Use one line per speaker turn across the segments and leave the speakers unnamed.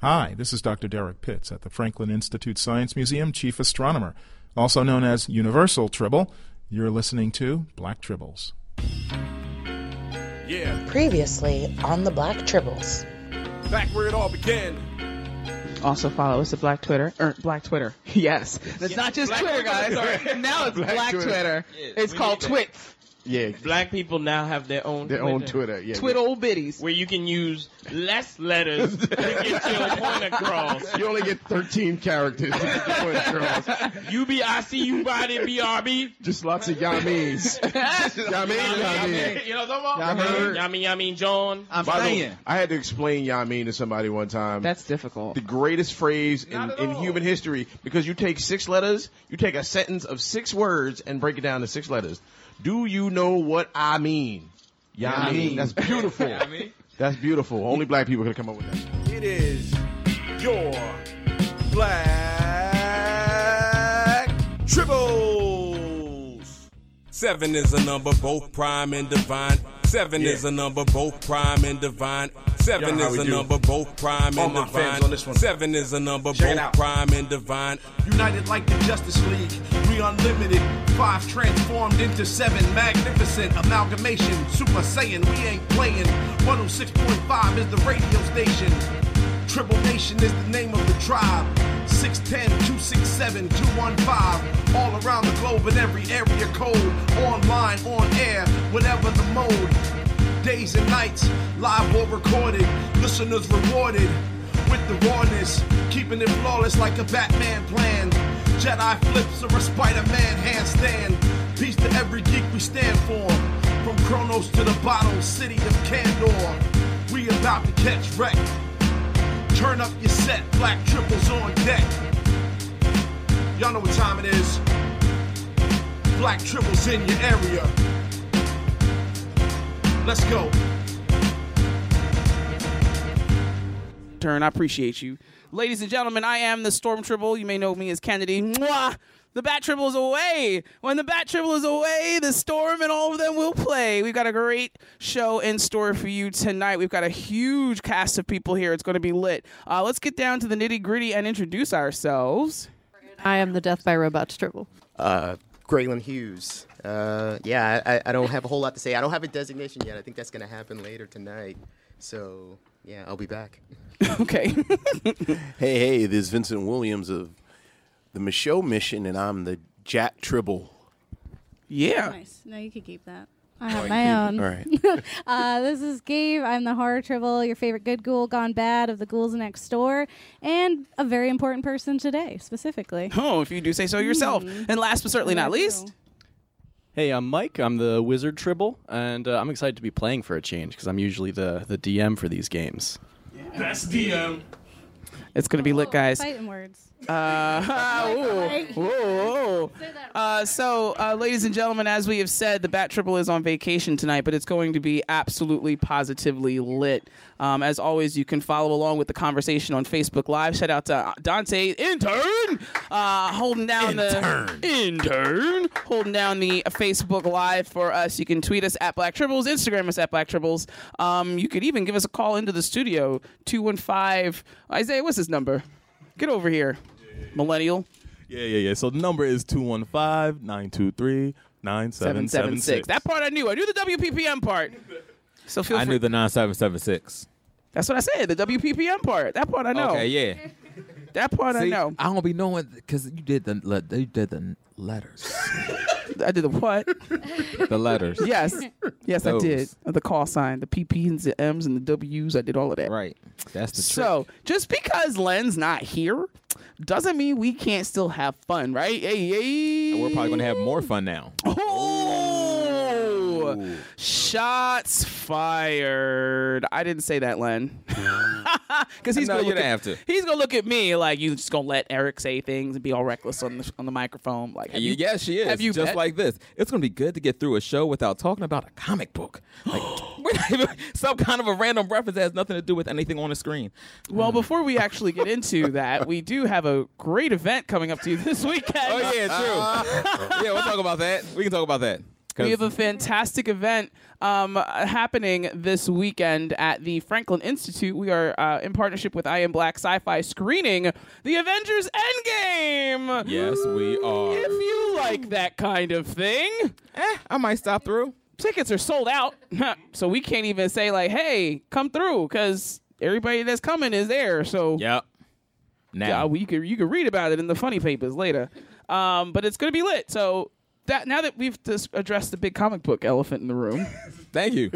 Hi, this is Dr. Derek Pitts at the Franklin Institute Science Museum, Chief Astronomer, also known as Universal Tribble. You're listening to Black Tribbles.
Yeah,
Previously on the Black Tribbles.
back where it all began.
Also follow us at Black Twitter or Black Twitter. Yes, it's not just
Black
Twitter,
Twitter.
guys. Sorry. Now it's Black,
Black
Twitter.
Twitter.
Yeah,
it's
we
called
need that.
Twits.
Yeah,
Black people now have their own
their
Twitter,
own Twitter. Yeah,
Twit old biddies.
where you can use less letters to get your point across.
You only get 13 characters to get the point across.
UBICU body BRB.
Just lots of yamis. yamin, yamin.
You know what I'm
Y'all heard?
talking about? I mean, I mean, John.
I'm
By the way,
saying
I had to explain yamin to somebody one time.
that's difficult.
the greatest phrase in,
Not at
in
all.
human history because you take six letters, you take a sentence of six words and break it down to six letters. Do you know what I mean? Yamin. That's beautiful. That's beautiful. Only black people could come up with that.
It is your black tribbles.
Seven is a number both prime and divine. Seven is a number both prime and divine.
Y'all
Seven
know how
is
we
a
do.
number both prime
All
and
my fans
divine.
on this one.
Seven is a number
Check it
both
out.
prime and divine.
United like the Justice League, we unlimited. Five transformed into seven, magnificent amalgamation. Super Saiyan, we ain't playing. 106.5 is the radio station. Triple Nation is the name of the tribe. 610 267 215. All around the globe in every area code. Online, on air, whatever the mode. Days and nights, live or recorded. Listeners rewarded with the rawness, keeping it flawless like a Batman plan. Jedi flips or a Spider-Man handstand. Peace to every geek we stand for. From Kronos to the bottle, city of Candor. We about to catch wreck. Turn up your set, black triples on deck. Y'all know what time it is. Black triples in your area. Let's go.
Turn. I appreciate you, ladies and gentlemen. I am the Storm Triple. You may know me as Kennedy. Mwah! The Bat Triple is away. When the Bat Triple is away, the Storm and all of them will play. We've got a great show in store for you tonight. We've got a huge cast of people here. It's going to be lit. Uh, let's get down to the nitty gritty and introduce ourselves.
I am the Death by Robots Triple.
Graylin Uh, Hughes. Uh, yeah, I, I don't have a whole lot to say. I don't have a designation yet. I think that's going to happen later tonight. So, yeah, I'll be back.
Okay.
Hey, hey, this is Vincent Williams of the Michelle Mission, and I'm the Jack Tribble.
yeah.
Nice. No, you could keep that. I have my own.
All right.
Uh, this is Gabe. I'm the horror tribble, your favorite good ghoul gone bad of the ghouls next door, and a very important person today, specifically.
Oh, if you do say so yourself.
Mm-hmm.
And last but certainly not
Yeah,
least,
so-
Hey, I'm Mike. I'm the Wizard Tribble, and uh, I'm excited to be playing for a change because I'm usually the, the DM for these games.
That's DM.
it's going to be lit, guys. Uh,
Fighting words.
Whoa. Uh, so, uh, ladies and gentlemen, as we have said, the Bat Triple is on vacation tonight, but it's going to be absolutely positively lit. Um, as always, you can follow along with the conversation on Facebook Live. Shout out to Dante, intern, uh, holding down the intern, holding down the Facebook Live for us. You can tweet us at Black Tribbles, Instagram us at Black Tribbles. Um, you could even give us a call into the studio, 215. Isaiah, what's his number? Get over here, millennial.
Yeah, yeah, yeah. So the number is 215 923 9776.
That part I knew. I knew the WPPM part. So feel
I
free.
knew the 9776.
That's what I said. The WPPM part. That part I know.
Okay, yeah.
That part I
See,
know.
I don't be knowing because you did the le- you did the letters.
I did the what?
the letters.
yes. Yes, I did.
Those.
The call sign, the PPs, the M's, and the W's. I did all of that.
Right. That's the
So just because Len's not here doesn't mean we can't still have fun, right? Hey, hey.
trick. We're probably going to have more fun now.
Oh! Shots fired. I didn't say that, Len. Because he's
No, you
gonna look
didn't
at,
have to.
He's gonna look at me like you just gonna let Eric say things and be all reckless on the on the microphone. Like, have you,
yes, she is.
have you
just
bet-
like this. It's going to be good to get through a show without talking about a comic book. Like, we're not even- some kind of a random reference that has nothing to do with anything on the screen.
Well, before we actually get into that, we do have a great event coming up to you this weekend.
Oh yeah, true. yeah, we'll talk about that. We can talk about that.
we have a
'cause-
fantastic event um, happening this weekend at the Franklin Institute. We are uh, in partnership with I Am Black Sci Fi screening the Avengers Endgame.
Yes, we are.
If you like that kind of thing, eh, I might stop through. Tickets are sold out, so we can't even say like, "Hey, come through," because everybody that's coming is there. So
Yep. Now.
yeah, we could you could read about it in the funny papers later. Um, but it's gonna be lit. So that now that we've dis- addressed the big comic book elephant in the room,
thank you.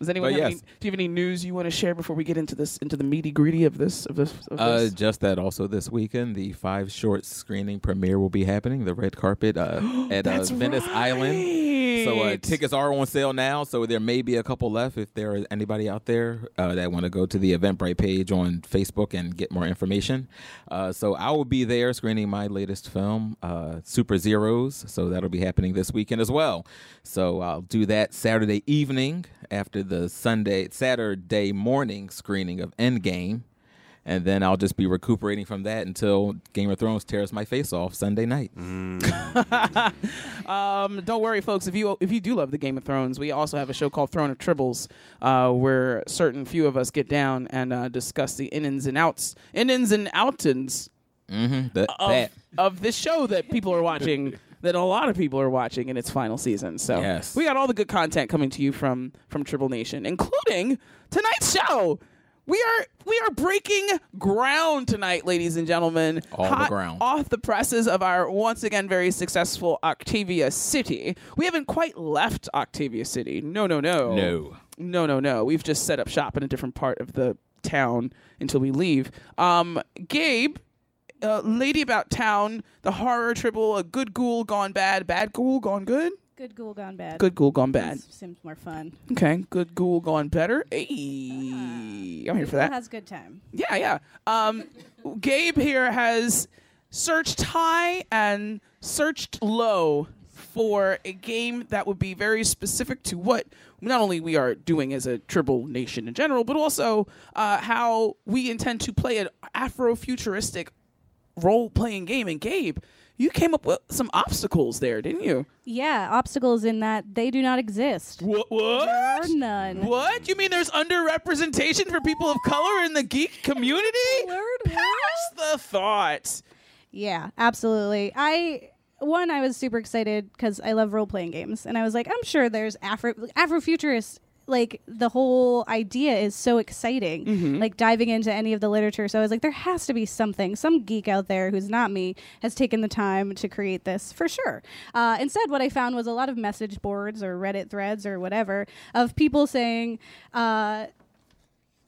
Does anyone
But
have any,
yes.
do you have any news you want to share before we get into this into the meaty gritty of this of this? Of
Uh,
this?
just that also this weekend, the five short screening premiere will be happening, the red carpet uh, at uh,
That's
Venice Island. So uh,
right.
tickets are on sale now, so there may be a couple left if there is anybody out there uh, that want to go to the Eventbrite page on Facebook and get more information. Uh, so I will be there screening my latest film, uh, Super Zeros. So that'll be happening this weekend as well. So I'll do that Saturday evening after the Sunday, Saturday morning screening of Endgame and then I'll just be recuperating from that until Game of Thrones tears my face off Sunday night. Mm-hmm.
Um, don't worry, folks. If you if you do love the Game of Thrones, we also have a show called Throne of Tribbles, uh, where certain few of us get down and uh, discuss the innings and outs, innings and outings
Mm-hmm. That,
of,
that.
of this show that people are watching, that a lot of people are watching in its final season. So
Yes.
we got all the good content coming to you from from Tribble Nation, including tonight's show. We are we are breaking ground tonight, ladies and gentlemen.
All the
Hot
ground.
off the presses of our once again very successful Octavia City. We haven't quite left Octavia City. No, no, no.
No.
No, no, no. We've just set up shop in a different part of the town until we leave. Um, Gabe, uh, Lady About Town, the horror triple, a good ghoul gone bad, bad ghoul gone good.
Good ghoul gone bad.
Good ghoul gone bad.
This seems more fun.
Okay, good ghoul gone better. Ayy. I'm here for
Ghoul
that.
Has good time.
Yeah, yeah. Um, Gabe here has searched high and searched low for a game that would be very specific to what not only we are doing as a tribal nation in general, but also uh, how we intend to play an Afrofuturistic role-playing game. And Gabe, you came up with some obstacles there, didn't you?
Yeah, obstacles in that they do not exist.
What? What?
There are none.
What? You mean there's underrepresentation for people of color in the geek community? Pass the thought.
Yeah, absolutely. I one I was super excited because I love role playing games, and I was like, I'm sure there's Afro Afrofuturist. Like the whole idea is so exciting.
Mhm.
Like diving into any of the literature, so I was like, there has to be something. Some geek out there who's not me has taken the time to create this for sure. Uh, instead, what I found was a lot of message boards or Reddit threads or whatever of people saying. Uh,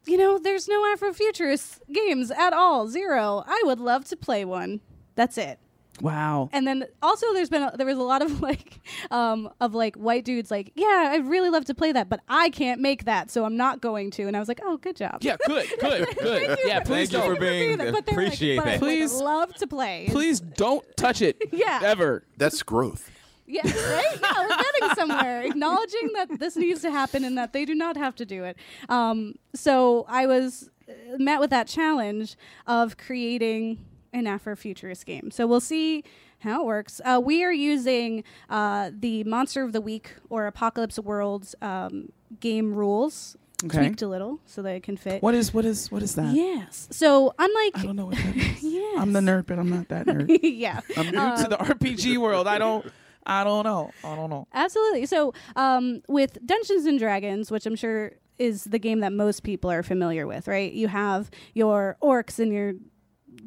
you know, there's no Afrofuturist games at all. Zero. I would love to play one. That's it.
Wow.
And then also there's been a, there was a lot of like um of like white dudes like, "Yeah, I'd really love to play that, but I can't make that, so I'm not going to." And I was like, "Oh, good job."
Yeah, good, good, good. yeah, please
Thank you
don't.
for being
But they're
appreciate
like, but
that.
I would love to play.
Please don't touch it.
Yeah.
Ever.
That's growth.
Yeah, right? Yeah, we're getting somewhere. Acknowledging that this needs to happen and that they do not have to do it. Um, so I was uh, met with that challenge of creating an Afrofuturist game. So we'll see how it works. Uh, we are using uh, the Monster of the Week or Apocalypse Worlds um, game rules.
Okay.
Tweaked a little so that it can fit.
What is what is what is that?
Yes. So unlike I don't
know what
yes.
I'm the nerd, but I'm not that nerd.
yeah.
I'm new
Um,
to the RPG world. I don't I don't know. I don't know.
Absolutely. So, um, with Dungeons and Dragons, which I'm sure is the game that most people are familiar with, right? You have your orcs and your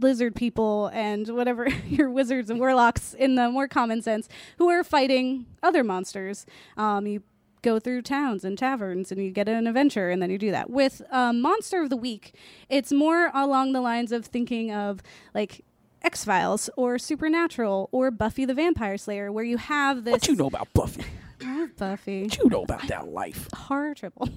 lizard people and whatever your wizards and warlocks in the more common sense who are fighting other monsters. Um, you go through towns and taverns and you get an adventure and then you do that. With um, Monster of the Week, it's more along the lines of thinking of like X Files or Supernatural or Buffy the Vampire Slayer, where you have this.
What you know about Buffy?
I love Buffy.
You know about that life.
Horror triple.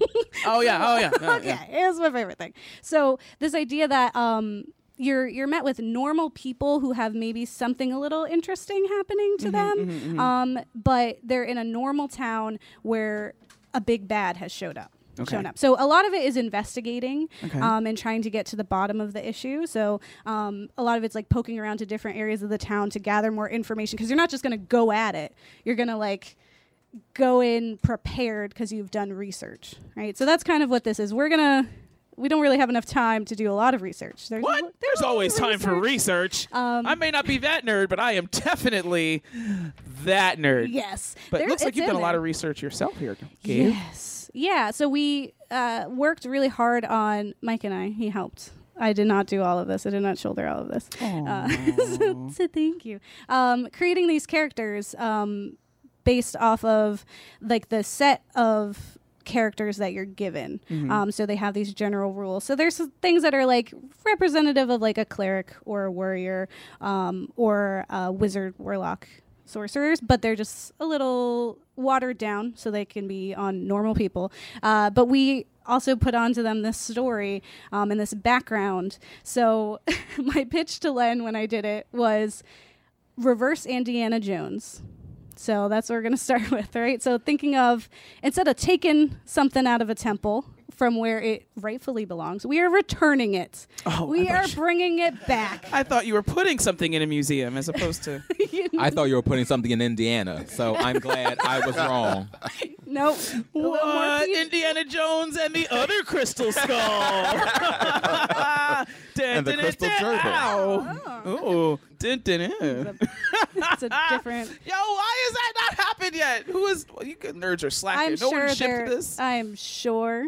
Oh yeah, oh yeah. yeah,
okay, it
yeah.
was my favorite thing. So this idea that um, you're you're met with normal people who have maybe something a little interesting happening
Mm-hmm,
to them,
mhm, mhm.
Um, but they're in a normal town where a big bad has showed up.
Okay.
Shown up. So a lot of it is investigating
Okay.
um, and trying to get to the bottom of the issue. So um, a lot of it's like poking around to different areas of the town to gather more information because you're not just going to go at it. You're going to like go in prepared because you've done research, right? So that's kind of what this is. We're gonna. We don't really have enough time to do a lot of research. There's Um, what?
There's always time for research. I may not be that nerd, but I am definitely that nerd.
Yes.
But
There-
it looks like
it's
you've
in
done a lot
there.
of research yourself here, Gabe.
Yes. Yeah. So we uh, worked really hard on Mike and I. He helped. I did not do all of this. I did not shoulder all of this. Uh, so, so thank you. Um, creating these characters um, based off of like the set of characters that you're given.
Mhm.
Um, so they have these general rules. So there's things that are like representative of like a cleric or a warrior um, or a wizard, warlock, sorcerers, but they're just a little watered down so they can be on normal people. Uh, but we also put onto them this story um, and this background. So my pitch to Len when I did it was reverse Indiana Jones. So that's what we're going to start with, right? So thinking of instead of taking something out of a temple from where it rightfully belongs, we are returning it.
Oh,
we are bringing it back.
I thought you were putting something in a museum as opposed to.
I thought you were putting something in Indiana, so I'm glad I was wrong.
Nope.
What? Indiana Jones and the other crystal skull.
And the crystal gerbil.
Oh.
It's a different.
Yo, why is that not happened yet? Who is well, you good nerds are slacking.
I'm
no
sure
one
there.
shipped this
I'm sure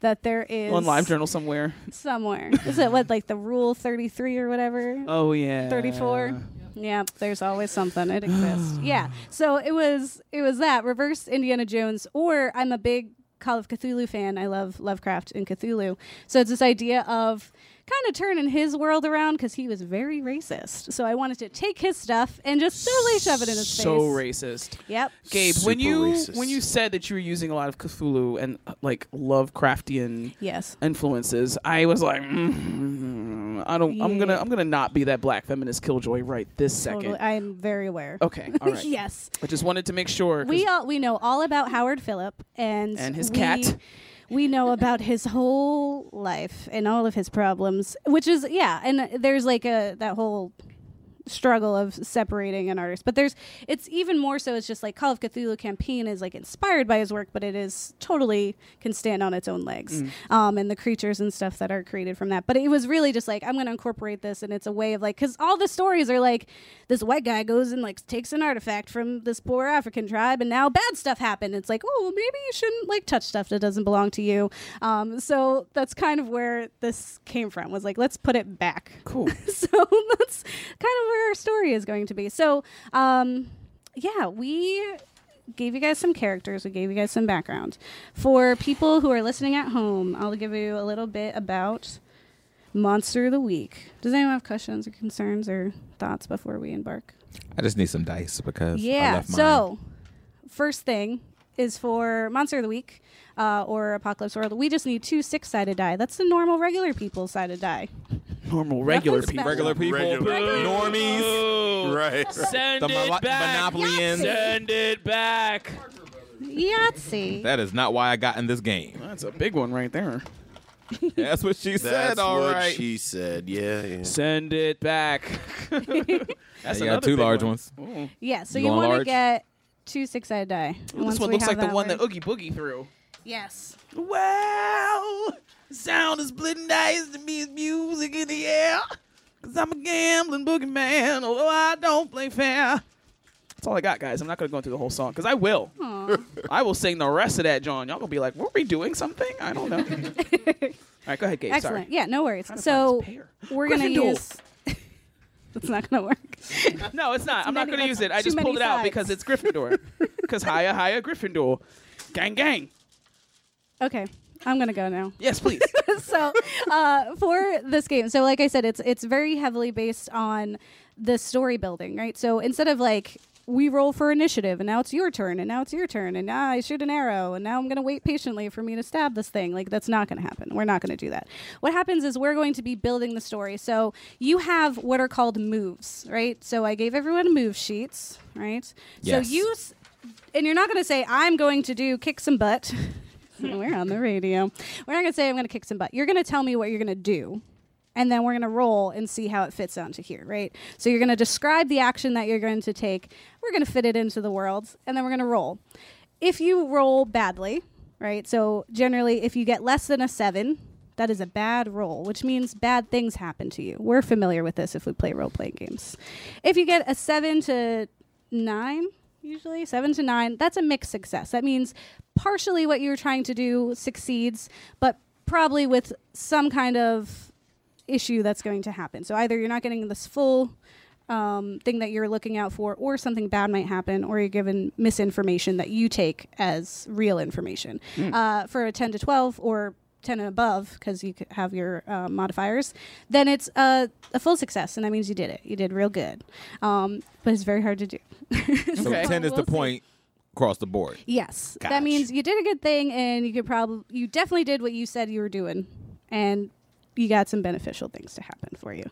that there is
on Live Journal somewhere.
somewhere. is it what like the rule 33 or whatever?
Oh yeah.
34 yeah there's always something it exists yeah so it was it was that reverse indiana jones or i'm a big call of cthulhu fan i love lovecraft and cthulhu so it's this idea of kind of turning his world around because he was very racist so i wanted to take his stuff and just totally shove it in his
So
face
racist.
yep
Gabe, when
Super
you
racist.
when you said that you were using a lot of Cthulhu and uh, like Lovecraftian
Yes.
influences, I was like, mm, I don't. I'm gonna
Yeah.
I'm gonna not be that black feminist killjoy right this
totally,
second.
i'm very aware
Okay, all right.
yes
I just wanted to make sure. 'cause-
We all we know all about Howard Phillip and
And his
we-
cat.
We know about his whole life and all of his problems, which is yeah. And there's like a that whole struggle of separating an artist, but there's it's even more so. It's just like Call of Cthulhu campaign is like inspired by his work, but it is totally can stand on its own legs,
Mm.
um, and the creatures and stuff that are created from that. But it was really just like I'm going to incorporate this, and it's a way of like because all the stories are like this white guy goes and like takes an artifact from this poor African tribe, and now bad stuff happened. It's like, oh, well, maybe you shouldn't like touch stuff that doesn't belong to you. Um, so that's kind of where this came from. Was like, let's put it back.
Cool.
so that's kind of where our story is going to be. So, um, yeah, we gave you guys some characters. We gave you guys some background. For people who are listening at home, I'll give you a little bit about Monster of the Week. Does anyone have questions or concerns or thoughts before we embark?
I just need some dice because I
Yeah.
left mine.
So, first thing is for Monster of the Week uh, or Apocalypse World. We just need two six sided die. That's the normal, regular people sided die.
normal, regular
Nothing
people. Oh.
special. Regular people. Regular Normies. people. Right.
Send
The
it
mono-
back.
Monopoly ends.
Send it back.
Yahtzee.
That is not why I got in this game.
That's a big one right there.
That's what she said.
That's
All
what
right.
she said. Yeah, yeah.
Send it back. That's
you got
another
two
big
large
one.
ones.
Ooh.
Yeah. So,
You
you
going
want to
large?
get two six sided die. And
This
once
one
we
looks
have
like the
that
one
word-
that Oogie Boogie threw.
Yes.
Well, sound is splitting dice to me is music in the air. Cause I'm a gambling boogeyman, although I don't play fair. That's all I got, guys. I'm not gonna go through the whole song because I will.
Aw.
I will sing the rest of that, John. Y'all gonna be like, "Were we doing something?" I don't know. all right, go ahead, Gabe.
Excellent.
Sorry.
Yeah, no worries. So we're gonna
Gryffindor.
use. That's not gonna work.
No, it's not. I'm not gonna
many-
use it. I
too
just
many
pulled it out
sides.
because it's Gryffindor. Because higher, higher Gryffindor. Gang, gang.
Okay, I'm gonna go now.
Yes, please.
so uh, for this game, so like I said, it's it's very heavily based on the story building, right? So instead of like we roll for initiative, and now it's your turn, and now it's your turn, and now I shoot an arrow, and now I'm gonna wait patiently for me to stab this thing. Like that's not gonna happen. We're not gonna do that. What happens is we're going to be building the story. So you have what are called moves, right? So I gave everyone move sheets, right?
Yes.
So you s- and you're not going to say I'm going to do kick some butt. We're on the radio. We're not going to say I'm going to kick some butt. You're going to tell me what you're going to do. And then we're going to roll and see how it fits onto here, right? So you're going to describe the action that you're going to take. We're going to fit it into the world and then we're going to roll. if you roll badly, right? So generally, if you get less than a seven, that is a bad roll, which means bad things happen to you. We're familiar with this if we play role playing games. If you get a seven to nine, usually seven to nine, that's a mixed success. That means partially what you're trying to do succeeds, but probably with some kind of issue that's going to happen. So either you're not getting this full um, thing that you're looking out for, or something bad might happen, or you're given misinformation that you take as real information.
Mm.
Uh, for a 10 to 12 or 10 and above, because you could have your uh, modifiers, then it's uh, a full success, and that means you did it. You did real good. Um, but it's very hard to do.
So ten is the point across the board.
Yes,
Gotcha.
that means you did a good thing, and you could probably you definitely did what you said you were doing, and you got some beneficial things to happen for you.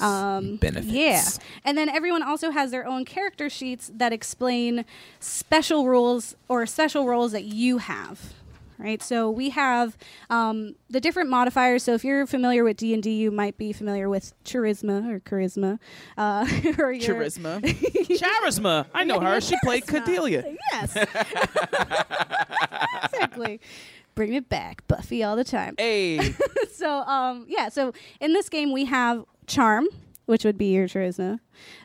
Um,
Nice
Yeah, and then everyone also has their own character sheets that explain special rules or special roles that you have. Right, so we have um, the different modifiers. So if you're familiar with D and D, you might be familiar with charisma or charisma, uh, or your uh,
Charisma. Charisma. I know her. She played Cordelia.
Yes. exactly. Bring it back, Buffy, all the time.
Hey.
so, um, yeah. So in this game, we have charm, which would be your charisma.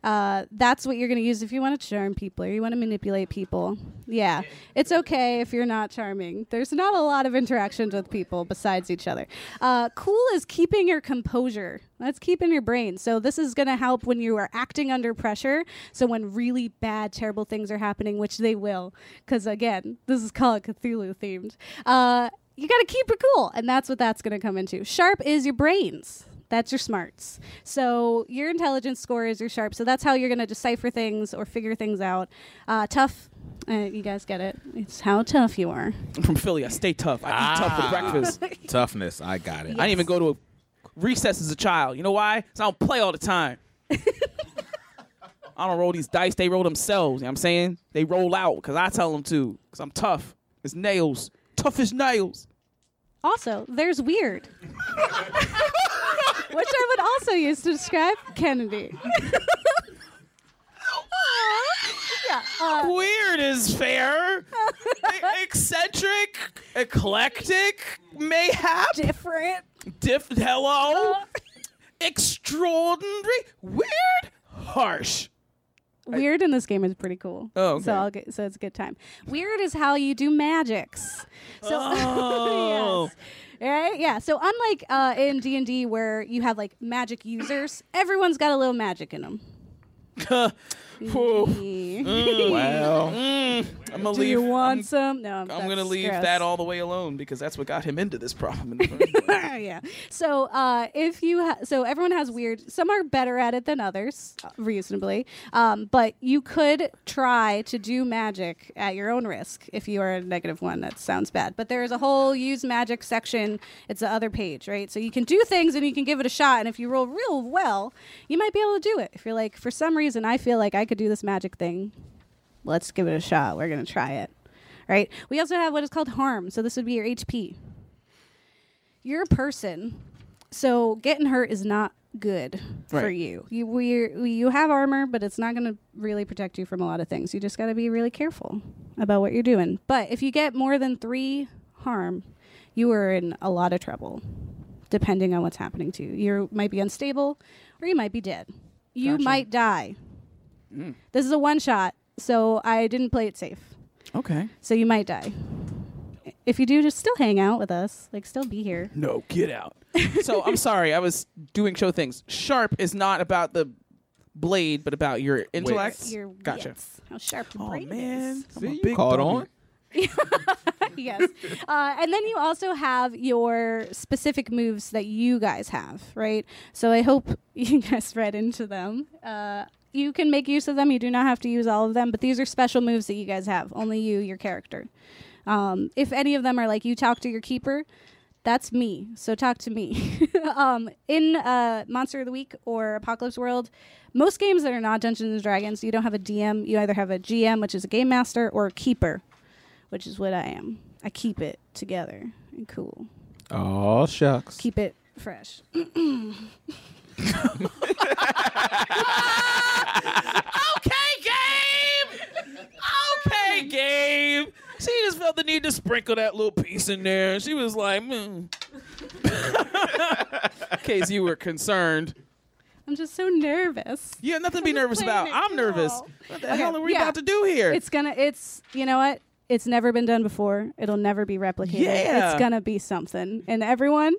Uh, that's what you're going to use if you want to charm people or you want to manipulate people. Yeah, it's okay if you're not charming. There's not a lot of interactions with people besides each other. Uh, cool is keeping your composure. That's keeping your brain. So this is going to help when you are acting under pressure. So when really bad, terrible things are happening, which they will, because again, this is called Cthulhu themed. Uh, you got to keep it cool, and that's what that's going to come into. Sharp is your brains. That's your smarts. So your intelligence score is your sharp. So that's how you're going to decipher things or figure things out. Uh, tough, uh, you guys get it. It's how tough you are.
I'm from Philly. I stay tough. I eat tough for breakfast.
Ah. Toughness. I got it.
I didn't even go to a recess as a child. You know why? 'Cause I don't play all the time. I don't roll these dice. They roll themselves. You know what I'm saying? They roll out because I tell them to because I'm tough. It's nails. Tough as nails.
Also, there's weird, which I would also use to describe Kennedy. yeah,
Weird is fair. Eccentric. Eclectic. Mayhap.
Different.
Diff. Hello. Extraordinary. Weird. Harsh.
Weird in this game is pretty cool.
Oh, okay.
so I'll get, so it's a good time. Weird is how you do magics. So
Oh.
yes. right, yeah. So unlike uh, in D and D where you have like magic users, everyone's got a little magic in them.
Mm.
Wow.
Mm. I'm gonna
do
leave.
you want
I'm,
some? No, I'm,
I'm gonna
that's
leave
gross.
that all the way alone because that's what got him into this problem. in the first-
yeah. So uh, if you ha- so everyone has weird. Some are better at it than others, uh, reasonably. Um, but you could try to do magic at your own risk if you are a negative one. That sounds bad, but there is a whole use magic section. It's the other page, right? So you can do things and you can give it a shot. And if you roll real well, you might be able to do it. If you're like, for some reason, I feel like I could do this magic thing. Let's give it a shot. We're gonna try it. Right. We also have what is called harm. So this would be your HP you're a person, so getting hurt is not good for
Right.
you. You we we- you have armor, but it's not going to really protect you from a lot of things. You just got to be really careful about what you're doing. But if you get more than three harm, you are in a lot of trouble. Depending on what's happening to you, you might be unstable, or you might be dead. You
Gotcha.
might die. This is a one shot, so I didn't play it safe.
Okay.
So you might die. If you do, just still hang out with us. Like, still be here.
No, get out. so I'm sorry, I was doing show things. Sharp is not about the blade, but about your intellect.
Your
gotcha. Oh,
wits. How sharp your brain is.
I'm a
you
big
caught
dummy.
on.
yes. Uh, and then you also have your specific moves that you guys have, right? So I hope you guys read into them. Uh, you can make use of them. You do not have to use all of them, but these are special moves that you guys have. Only you, your character. Um, if any of them are like you talk to your keeper, that's me. So talk to me. um, in uh, Monster of the Week or Apocalypse World, most games that are not Dungeons and Dragons, you don't have a DM. You either have a GM, which is a game master, or a keeper, which is what I am. I keep it together and cool.
Oh shucks.
Keep it fresh.
okay, game. Okay, game. See, just sprinkled that little piece in there. She was like, mm. in case you were concerned.
I'm just so nervous.
Yeah, nothing to be
I'm just
nervous
playing
about.
it
I'm nervous.
cool.
What the hell are we about to do here?
It's gonna. It's you know what? It's never been done before. It'll never be replicated.
Yeah.
It's gonna be something. And everyone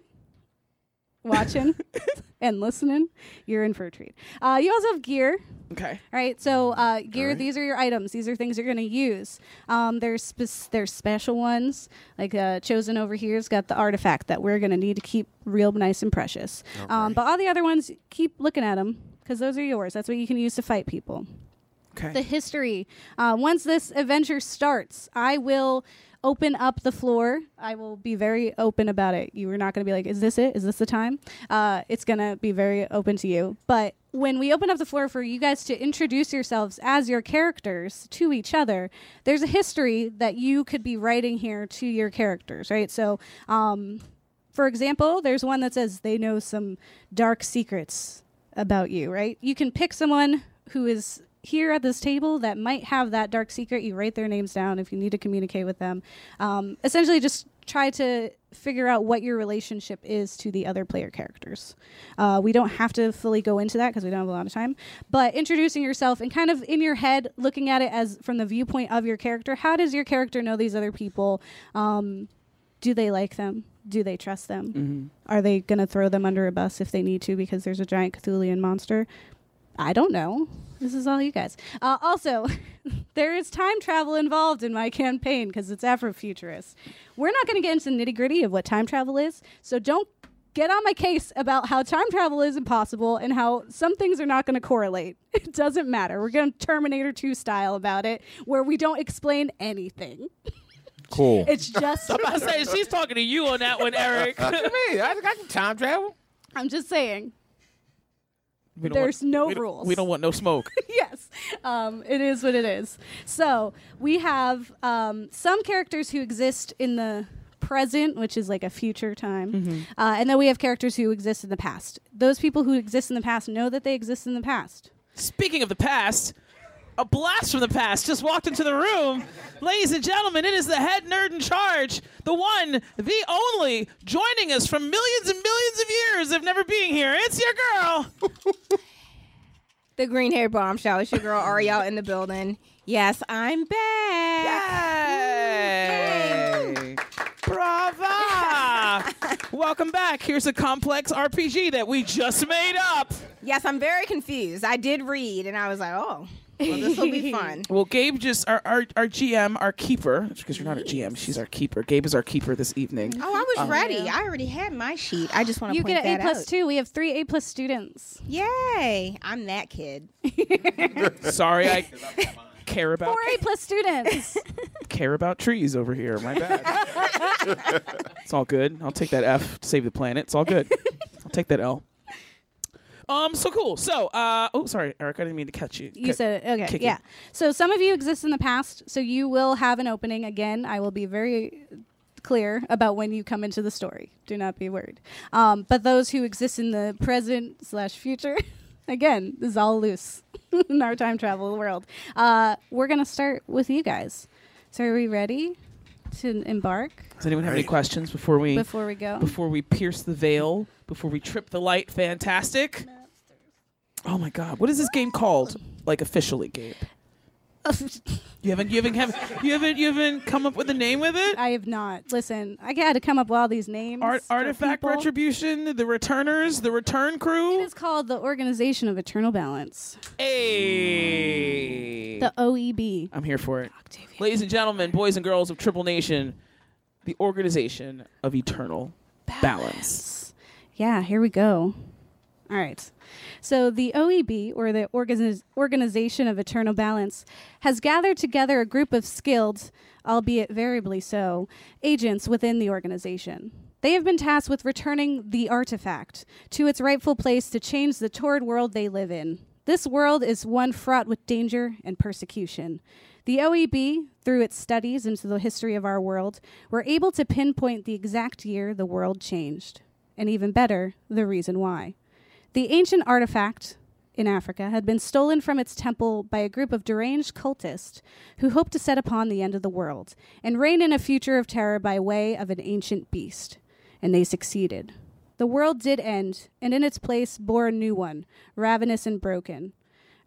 watching and listening, you're in for a treat. Uh, you also have gear.
Okay.
All right. So uh, gear. These are your items. These are things you're gonna use. Um, there's spe- there's special ones. Like uh, chosen over here's got the artifact that we're gonna need to keep real nice and precious. Um, But all the other ones, keep looking at them because those are yours. That's what you can use to fight people the history. Uh, once this adventure starts, I will open up the floor. I will be very open about it. You are not going to be like, is this it? Is this the time? Uh, it's going to be very open to you. But when we open up the floor for you guys to introduce yourselves as your characters to each other, there's a history that you could be writing here to your characters, right? So, um, for example, there's one that says they know some dark secrets about you, right? You can pick someone who is here at this table that might have that dark secret. You write their names down if you need to communicate with them. Um, essentially, just try to figure out what your relationship is to the other player characters. Uh, we don't have to fully go into that because we don't have a lot of time, but introducing yourself and kind of in your head, looking at it as from the viewpoint of your character, how does your character know these other people? Um, do they like them? Do they trust them?
Mm-hmm.
Mhm.
Are they going to throw them under a bus if they need to because there's a giant Cthulian monster? I don't know. This is all you guys. Uh, also, there is time travel involved in my campaign because it's Afrofuturist. We're not going to get into the nitty gritty of what time travel is, so don't get on my case about how time travel is impossible and how some things are not going to correlate. It doesn't matter. We're going to Terminator 2 style about it, where we don't explain anything.
Cool.
It's just.
I'm about to say she's talking to you on that one, Eric.
What you mean? I, I can time travel.
I'm just saying.
We don't
There's no
we don't-
rules.
We don't want no smoke.
yes, um, it is what it is. So we have um, some characters who exist in the present, which is like a future time, uh, and then we have characters who exist in the past. Those people who exist in the past know that they exist in the past.
Speaking of the past, a blast from the past just walked into the room. Ladies and gentlemen, it is the head nerd in charge, the one, the only, joining us from millions and millions of years of never being here. It's your girl.
The green hair bombshell. It's your girl Ariel in the building. Yes, I'm back.
Yay! Brava! Welcome back. Here's a complex RPG that we just made up.
Yes, I'm very confused. I did read and I was like, oh, well, this will be fun.
Well, Gabe just our our, our GM, our keeper, because you're not a GM, she's our keeper. Gabe is our keeper this evening.
Oh, I was
Um,
ready. I already had my sheet. I just want to
You
point
get an A
that
plus
out.
two. We have three A plus students.
Yay! I'm that kid.
Sorry, I care about
Four A plus students.
care about trees over here. My bad. it's all good. I'll take that F. to Save the planet. It's all good. I'll take that L. Um. So cool. So. Uh. Oh, sorry, Eric. I didn't mean to catch you.
You
Ca-
said it. Okay.
kick you.
yeah. So some of you exist in the past, so you will have an opening. Again, I will be very clear about when you come into the story. Do not be worried. Um, but those who exist in the present slash future, again, this is all loose in our time travel world. Uh, we're gonna start with you guys. So are we ready to embark?
Does anyone have any questions before we
Before we go?
before we pierce the veil before we trip the light? Fantastic. Oh my God! What is this game called? Like officially, Gabe? You haven't you haven't have, you haven't you haven't come up with a name with it?
I have not. Listen, I had to come up with all these names.
Art,
for
artifact
people.
retribution, the returners, the return crew.
It's called the Organization of Eternal Balance.
Hey.
The OEB.
I'm here for it. Ladies and gentlemen, boys and girls of Triple Nation, the organization of eternal balance.
Yeah, here we go. All right. So the OEB, or the Organiz- Organization of Eternal Balance, has gathered together a group of skilled, albeit variably so, agents within the organization. They have been tasked with returning the artifact to its rightful place to change the torrid world they live in. This world is one fraught with danger and persecution. The OEB, through its studies into the history of our world, were able to pinpoint the exact year the world changed, and even better, the reason why. The ancient artifact, in Africa had been stolen from its temple by a group of deranged cultists who hoped to set upon the end of the world and reign in a future of terror by way of an ancient beast. And they succeeded. The world did end, and in its place bore a new one, ravenous and broken.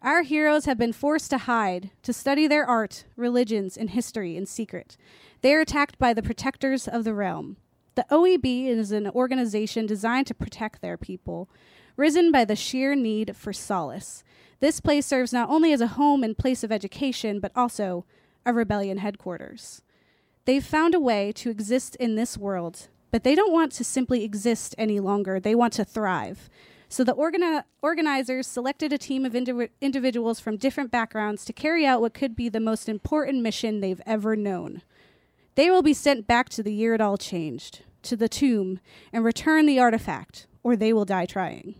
Our heroes have been forced to hide, to study their art, religions, and history in secret. They are attacked by the protectors of the realm. The OEB is an organization designed to protect their people, risen by the sheer need for solace. This place serves not only as a home and place of education, but also a rebellion headquarters. They've found a way to exist in this world, but they don't want to simply exist any longer. They want to thrive. So the organi- organizers selected a team of indiv- individuals from different backgrounds to carry out what could be the most important mission they've ever known. They will be sent back to the year it all changed, to the tomb, and return the artifact, or they will die trying.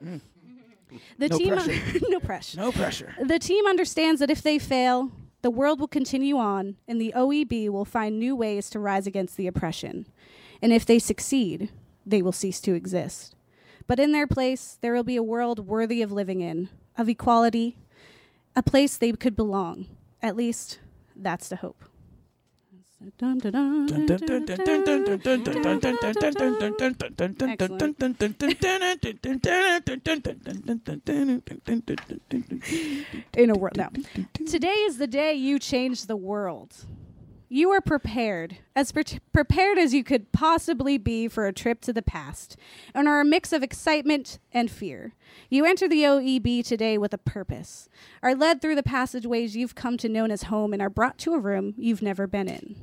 The
No
team
pressure.
no pressure.
No pressure.
The team understands that if they fail, the world will continue on and the OEB will find new ways to rise against the oppression. And if they succeed, they will cease to exist. But in their place, there will be a world worthy of living in, of equality, a place they could belong. At least that's the hope. Dun, dun, dun, dun, dun, dun, dun. in a world. No. Today is the day you change the world. You are prepared, as pre- prepared as you could possibly be for a trip to the past, and are a mix of excitement and fear. You enter the OEB today with a purpose, are led through the passageways you've come to know as home, and are brought to a room you've never been in.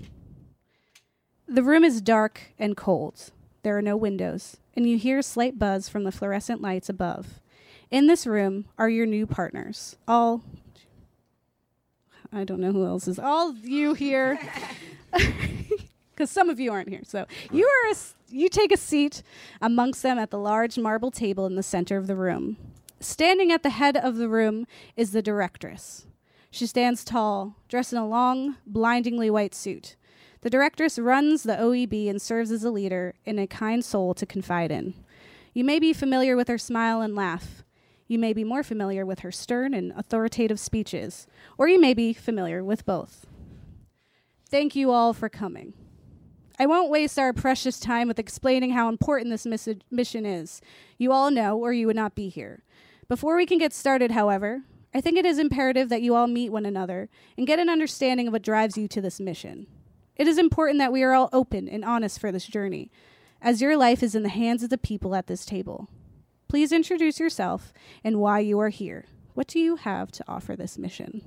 The room is dark and cold. There are no windows, and you hear a slight buzz from the fluorescent lights above. In this room are your new partners. All. I don't know who else is. All you here. Because some of you aren't here. So you, are a s you take a seat amongst them at the large marble table in the center of the room. Standing at the head of the room is the directress. She stands tall, dressed in a long, blindingly white suit. The directress runs the OEB and serves as a leader and a kind soul to confide in. You may be familiar with her smile and laugh. You may be more familiar with her stern and authoritative speeches, or you may be familiar with both. Thank you all for coming. I won't waste our precious time with explaining how important this mis- mission is. You all know, or you would not be here. Before we can get started, however, I think it is imperative that you all meet one another and get an understanding of what drives you to this mission. It is important that we are all open and honest for this journey, as your life is in the hands of the people at this table. Please introduce yourself and why you are here. What do you have to offer this mission?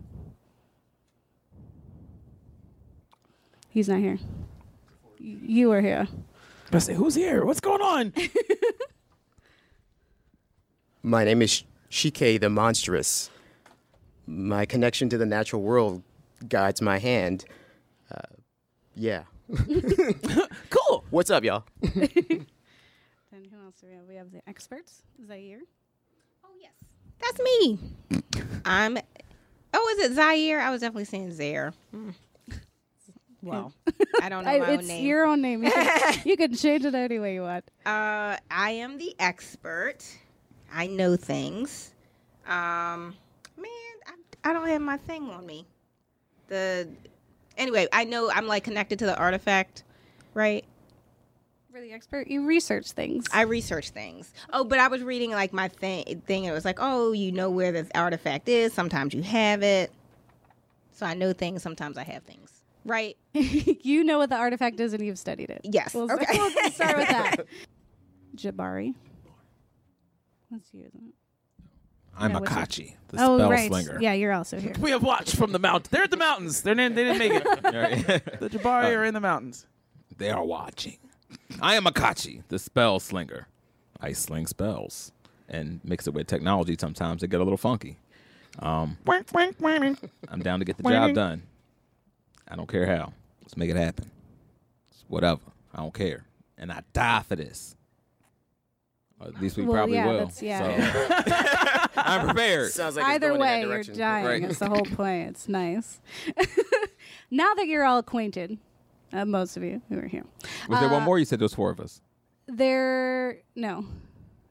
He's not here. Y- You are here.
I say, who's here? What's going on?
My name is Shike the Monstrous. My connection to the natural world guides my hand. Uh, yeah.
cool.
What's up, y'all?
Then who else do we have? We have the experts. Is that you?
That's me. I'm. Oh, is it Zaire? I was definitely saying Zaire. Mm. Well, I don't know
I-
my own
it's
name.
your own name. You can, you can change it any way you want.
Uh, I am the expert. I know things. Um, man, I, I don't have my thing on me. The anyway, I know I'm like connected to the artifact, right?
For the expert, you research things.
I research things. Oh, but I was reading like my thing. Thing it was like, oh, you know where this artifact is. Sometimes you have it. So I know things. Sometimes I have things. Right.
you know what the artifact is and you've studied it.
Yes.
We'll
okay.
start, we'll start with that. Jabari. That's you, isn't it?
I'm
No, what's your-
Akachi, the
oh,
spell
right.
slinger.
Yeah, you're also here.
We have watched from the mountain. They're at the mountains. They're in, they didn't make it. the Jabari are in the mountains.
They are watching. I am Akachi, the spell slinger. I sling spells and mix it with technology sometimes to get a little funky. Um, I'm down to get the job done. I don't care how. Let's make it happen. It's whatever. I don't care. And I die for this. Or at least we
Well,
probably
yeah,
will.
that's- yeah.
So- I'm prepared.
Either way, you're dying.
Right.
That's the whole point. It's nice. now that you're all acquainted, uh, most of you who are here,
Was there one
Uh,
more? You said there was four of us.
There, no,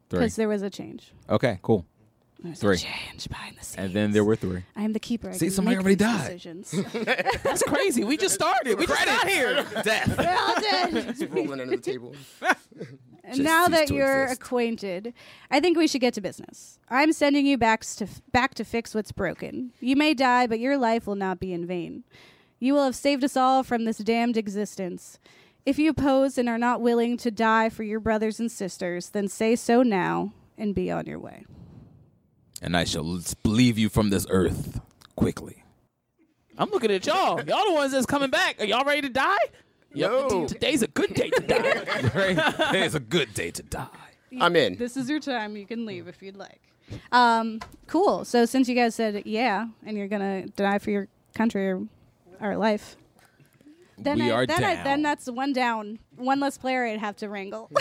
Three.
because there was a change.
Okay, cool.
There's a
three.
change behind the
And then there were three.
I am the keeper. I
See,
can
somebody
make
already
these
died.
Decisions.
That's crazy. We just started. We just got here.
Death.
We're all dead.
Just rolling under the table.
And now that you're acquainted, I think we should get to business. I'm sending you back to back to fix what's broken. You may die, but your life will not be in vain. You will have saved us all from this damned existence. If you oppose and are not willing to die for your brothers and sisters, then say so now and be on your way.
And I shall leave you from this earth quickly.
I'm looking at y'all. Y'all the ones that's coming back. Are y'all ready to die? No. Today's a good day to die.
it's a good day to die.
I'm in.
This is your time. You can leave if you'd like. Um, cool. So since you guys said yeah, and you're gonna die for your country or our life, then
We
I,
are
then I,
down.
then that's one down, one less player I'd have to wrangle.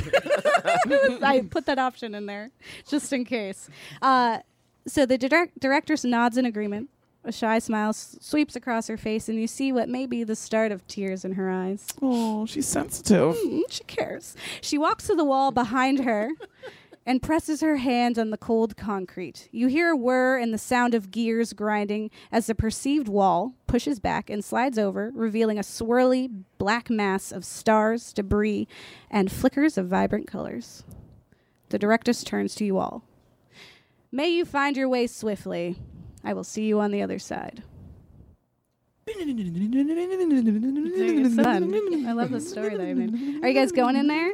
I put that option in there just in case. Uh, so the direct- directress nods in agreement. A shy smile s- sweeps across her face, and you see what may be the start of tears in her eyes.
Oh, she's sensitive.
Mm, she cares. She walks to the wall behind her and presses her hand on the cold concrete. You hear a whir and the sound of gears grinding as the perceived wall pushes back and slides over, revealing a swirly black mass of stars, debris, and flickers of vibrant colors. The directus turns to you all. May you find your way swiftly. I will see you on the other side. It's fun. I love the story that I made. Are you guys going in there?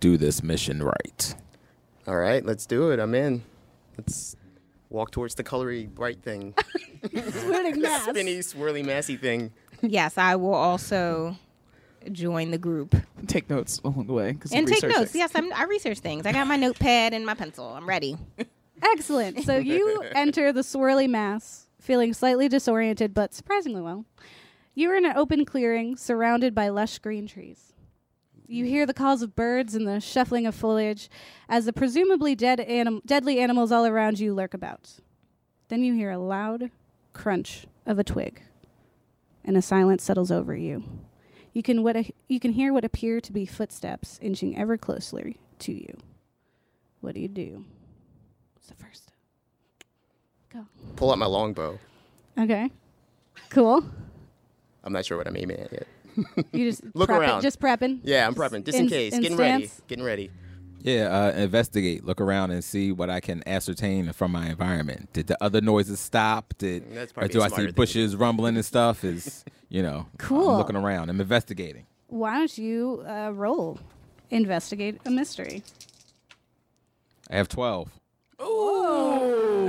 Do this mission right.
All right, let's do it. I'm in. Let's walk towards the colory bright thing.
Swirling mass.
Spinny, swirly, massy thing.
Yes, I will also join the group
Take notes along the way. 'cause you
and take
research
notes.
it.
Yes, I'm, I research things. I got my notepad and my pencil. I'm ready.
Excellent. So you enter the swirly mass, feeling slightly disoriented, but surprisingly well. You are in an open clearing surrounded by lush green trees. You hear the calls of birds and the shuffling of foliage as the presumably dead anim- deadly animals all around you lurk about. Then you hear a loud crunch of a twig, and a silence settles over you. You can what a- you can hear what appear to be footsteps inching ever closer to you. What do you do? It's the first.
Pull out my longbow.
Okay. Cool.
I'm not sure what I'm aiming at yet.
You just
Look
prepping-
around.
Just prepping.
Yeah, I'm prepping. Just in, case. Getting ready. Getting ready.
Yeah, uh, investigate, look around, and see what I can ascertain from my environment. Did the other noises stop? Did
That's
or
probably
do
a
I
smarter
see
thing to
bushes rumbling and stuff? Is you know,
Cool.
I'm looking around. I'm investigating.
Why don't you uh, roll? Investigate a mystery.
I have twelve.
Ooh.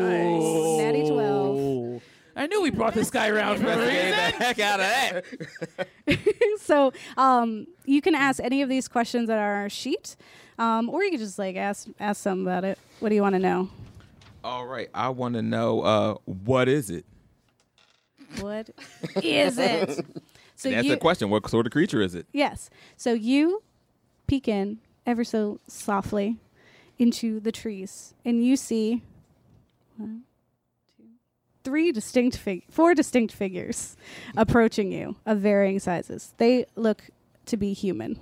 Natty 12.
Oh. I knew we brought this guy around for a
Investigate
reason.
the heck out of that.
so um, you can ask any of these questions that are on our sheet, um, or you can just like ask ask something about it. What do you want to know?
All right, I want to know uh, what is it?
What is it? So
That's
you,
the question. What sort of creature is it?
Yes. So you peek in ever so softly into the trees, and you see one, two, three distinct fig- four distinct figures approaching you of varying sizes. They look to be human.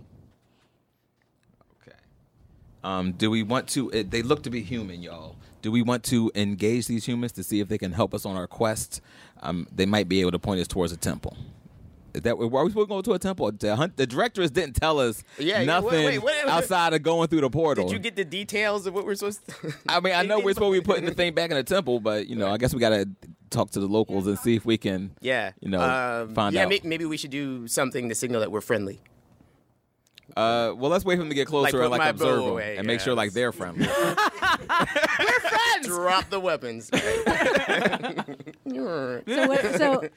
Um, do we want to? It, they look to be human, y'all. Do we want to engage these humans to see if they can help us on our quest? Um, they might be able to point us towards a temple. Is that are we supposed to go to a temple to hunt? The directors didn't tell us
Yeah, yeah,
nothing
wait, wait, wait, wait.
outside of going through the portal.
Did you get the details of what we're supposed to?
I mean, I know we're supposed to be putting the thing back in the temple, but you know, I guess we gotta talk to the locals and see if we can.
yeah.
you know,
Um,
find
yeah,
out.
may- maybe we should do something to signal that we're friendly.
uh, well, let's wait for them to get closer
put
and like
my
observe
bow
them
away,
and make
yeah,
sure like they're friendly.
Drop the weapons.
So what, so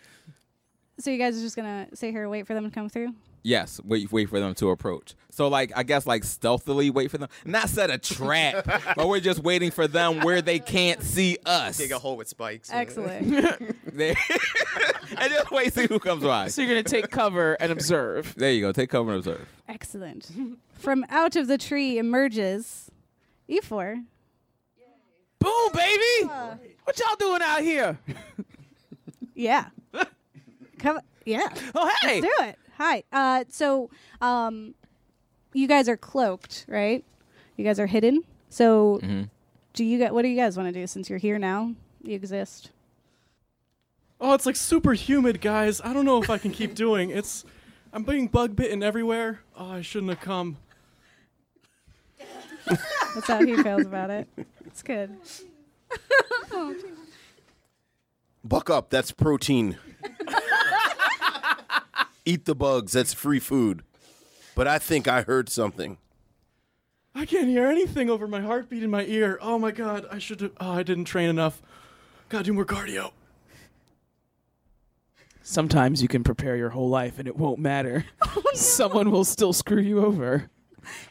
so you guys are just gonna sit here and wait for them to come through?
Yes, wait, wait for them to approach. So, like, I guess, like, stealthily wait for them. Not set a trap, but we're just waiting for them where they can't see us.
Dig a hole with spikes.
Excellent.
They- and just wait, see who comes by.
So you're gonna take cover and observe.
There you go. Take cover and observe.
Excellent. From out of the tree emerges E E4.
Boom, baby. What y'all doing out here?
Yeah. Come. Yeah.
Oh, hey.
Let's do it. Hi. Uh, so, um, you guys are cloaked, right? You guys are hidden. So,
Mm-hmm.
Mhm.
do you get what do you guys want to do since you're here now? You exist.
Oh, it's like super humid, guys. I don't know if I can keep doing. It's I'm being bug bitten everywhere. Oh, I shouldn't have come.
That's how he feels about it. It's good.
Buck up. That's protein. Eat the bugs. That's free food. But I think I heard something.
I can't hear anything over my heartbeat in my ear. Oh my god, I should have oh, I didn't train enough. Gotta do more cardio.
Sometimes you can prepare your whole life and it won't matter.
Oh,
Someone will still screw you over.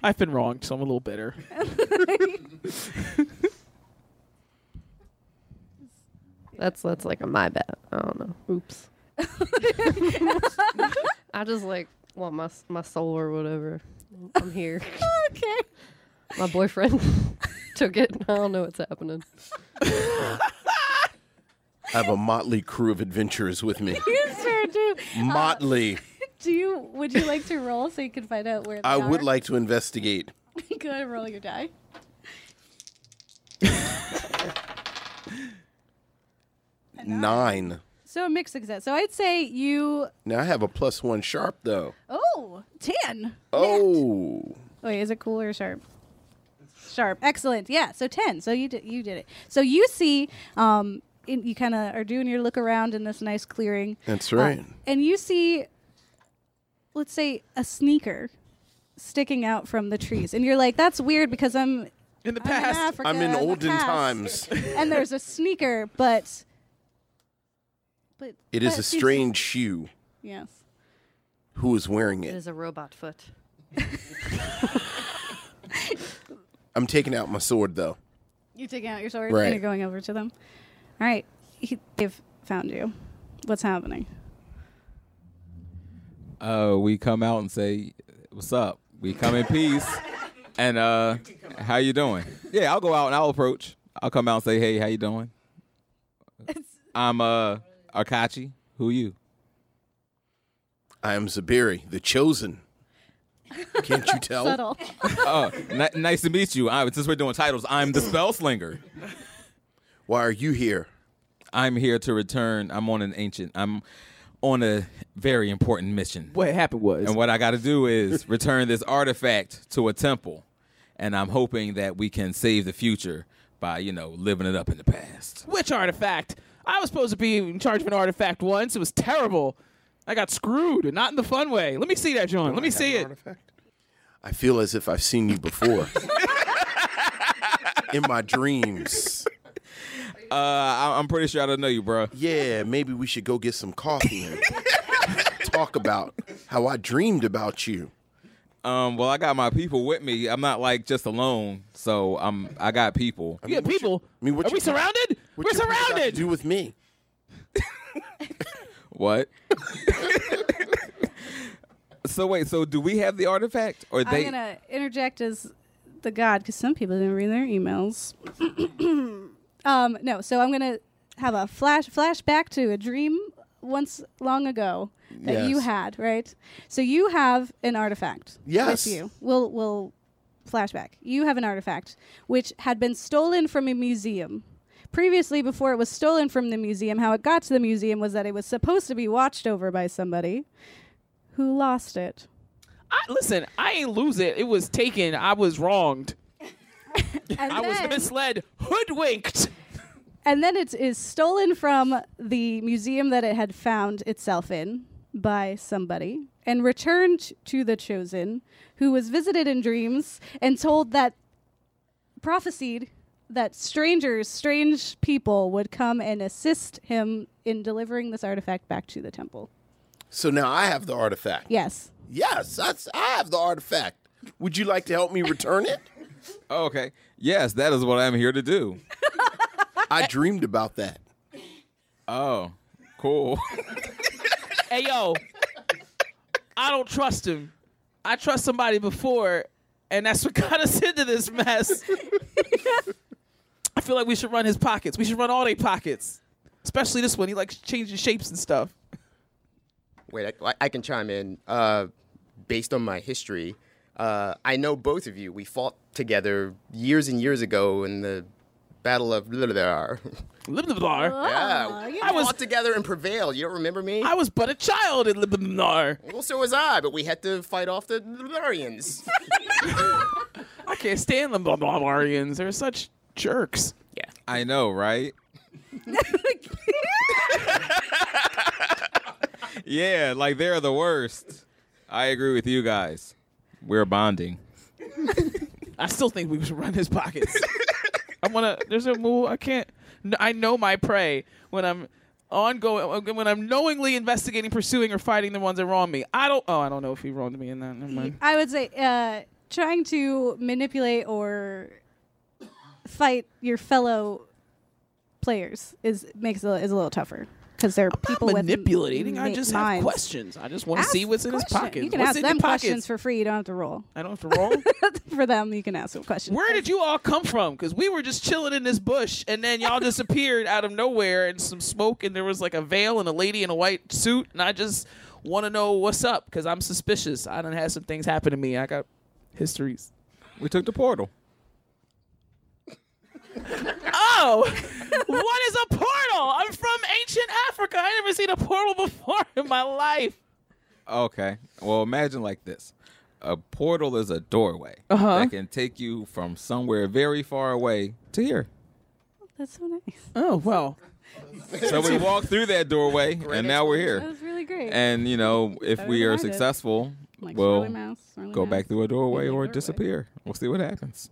I've been wronged, so I'm a little bitter.
That's that's like a my bet. I don't know. Oops. I just like want my my soul or whatever. I'm here.
okay.
My boyfriend took it. I don't know what's happening.
I have a motley crew of adventurers with me.
you sure do. Uh,
Motley.
do you? Would you like to roll so you can find out where? They
I would
are?
like to investigate.
Go ahead and roll your die.
Nine.
So a mixed success. So I'd say you.
Now I have a plus one sharp though.
Oh, 10.
Oh.
Wait, is it cool or sharp? Sharp. Excellent. Yeah. So ten. So you did. You did it. So you see, um, in, you kind of are doing your look around in this nice clearing.
That's right.
Uh, and you see, let's say, a sneaker sticking out from the trees, and you're like, "That's weird," because I'm in the
past.
I'm in, Africa,
I'm in
the
olden
past,
times.
and there's a sneaker, but but
It is
but
a
she's-
strange shoe.
Yes.
Who is wearing
It
it?
is a robot foot.
I'm taking out my sword though.
You're taking out your sword
Right.
and you're going over to them. All right, he, they've found you. What's happening?
uh, we come out and say, "What's up? We come in peace." and uh, how you doing? Yeah, I'll go out and I'll approach. I'll come out and say, "Hey, how you doing?" I'm uh Akachi. Who you?
I am Zabiri, the chosen. Can't you tell?
Subtle.
oh, ni- nice to meet you. I, since we're doing titles, I'm the spell slinger.
Why are you here?
I'm here to return. I'm on an ancient. I'm on a very important mission.
What happened was,
And what I got to do is return this artifact to a temple, and I'm hoping that we can save the future by you know living it up in the past.
Which artifact? I was supposed to be in charge of an artifact once. It was terrible. I got screwed, and not in the fun way. Let me see that, John. Let me see it.
I feel as if I've seen you before. In my dreams.
Uh, I- I'm pretty sure I don't know you, bro.
Yeah, maybe we should go get some coffee and talk about how I dreamed about you.
Um, well, I got my people with me. I'm not like just alone, so I'm. I got people.
You got people. Are we surrounded? We're surrounded.
Do with me.
What? so wait, so do we have the artifact, or
I'm
they?
gonna interject as the god because some people didn't read their emails. um, no, so I'm gonna have a flash flashback to a dream once long ago that you
Yes.
had, right? So you have an artifact.
Yes.
With you, we'll we'll flashback. You have an artifact which had been stolen from a museum. Previously, before it was stolen from the museum, how it got to the museum was that it was supposed to be watched over by somebody who lost it.
I, listen, I ain't lose it. It was taken. I was wronged. I was
then-
misled, hoodwinked.
And then it is stolen from the museum that it had found itself in by somebody and returned to the chosen, who was visited in dreams and told that prophesied that strangers, strange people would come and assist him in delivering this artifact back to the temple.
So now I have the artifact.
Yes.
Yes, that's, I have the artifact. Would you like to help me return it?
okay. Yes, that is what I'm here to do.
I dreamed about that.
Oh, cool.
hey yo, I don't trust him. I trust somebody before, and that's what got us into this mess. I feel like we should run his pockets. We should run all their pockets, especially this one. He likes changing shapes and stuff.
Wait, I, I can chime in. Uh, based on my history, Uh, I know both of you. We fought together years and years ago in the Battle of Lilar.
Libnar.
Yeah.
I was
fought together and prevailed. You don't remember me?
I was but a child in Libnar.
Well, so was I, but we had to fight off the Lilarians.
I can't stand Libnarians. They're such jerks. Yeah.
I know, right? yeah, like they're the worst. I agree with you guys. We're bonding.
I still think we should run his pockets. I want to. There's a move. I can't. n- I know my prey when I'm ongoing. uh, When I'm knowingly investigating, pursuing, or fighting the ones that wrong me. I don't. Oh, I don't know if he wronged me in that. Never mind.
I would say uh, trying to manipulate or fight your fellow players is makes it, is a little tougher because they're people
Manipulating.
with
I just
ma-
have
minds.
questions. I just want to
Ask
see what's in his
questions.
pockets.
You can
what's
ask
in
them
your pockets?
questions for free. You don't have to roll.
I don't have to roll.
for them, you can ask them questions.
Where did you all come from? Because we were just chilling in this bush, and then y'all disappeared out of nowhere, and some smoke, and there was like a veil and a lady in a white suit, and I just want to know what's up because I'm suspicious. I done had some things happen to me. I got histories.
We took the portal.
Oh, what is a portal? I'm from ancient Africa. I never seen a portal before in my life.
Okay. Well, imagine like this. A portal is a doorway
Uh-huh.
that can take you from somewhere very far away to here.
That's so nice.
Oh well.
So we walked through that doorway, and now we're
That
here.
was really great.
And you know, if
Better
we
than
are
I did.
successful,
Like
we'll
Swirly Mouse, Swirly
go
Mouse.
back through a doorway
Yeah,
or
doorway.
disappear. We'll see what happens.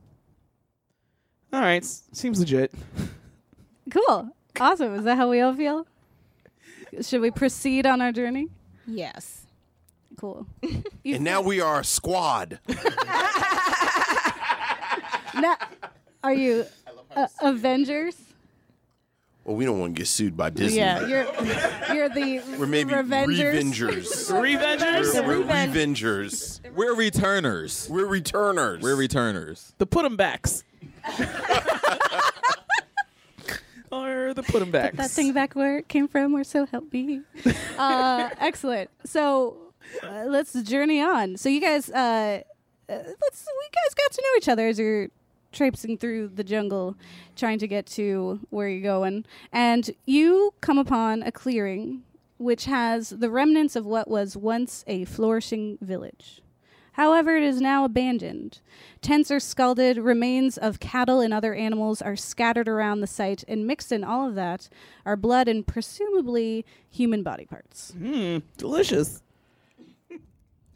All right, s- seems legit.
Cool. Awesome. Is that how we all feel? Should we proceed on our journey?
Yes.
Cool.
And now we are a squad.
now, are you uh, Avengers?
Well, we don't want to get sued by Disney.
Yeah, you're you're the
We're maybe
Revengers.
Revengers?
revengers. We're, we're
The reven-
revengers.
We're returners.
We're returners.
We're returners.
The put 'em backs. or the put 'em backs.
Put that thing back where it came from, or so help me. Uh, excellent. So uh, let's journey on. So you guys, uh, uh, let's we guys got to know each other as you're traipsing through the jungle, trying to get to where you're going, and you come upon a clearing which has the remnants of what was once a flourishing village. However, it is now abandoned. Tents are scalded, remains of cattle and other animals are scattered around the site, and mixed in all of that are blood and presumably human body parts.
Mmm, delicious.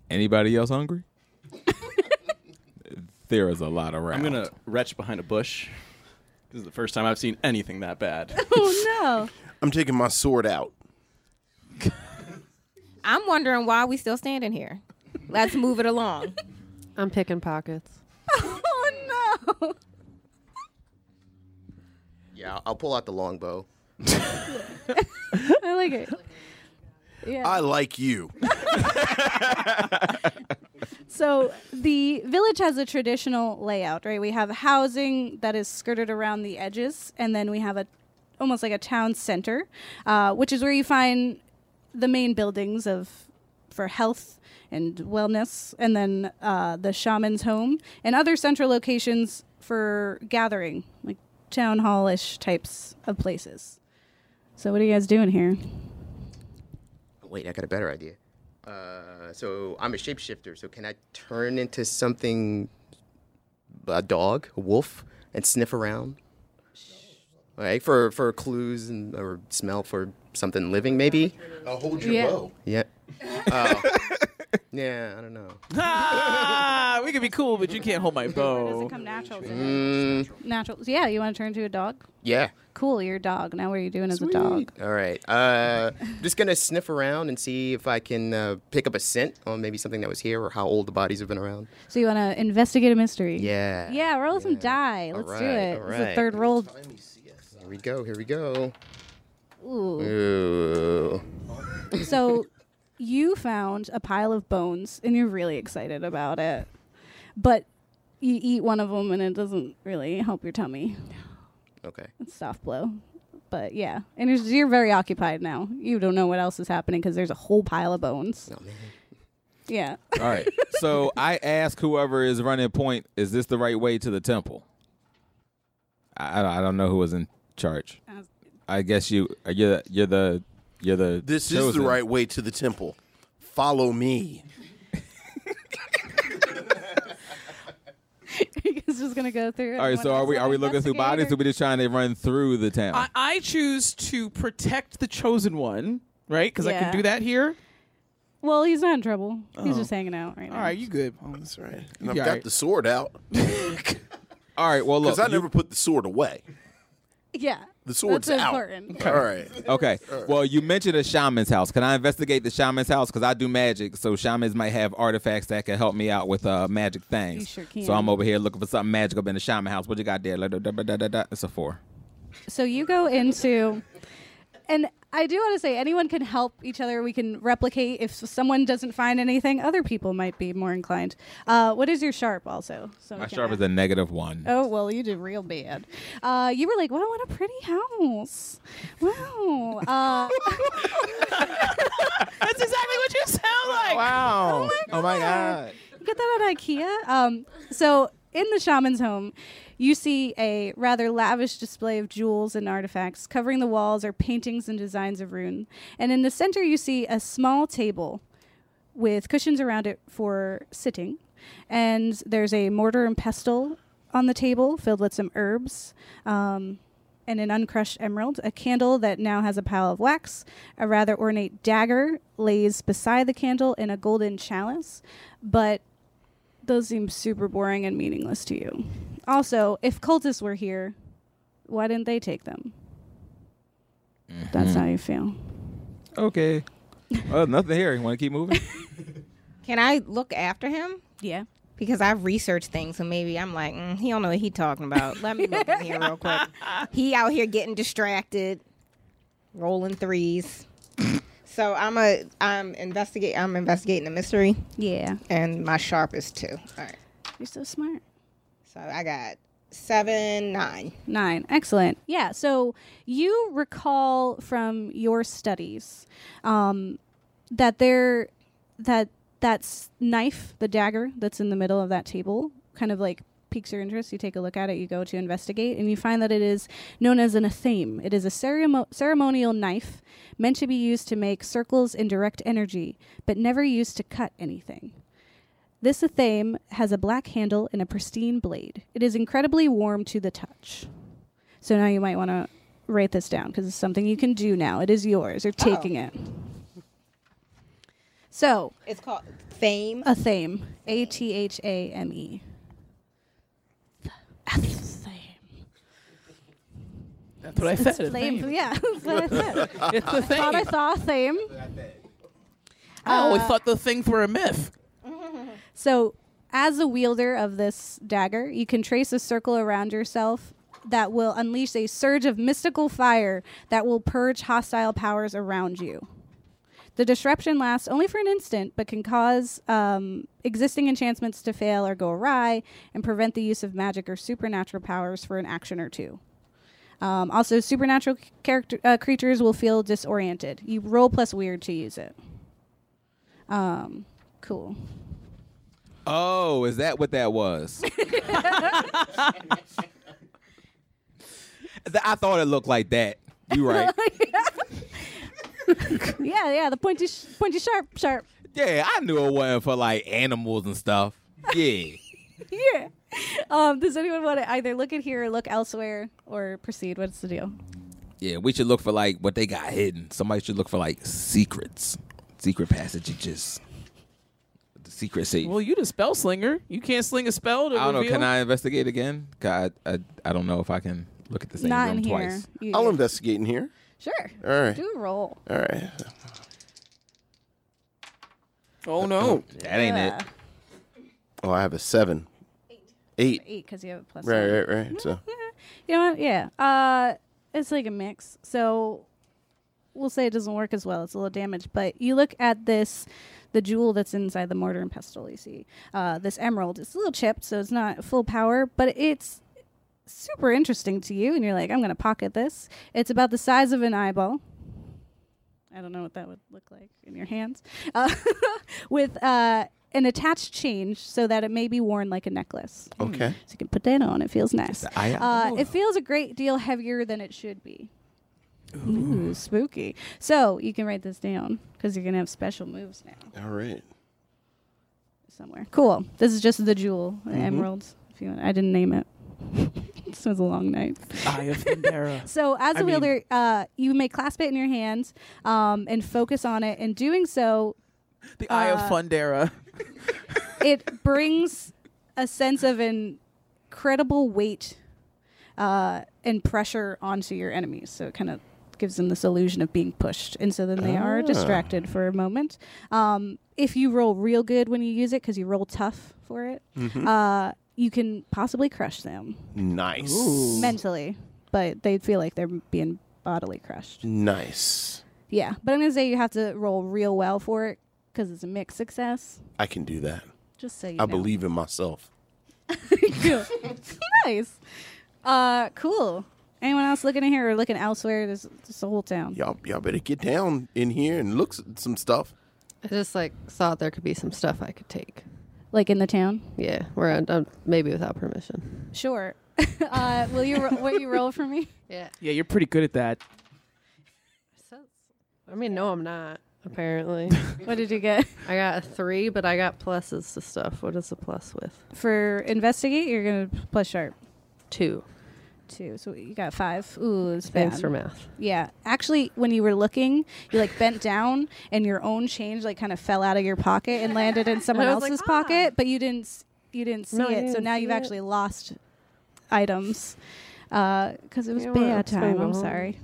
Anybody else hungry? there is a lot around.
I'm gonna retch behind a bush. This is the first time I've seen anything that bad.
Oh
I'm taking my sword out.
I'm wondering why we still standing here. Let's move it along.
I'm picking pockets.
oh no!
yeah, I'll pull out the longbow.
I like it. Yeah.
I like you.
So the village has a traditional layout, right? We have housing that is skirted around the edges, and then we have a almost like a town center, uh, which is where you find the main buildings of for health and wellness, and then uh, the shaman's home and other central locations for gathering, like town hallish types of places. So what are you guys doing here?
Wait, I got a better idea. Uh, so I'm a shapeshifter. So can I turn into something? A dog, a wolf, and sniff around. All right, for for clues and or smell for something living, maybe.
I'll hold
your Yeah. bow. Yeah. Oh. yeah, I don't know.
ah, we could be cool, but you can't hold my bow.
Come natural.
Mm,
Natural. Yeah, you want to turn to a dog?
yeah.
Cool, you're a dog. Now what are you doing as a dog?
All right. Uh, I'm just gonna sniff around and see if I can uh, pick up a scent on maybe something that was here or how old the bodies have been around.
So you want to investigate a mystery?
Yeah.
Yeah, roll some die. Let's do
right,
it.
all
It's the
right.
third roll.
Here we go. Here we go.
Ooh.
Ooh.
so you found a pile of bones and you're really excited about it. But you eat one of them and it doesn't really help your tummy.
Okay.
It's soft blow. But yeah, and you're, you're very occupied now. You don't know what else is happening because there's a whole pile of bones.
Oh, man.
Yeah.
All right. so I ask whoever is running point, is this the right way to the temple? I, I don't- I don't know who was in charge.
Uh,
I guess you uh, you're the- you're the you're the
This is the
chosen.
right way to the temple. Follow me.
you guys just gonna go through. it
All right,
and
so
wanna
are we are we looking through
investigate
bodies?
or-
Or we just trying to run through the town?
I, I choose to protect the chosen one, right? Because I
Yeah.
can do that here.
Well, he's not in trouble. He's
Oh.
just hanging out right now.
All right, you good? Oh, that's right.
And I've got the sword out.
All right, well
look, because I never put the sword away.
Yeah.
The sword's
That's
out.
important.
All right.
Okay. Well, you mentioned a shaman's house. Can I investigate the shaman's house? Because I do magic, so shamans might have artifacts that can help me out with uh, magic things.
You sure can.
So I'm over here looking for something magic up in the shaman house. What you got there? Like, da- da- da- da- da- da. It's a four.
So you go into, and I do want to say anyone can help each other. We can replicate. If someone doesn't find anything, other people might be more inclined. Uh, what is your sharp also? So we
My
can
sharp
add-
is a negative one.
Oh well, you did real bad. Uh, you were like, "Wow, what a pretty house! Wow." Uh,
That's exactly what you sound like.
Wow.
Oh my God. You Get that at IKEA. Um, so in the shaman's home, you see a rather lavish display of jewels and artifacts. Covering the walls are paintings and designs of rune. And in the center, you see a small table with cushions around it for sitting. And there's a mortar and pestle on the table filled with some herbs. Um, and an uncrushed emerald, a candle that now has a pile of wax, a rather ornate dagger lays beside the candle in a golden chalice, but those seem super boring and meaningless to you. Also, if cultists were here, why didn't they take them? That's how you feel.
Okay. Well, nothing here. You want to keep moving?
Can I look after him?
Yeah.
Because I've researched things, so maybe I'm like, mm, he don't know what he talking about. Let me look in here real quick. He out here getting distracted, rolling threes. so I'm a I'm investigate I'm investigating a mystery.
Yeah.
And my sharp is two. All right.
You're so smart.
So I got seven, nine.
Nine. Excellent. Yeah. So you recall from your studies um, that there that that s- knife, the dagger that's in the middle of that table, kind of like piques your interest. You take a look at it. You go to investigate, and you find that it is known as an athame. It is a ceremo- ceremonial knife meant to be used to make circles and direct energy, but never used to cut anything. This athame has a black handle and a pristine blade. It is incredibly warm to the touch. So now you might want to write this down because it's something you can do now. It is yours. You're taking it. So
It's called Fame.
athame, A T H A M E.
That's what I said.
Athame, yeah. that's what I said.
It's
I
a
thought I
thing.
saw athame.
I always
Uh,
thought the things were a myth.
So, as a wielder of this dagger, you can trace a circle around yourself that will unleash a surge of mystical fire that will purge hostile powers around you. The disruption lasts only for an instant, but can cause um, existing enchantments to fail or go awry and prevent the use of magic or supernatural powers for an action or two. Um, also, supernatural c- character uh, creatures will feel disoriented. You roll plus weird to use it. Um, cool.
Oh, is that what that was? Th- I thought it looked like that. You right.
yeah, yeah, the pointy, sh- pointy, sharp, sharp.
yeah, I knew it wasn't for like animals and stuff. Yeah.
Yeah. Um, does anyone want to either look at here, or look elsewhere, or proceed? What's the deal?
Yeah, we should look for like what they got hidden. Somebody should look for like secrets, secret passages, the secret safe.
Well, you the spell slinger. You can't sling a spell. To
I don't know.
reveal?
Can I investigate again? 'Cause I, I I don't know if I can look at the same
Not
room
in here.
twice.
You- I'll
investigate in here.
Sure.
All right.
Do a roll.
All right.
Oh no.
That ain't it.
Oh, I have a seven. Eight.
Eight, because you have a plus.
Right,
one.
right, right. So
You know what? Yeah. Uh, it's like a mix. So we'll say it doesn't work as well. It's a little damaged. But you look at this, the jewel that's inside the mortar and pestle. You see uh, this emerald. It's a little chipped, so it's not full power, but it's super interesting to you. And you're like, I'm gonna pocket this. It's about the size of an eyeball. I don't know what that would look like in your hands. Uh, with uh, an attached change so that it may be worn like a necklace.
Okay.
Hmm. So you can put that on. It feels nice.
eye
Uh,
out.
it feels a great deal heavier than it should be. Um, Ooh, spooky. So you can write this down because you're going to have special moves now
All right.
somewhere. Cool. This is just the jewel, the
Mm-hmm.
Mhm.
emeralds. If you want. I didn't name it. this was a long night.
Eye of Thundera.
So, as
I
a
mean-
wielder, uh, you may clasp it in your hands um, and focus on it. In doing so,
The Eye of
uh,
Fundera.
it brings a sense of incredible weight uh, and pressure onto your enemies. So it kind of gives them this illusion of being pushed, and so then they are
Ah.
distracted for a moment. Um, if you roll real good when you use it, because you roll tough for it,
Mhm.
uh, you can possibly crush them
Nice.
mentally, but they feel like they're being bodily crushed.
Nice.
Yeah, but I'm gonna say you have to roll real well for it because it's a mixed success.
I can do that.
Just so you
I
know.
believe in myself.
nice. Uh, cool. Anyone else looking in here or looking elsewhere? There's just a whole town.
Y'all, y'all better get down in here and look s- some stuff.
I just like saw there could be some stuff I could take.
Like in the town?
Yeah, where I, uh, maybe without permission.
Sure. uh, will you ro- what you roll for me?
Yeah.
Yeah, you're pretty good at that.
I mean, no, I'm not. Apparently.
what did you get?
I got a three, but I got pluses to stuff. What is a plus with?
For investigate, you're gonna plus sharp.
Two.
Two. So you got five. Ooh, it's
Thanks
bad.
for math.
Yeah, actually, when you were looking, you like bent down, and your own change like kind of fell out of your pocket and landed in someone
I was like, "Ah."
else's pocket, but you didn't s- you didn't see
No, I
it. so
didn't
now
see
you've
it.
actually lost items because it was
Yeah, well,
bad
it's my
time. I'm
fault.
sorry,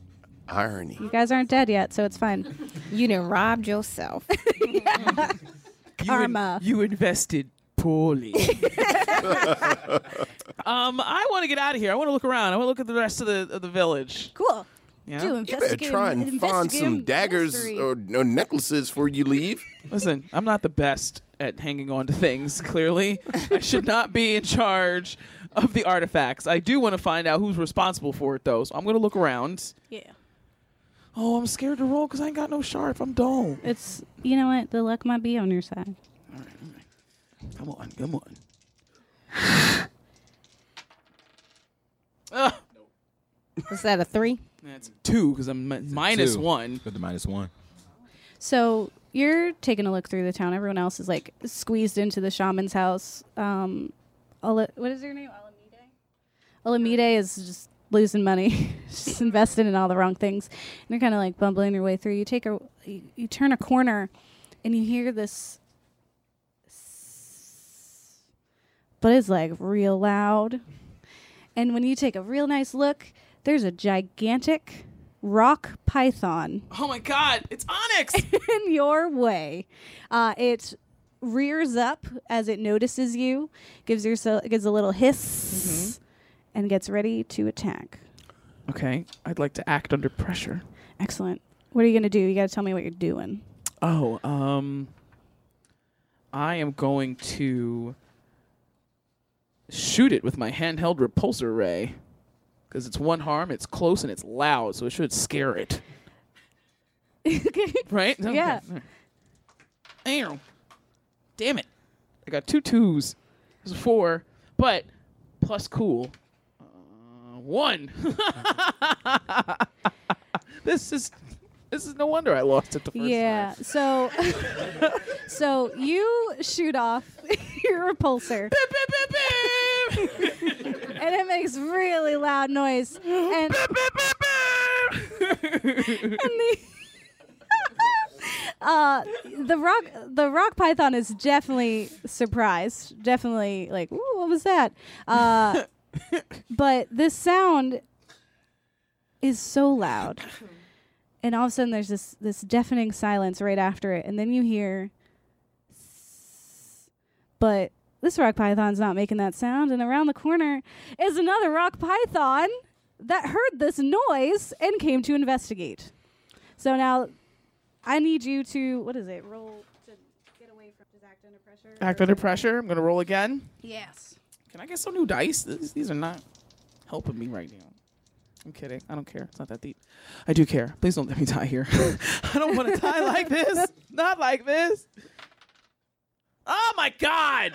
Irony.
you guys aren't dead yet, so it's fine.
You done robbed yourself.
Karma.
you invested poorly. um, I want to get out of here. I want to look around. I want to look at the rest of the of the village.
Cool.
Yeah.
Do
You better try and find some daggers or, or necklaces before you leave.
Listen, I'm not the best at hanging on to things, clearly. I should not be in charge of the artifacts. I do want to find out who's responsible for it, though, so I'm going to look around.
Yeah.
Oh, I'm scared to roll because I ain't got no sharp. I'm dull.
It's you know what the luck might be on your side.
Come on, come on. Ugh.
Is that a three?
That's two because I'm mi- minus
two.
one.
With the minus one.
So you're taking a look through the town. Everyone else is like squeezed into the shaman's house. Um, Ala- what is her name? Alamide. Alamide is just losing money. She's invested in all the wrong things. And you're kind of like bumbling your way through. You take a, you, you turn a corner, and you hear this, but it's like real loud. And when you take a real nice look, there's a gigantic rock python
Oh my god, it's Onyx!
in your way. Uh, it rears up as it notices you, gives yourself gives a little hiss, and gets ready to attack.
okay, I'd like to act under pressure.
Excellent. What are you gonna do? You gotta tell me what you're doing.
Oh, um, I am going to shoot it with my handheld repulsor ray because it's one harm, it's close, and it's loud, so it should scare it. Right? Okay.
Yeah.
Damn. Damn it. I got two twos. It was a four, but plus cool. Uh, one. this is this is no wonder I lost it the first
yeah. So, so you shoot off your repulsor. and it makes really loud noise. And, and the uh, the rock the rock python is definitely surprised. Definitely like, ooh, what was that? Uh, but this sound is so loud. And all of a sudden there's this this deafening silence right after it, and then you hear but this rock python's not making that sound and around the corner is another rock python that heard this noise and came to investigate so now i need you to what is it roll to get away from his act under pressure
Act under pressure. I'm gonna roll again.
yes
Can I get some new dice? These, these are not helping me right now. I'm kidding. I don't care. It's not that deep. I do care. Please don't let me die here. I don't want to die like this. Not like this.
Oh my God!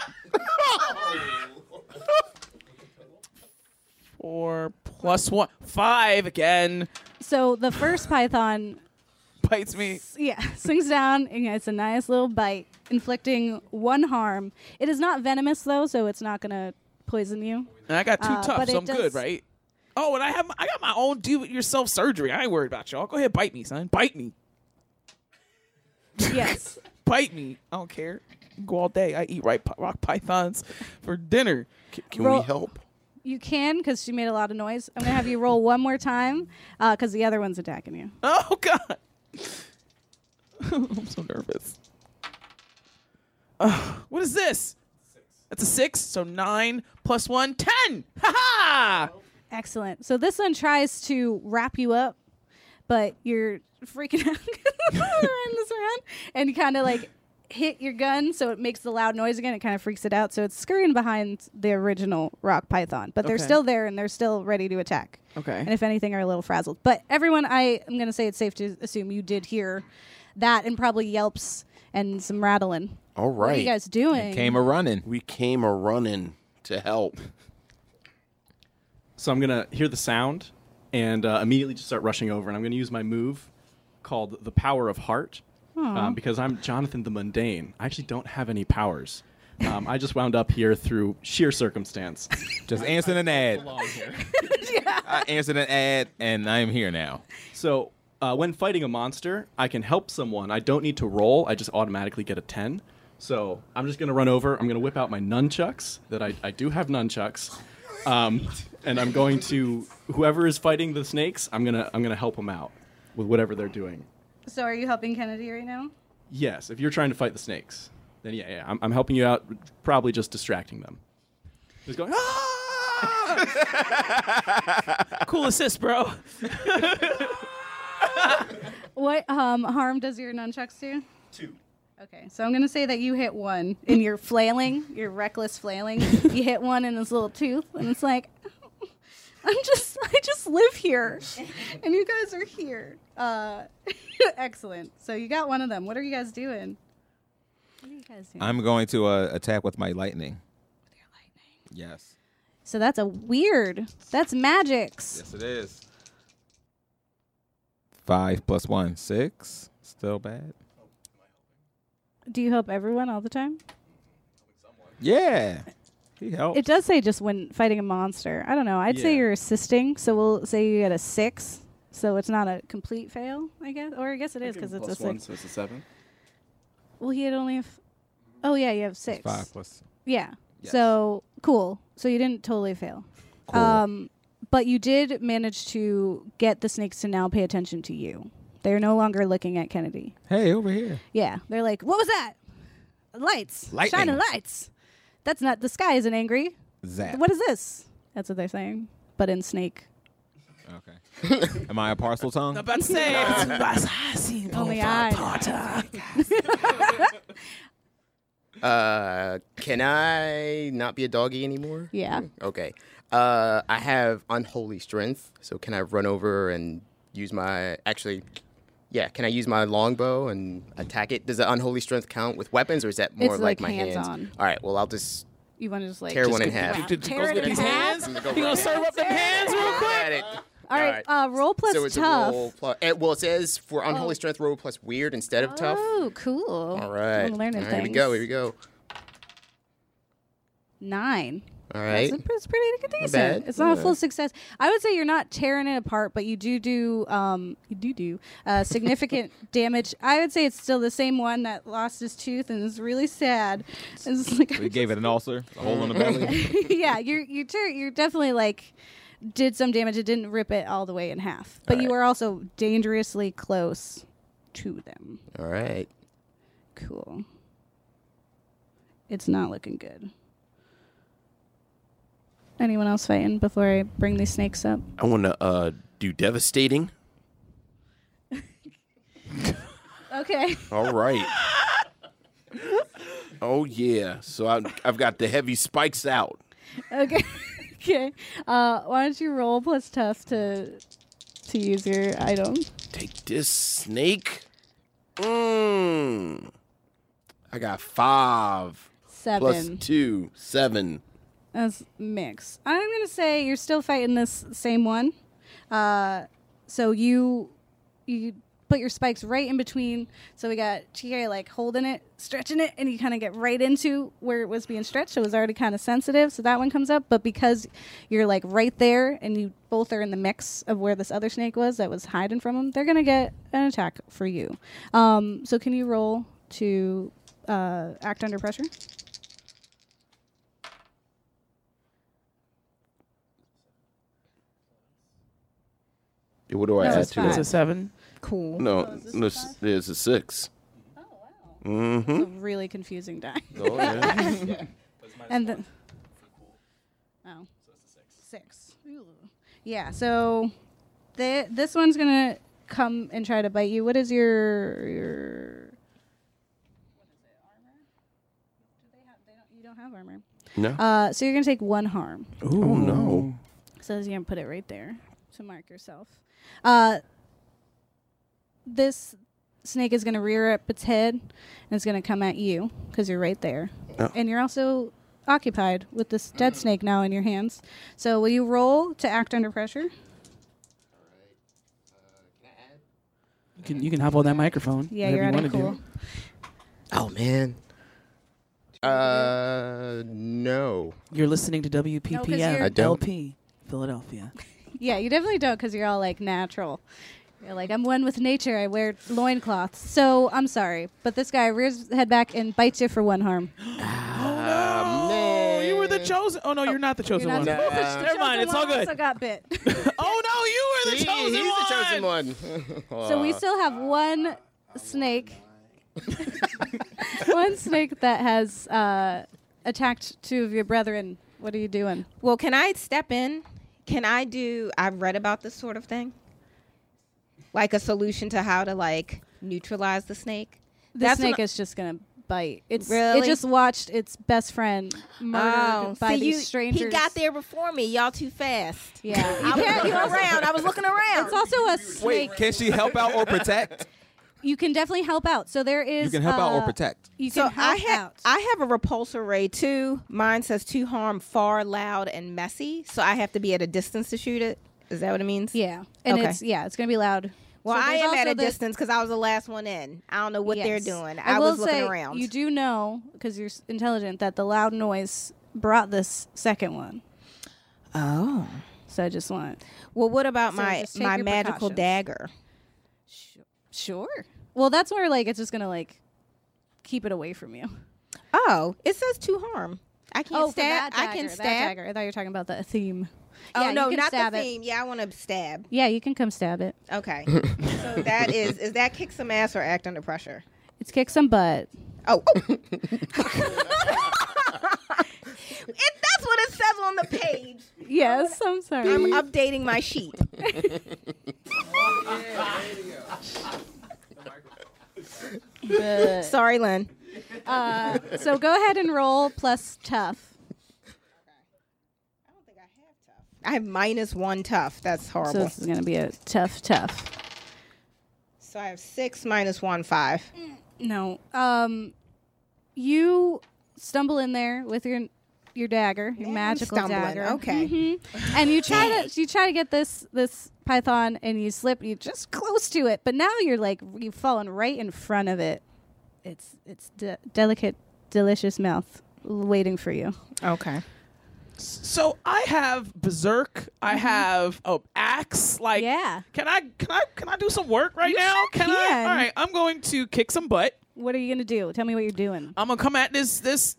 Four plus one, five again.
So the first python
bites me.
yeah, swings down and it's a nice little bite, inflicting one harm. It is not venomous though, so it's not gonna poison you.
And I got two
Uh, but
tough,
it
so I'm
does-
good, right? Oh, and I have I got my own do-it-yourself surgery. I ain't worried about y'all. Go ahead, bite me, son. Bite me.
Yes.
bite me. I don't care. Go all day. I eat right rock pythons for dinner. Can,
we Roll-
help?
You can because she made a lot of noise. I'm gonna have you roll one more time because the other one's attacking you.
Oh God! I'm so nervous. Ugh, what is this? That's a six. So nine plus one, ten. Ha ha!
Excellent. So this one tries to wrap you up, but you're freaking out around this round, and you kind of like hit your gun, so it makes the loud noise again. It kind of freaks it out, so it's scurrying behind the original rock python, but they're
Okay.
still there and they're still ready to attack.
Okay.
And if anything, are a little frazzled. But everyone, I am going to say it's safe to assume you did hear that, and probably yelps and some rattling.
All right.
What are you guys doing?
a running. We came a running to help.
So I'm gonna hear the sound and uh, immediately just start rushing over, and I'm gonna use my move called the Power of Heart
Aw.
um, because I'm Jonathan the Mundane. I actually don't have any powers. Um, I just wound up here through sheer circumstance.
Just answering an ad.
I answered an ad, and I am here now. So uh, when fighting a monster, I can help someone. I don't need to roll. I just automatically get a ten. So I'm just gonna run over. I'm gonna whip out my nunchucks. That I, I do have nunchucks, um, and I'm going to whoever is fighting the snakes. I'm gonna I'm gonna help them out with whatever they're doing.
So are you helping Kennedy right now?
Yes, if you're trying to fight the snakes, then yeah, yeah, I'm, I'm helping you out. Probably just distracting them. Just going.
"Ah!"
cool assist, bro.
What um, harm does your nunchucks do?
Two.
Okay, so I'm gonna say that you hit one, and you're flailing, you're reckless flailing. you hit one in his little tooth, and it's like, I'm just, I just live here, and you guys are here. Uh, excellent. So you got one of them. What are you guys doing? What are you guys doing?
I'm going to uh, attack with my lightning. With your lightning. Yes.
so that's a weird. That's magics.
Yes, it is. Five plus one, six. Still bad.
Do you help everyone all the time?
Yeah. He helped.
It does say just when fighting a monster. I don't know. I'd say
Oh. Yeah.
you're assisting, so we'll say you get a six. So it's not a complete fail, I guess, or I guess it is because it's a six.
one, so it's a seven.
Well, he had only. a F- oh yeah, you have six.
five plus-
Yeah.
Yes.
So cool. So you didn't totally fail. Um, but you did manage to get the snakes to now pay attention to you. They're no longer looking at Kennedy.
Hey, over here.
Yeah, they're like, "What was that? Lights,
Lightning.
shining lights. That's not the sky isn't angry.
Zap.
What is this? That's what they're saying, but in snake.
Okay. Am I a parcel tongue?
About to say,
Oh
Only I.
Uh, can I not be a doggy anymore? Hmm,
Yeah.
Okay. Uh, I have unholy strength, so can I run over and use my actually? Yeah, can I use my longbow and attack it? Does the unholy strength count with weapons, or is that more
It's
like,
like
my hands?
hands-on.
All right. Well, I'll just
You want to just like
tear
just
one in
go-
half.
wow, Tear it in half.
I'm
You gonna serve up them hands real quick?
At it.
All right. Uh, roll plus
so it's
tough.
a roll plus. eh, well, it says for unholy
Oh.
strength roll plus weird instead of tough.
Oh, cool.
All right.
I'm learning
All right, Here we
things.
go. Here we go.
Nine.
All right.
That's, a- that's pretty decent.
bad.
It's not a full
Yeah.
success. I would say you're not tearing it apart, but you do do um, you do do uh, significant damage. I would say it's still the same one that lost his tooth and is really sad. It's like
We gave it an ulcer, a hole in the belly.
yeah, you're you tear you're definitely like did some damage. It didn't rip it all the way in half, but you are also dangerously close to them.
All right.
Cool. It's not looking good. Anyone else fighting before I bring these snakes up?
I want to uh, do devastating.
Okay.
All right. oh yeah. So I, I've got the heavy spikes out.
Okay. okay. Uh, why don't you roll plus tough to to use your item?
Take this snake. Mmm. I got five. Plus
Seven.
two, seven.
That's mix. I'm gonna say you're still fighting this same one. Uh, so you you put your spikes right in between. So we got Chihiro like holding it, stretching it, and you kind of get right into where it was being stretched. So it was already kind of sensitive. So that one comes up, but because you're like right there, and you both are in the mix of where this other snake was that was hiding from them, they're gonna get an attack for you. Um, so can you roll to uh, act under pressure?
What do I
No,
add
it's
to it?
five. It's a
seven.
Cool.
No,
Oh, is this
no, s- it's a six. Oh wow.
It's a
Mm-hmm.
really confusing die.
Oh, yeah. Yeah.
And then. Oh. Six. Ooh. Yeah. So, the, this one's gonna come and try to bite you. What is your your? You don't have armor.
No.
Uh, so you're gonna take one harm.
oh no.
So you're gonna put it right there to mark yourself. Uh, this snake is gonna rear up its head and it's gonna come at you because you're right there,
Oh.
and you're also occupied with this dead snake now in your hands. So will you roll to act under pressure?
You can you can hop on that microphone.
Yeah, you're
whatever you
at a
wanna do.
cool.
Oh man. Uh, no.
You're listening to
No, 'cause you're-
WPPM
I don't.
LP Philadelphia.
Yeah, you definitely don't because you're all like natural. You're like, I'm one with nature. I wear loincloths. So I'm sorry. But this guy rears his head back and bites you for one harm.
Oh, you were the chosen. Oh no, you're not the chosen
not
one.
the chosen-
Never mind, it's all good.
also got bit.
oh no, you were the chosen
he's
one.
the chosen one.
So we still have one snake. one snake that has uh, attacked two of your brethren. What are you doing?
Well, can I step in? Can I do? I've read about this sort of thing, like a solution to how to like neutralize the snake.
The
That's
snake
what-
is just gonna bite. It's it
Really?
just watched its best friend murdered
Oh,
by
see,
these
you-
strangers.
He got there before me. Y'all too fast.
Yeah,
I was looking around. I was looking around.
It's also a snake.
Wait, can she help out or protect?
You can definitely help out. So there is.
You can help out or
uh,
protect.
You
so
can
I
help
have
out.
I have a repulsor ray too. Mine says to harm, far, loud, and messy. So I have to be at a distance to shoot it. Is that what it means?
Yeah, and
Okay.
it's yeah, it's gonna be loud.
Well,
So
I
there's
am at
also
a
this-
distance because I was the last one in. I don't know what they're
Yes.
doing.
I,
I,
will
was looking
say,
around.
You do know because you're s- intelligent that the loud noise brought this second one.
Oh.
So I just want.
Well, what about
So
my
just take
my
your
magical
precautions.
dagger?
Sure. Well, that's where like it's just gonna like keep it away from you.
Oh, it says to harm. I can't
oh, for
stab.
that
I
dagger,
can
that
stab.
dagger. I thought you were talking about the theme.
Oh
yeah, you
no,
can
not the
stab it.
theme. Yeah, I want to stab.
Yeah, you can come stab it.
Okay. so that is is that kick some ass or act under pressure?
It's kick some butt.
Oh. It, that's what it says on the page.
Yes, I'm sorry.
I'm updating my sheet.
But-
Sorry, Lynn.
Uh, so go ahead and roll plus tough.
I have minus one tough. That's horrible.
So this is gonna be a tough, tough.
So I have six minus one five.
No. Um, you stumble in there with your your dagger, your magical
stumbling.
dagger.
Okay.
Mhm. And you try to you try to get this this python, and you slip. You just close to it, but now you're like you've fallen right in front of it. It's it's de- delicate, delicious mouth waiting for you.
Okay.
So I have berserk. I have oh axe. Like
Mm-hmm. yeah.
Can I can I can I do some work right
You
now?
sure
can, I?
can.
All right. I'm going to kick some butt.
What are you gonna do? Tell me what you're doing.
I'm gonna come at this this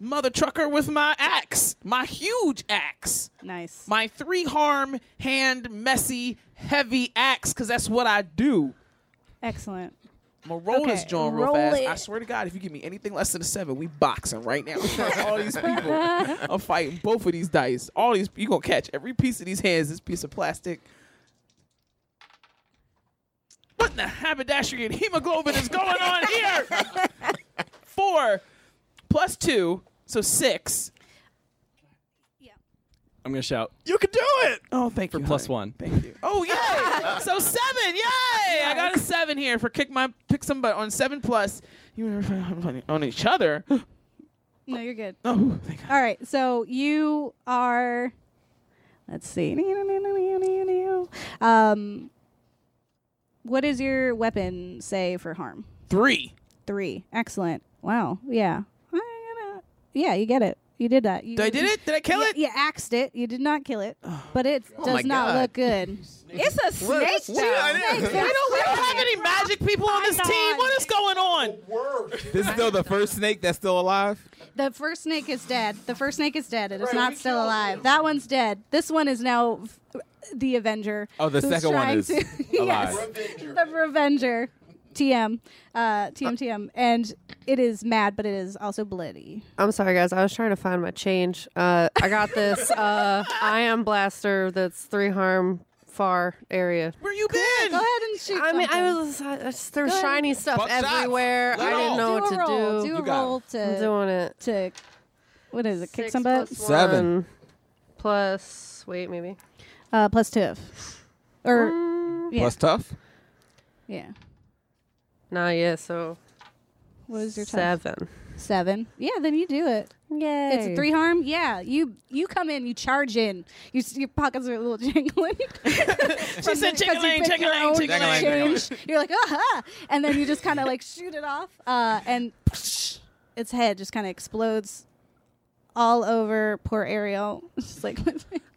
mother trucker with my axe, my huge axe,
Nice.
my three harm hand messy heavy axe, because that's what I do.
Excellent.
I'm gonna roll this
Okay,
joint real
roll
fast.
it.
I swear to God, if you give me anything less than a seven, we boxing right now. all these people are fighting both of these dice. All these you gonna catch every piece of these hands. This piece of plastic. What in the haberdashery and hemoglobin is going on here? Four plus two, so six.
I'm gonna shout
You can do it. Oh, thank
for
you.
plus
honey.
one.
Thank you. Oh yay! so seven, yay! I got a seven here for kick my pick somebody on Seven Plus. You were on each other.
No, you're good. Oh, All right. So you are. Let's see. Um, what is your weapon say for harm?
Three.
Three. Excellent. Wow. Yeah. Yeah, you get it. You did that. You,
Did I did it? Did I kill
you,
it?
You axed it. You did not kill it, but it
Oh my
does not
God.
look good.
It's a snake.
What-
though.
what are you-
Snakes
I
is
know.
I don't, we don't
crazy.
have any magic people on
I
this
know.
team. What is going on?
This is still the first snake that's still alive.
The first snake is dead. The first snake is dead. It is not still alive. That one's dead. This one is now f- the Avenger.
Oh, the
who's
second one
trying
is
to- yes,
alive.
the Revenger. TM, uh, TM, TM, and it is mad, but it is also bloody.
I'm sorry, guys. I was trying to find my change. Uh, I got this uh, ion blaster that's three harm far area.
Where you been?
Go ahead and shoot.
I mean, I
something.
was I just, there was
Go ahead.
shiny stuff
Buck shots.
everywhere.
Let
I
it
didn't
roll.
know
Do
what
a
to
roll.
do.
Do a You got it. roll to-
I'm doing it.
To what is it? Kick
Six
some butt.
plus
Seven.
one plus wait maybe
Uh, plus tiff, or yeah,
Plus tough.
yeah.
Nah, yeah. So
What is your tough?
seven?
Seven. Yeah, then you do it.
Yay!
It's a three harm. Yeah, you you come in, you charge in. You, s- your pockets are a little jingling. she
said jingling, jingling, jingling.
Change. You're like, aha! And then you just kind of like shoot it off, uh, and its head just kind of explodes all over poor Ariel. Just like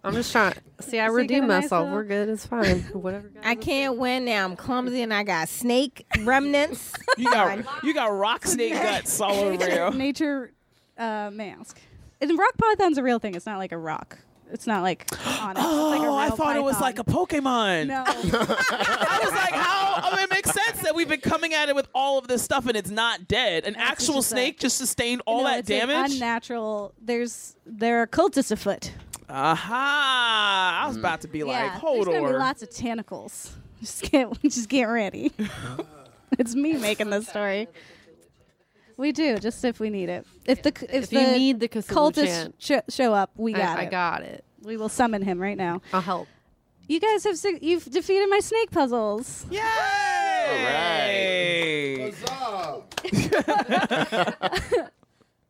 I'm just trying. See, I
Is he
redeemed
gonna
myself.
myself?
We're good. It's fine. Whatever.
I can't win now. I'm clumsy and I got snake remnants.
You got you got rock snake guts all over
nature,
you.
nature uh, mask. And rock python's a real thing. It's not like a rock. It's not like on it. it's like a
Oh, I
real
thought it was
python.
like a Pokemon.
No.
I was like, how? I mean, it makes sense that we've been coming at it with all of this stuff and it's not dead. An actual
just a-
snake just sustained all
No,
that
it's an
damage.
unnatural. There's there are cultists afoot.
Aha! I was about to be like,
yeah,
hold
there's gonna be
on.
lots of tentacles. Just get just get ready. it's me making this story. We do just if we need it. If the c- if,
If you
the
need the Cthulhu
cultists
chant.
sh- show up, we
I-
got
I
it.
got it.
We will summon him right now.
I'll help.
You guys have sig- you've defeated my snake puzzles.
Hey.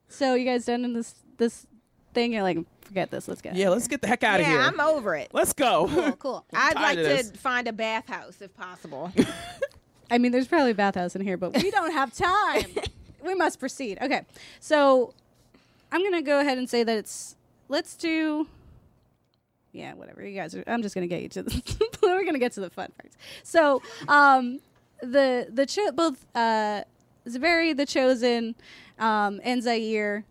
So you guys done in this this thing? You're like, forget this. Let's go.
Yeah, let's get the heck out of
yeah,
here. Oh.
I'm over it.
let's go.
cool.
I'd
tired
like
of
to
this.
find a bathhouse if possible.
I mean, there's probably a bathhouse in here, but we don't have time. we must proceed. Okay. So I'm going to go ahead and say that it's, let's do, yeah, whatever. You guys are, um, I'm just going to get you to the, we're going to get to the fun parts. So, um, the, the, cho- both, uh, Zaberi, the Chosen, um, and Zaire,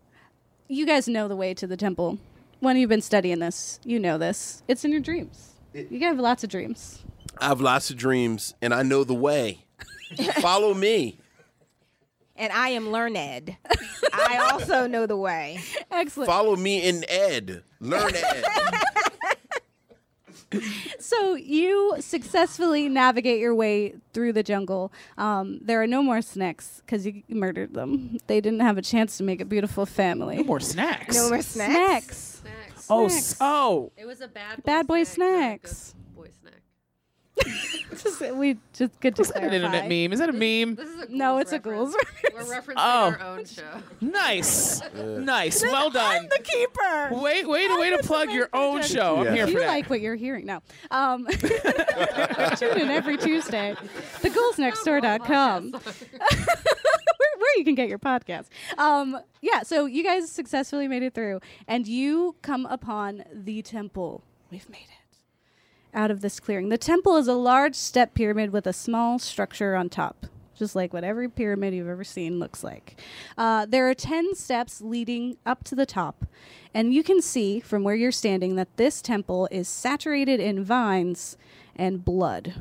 you guys know the way to the temple. When you've been studying this, you know this. It's in your dreams. You guys have lots of dreams.
I have lots of dreams, and I know the way. Follow me.
and I am learned. I also know the way.
Excellent.
Follow me in Ed. Learn Ed.
So you successfully navigate your way through the jungle. Um, there are no more snakes because you murdered them. They didn't have a chance to make a beautiful family. No
more snacks.
No more snacks.
Snacks.
Oh,
Snacks.
s- oh.
It was a bad boy
Bad boy
snack, not a good
snacks.
boy snack.
Just- we just good to
Is that an internet
clarify.
meme? Is that a meme?
This is a
No,
ghouls
it's a ghouls.
We're referencing
Oh.
our own show.
Nice, nice,
Then
well
I'm
done.
the keeper.
Wait, wait, way to plug your own show. I'm here
you
for that.
like what you're hearing now. Um, tune in every Tuesday. TheGoalsNextDoor.com. where, where you can get your podcast. Um, yeah, so you guys successfully made it through, and you come upon the temple. We've made it out of this clearing. The temple is a large step pyramid with a small structure on top, just like what every pyramid you've ever seen looks like. Uh, there are 10 steps leading up to the top, and you can see from where you're standing that this temple is saturated in vines and blood.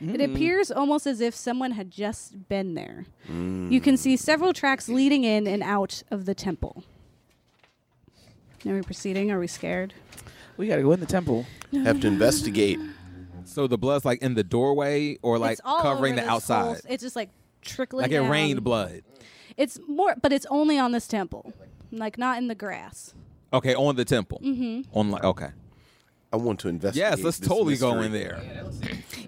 It
Mm.
appears almost as if someone had just been there.
Hmm.
You can see several tracks leading in and out of the temple. Are we proceeding? Are we scared?
We gotta go in the temple.
Have to investigate.
So the blood's like in the doorway or like
It's all
covering
over
the
this
outside.
whole- um, it's just like trickling.
like it
down.
rained blood.
It's more, but it's only on this temple, like not in the grass.
Okay, on the temple.
Mhm.
On like okay.
I want to investigate.
Yes, let's
this
totally go
mystery.
in there.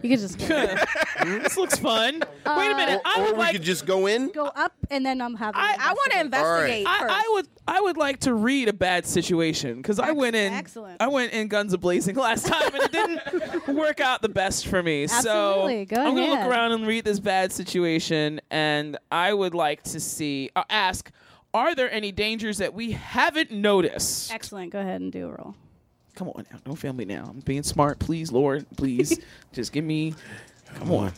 You could just
this looks fun. Wait a minute.
Or, or we Hmm? could just go in.
go up and then um, I'm having.
I, I want to investigate
I,
first.
I would I would like to read a bad situation because I went in
excellent.
I went in guns a blazing last time and it didn't work out the best for me.
Absolutely.
So
Go
I'm gonna
ahead.
look around and read this bad situation and I would like to see uh, ask are there any dangers that we haven't noticed?
Excellent. Go ahead and do a roll.
Come on now, no family now. I'm being smart, please, Lord, please. Just give me. Come on.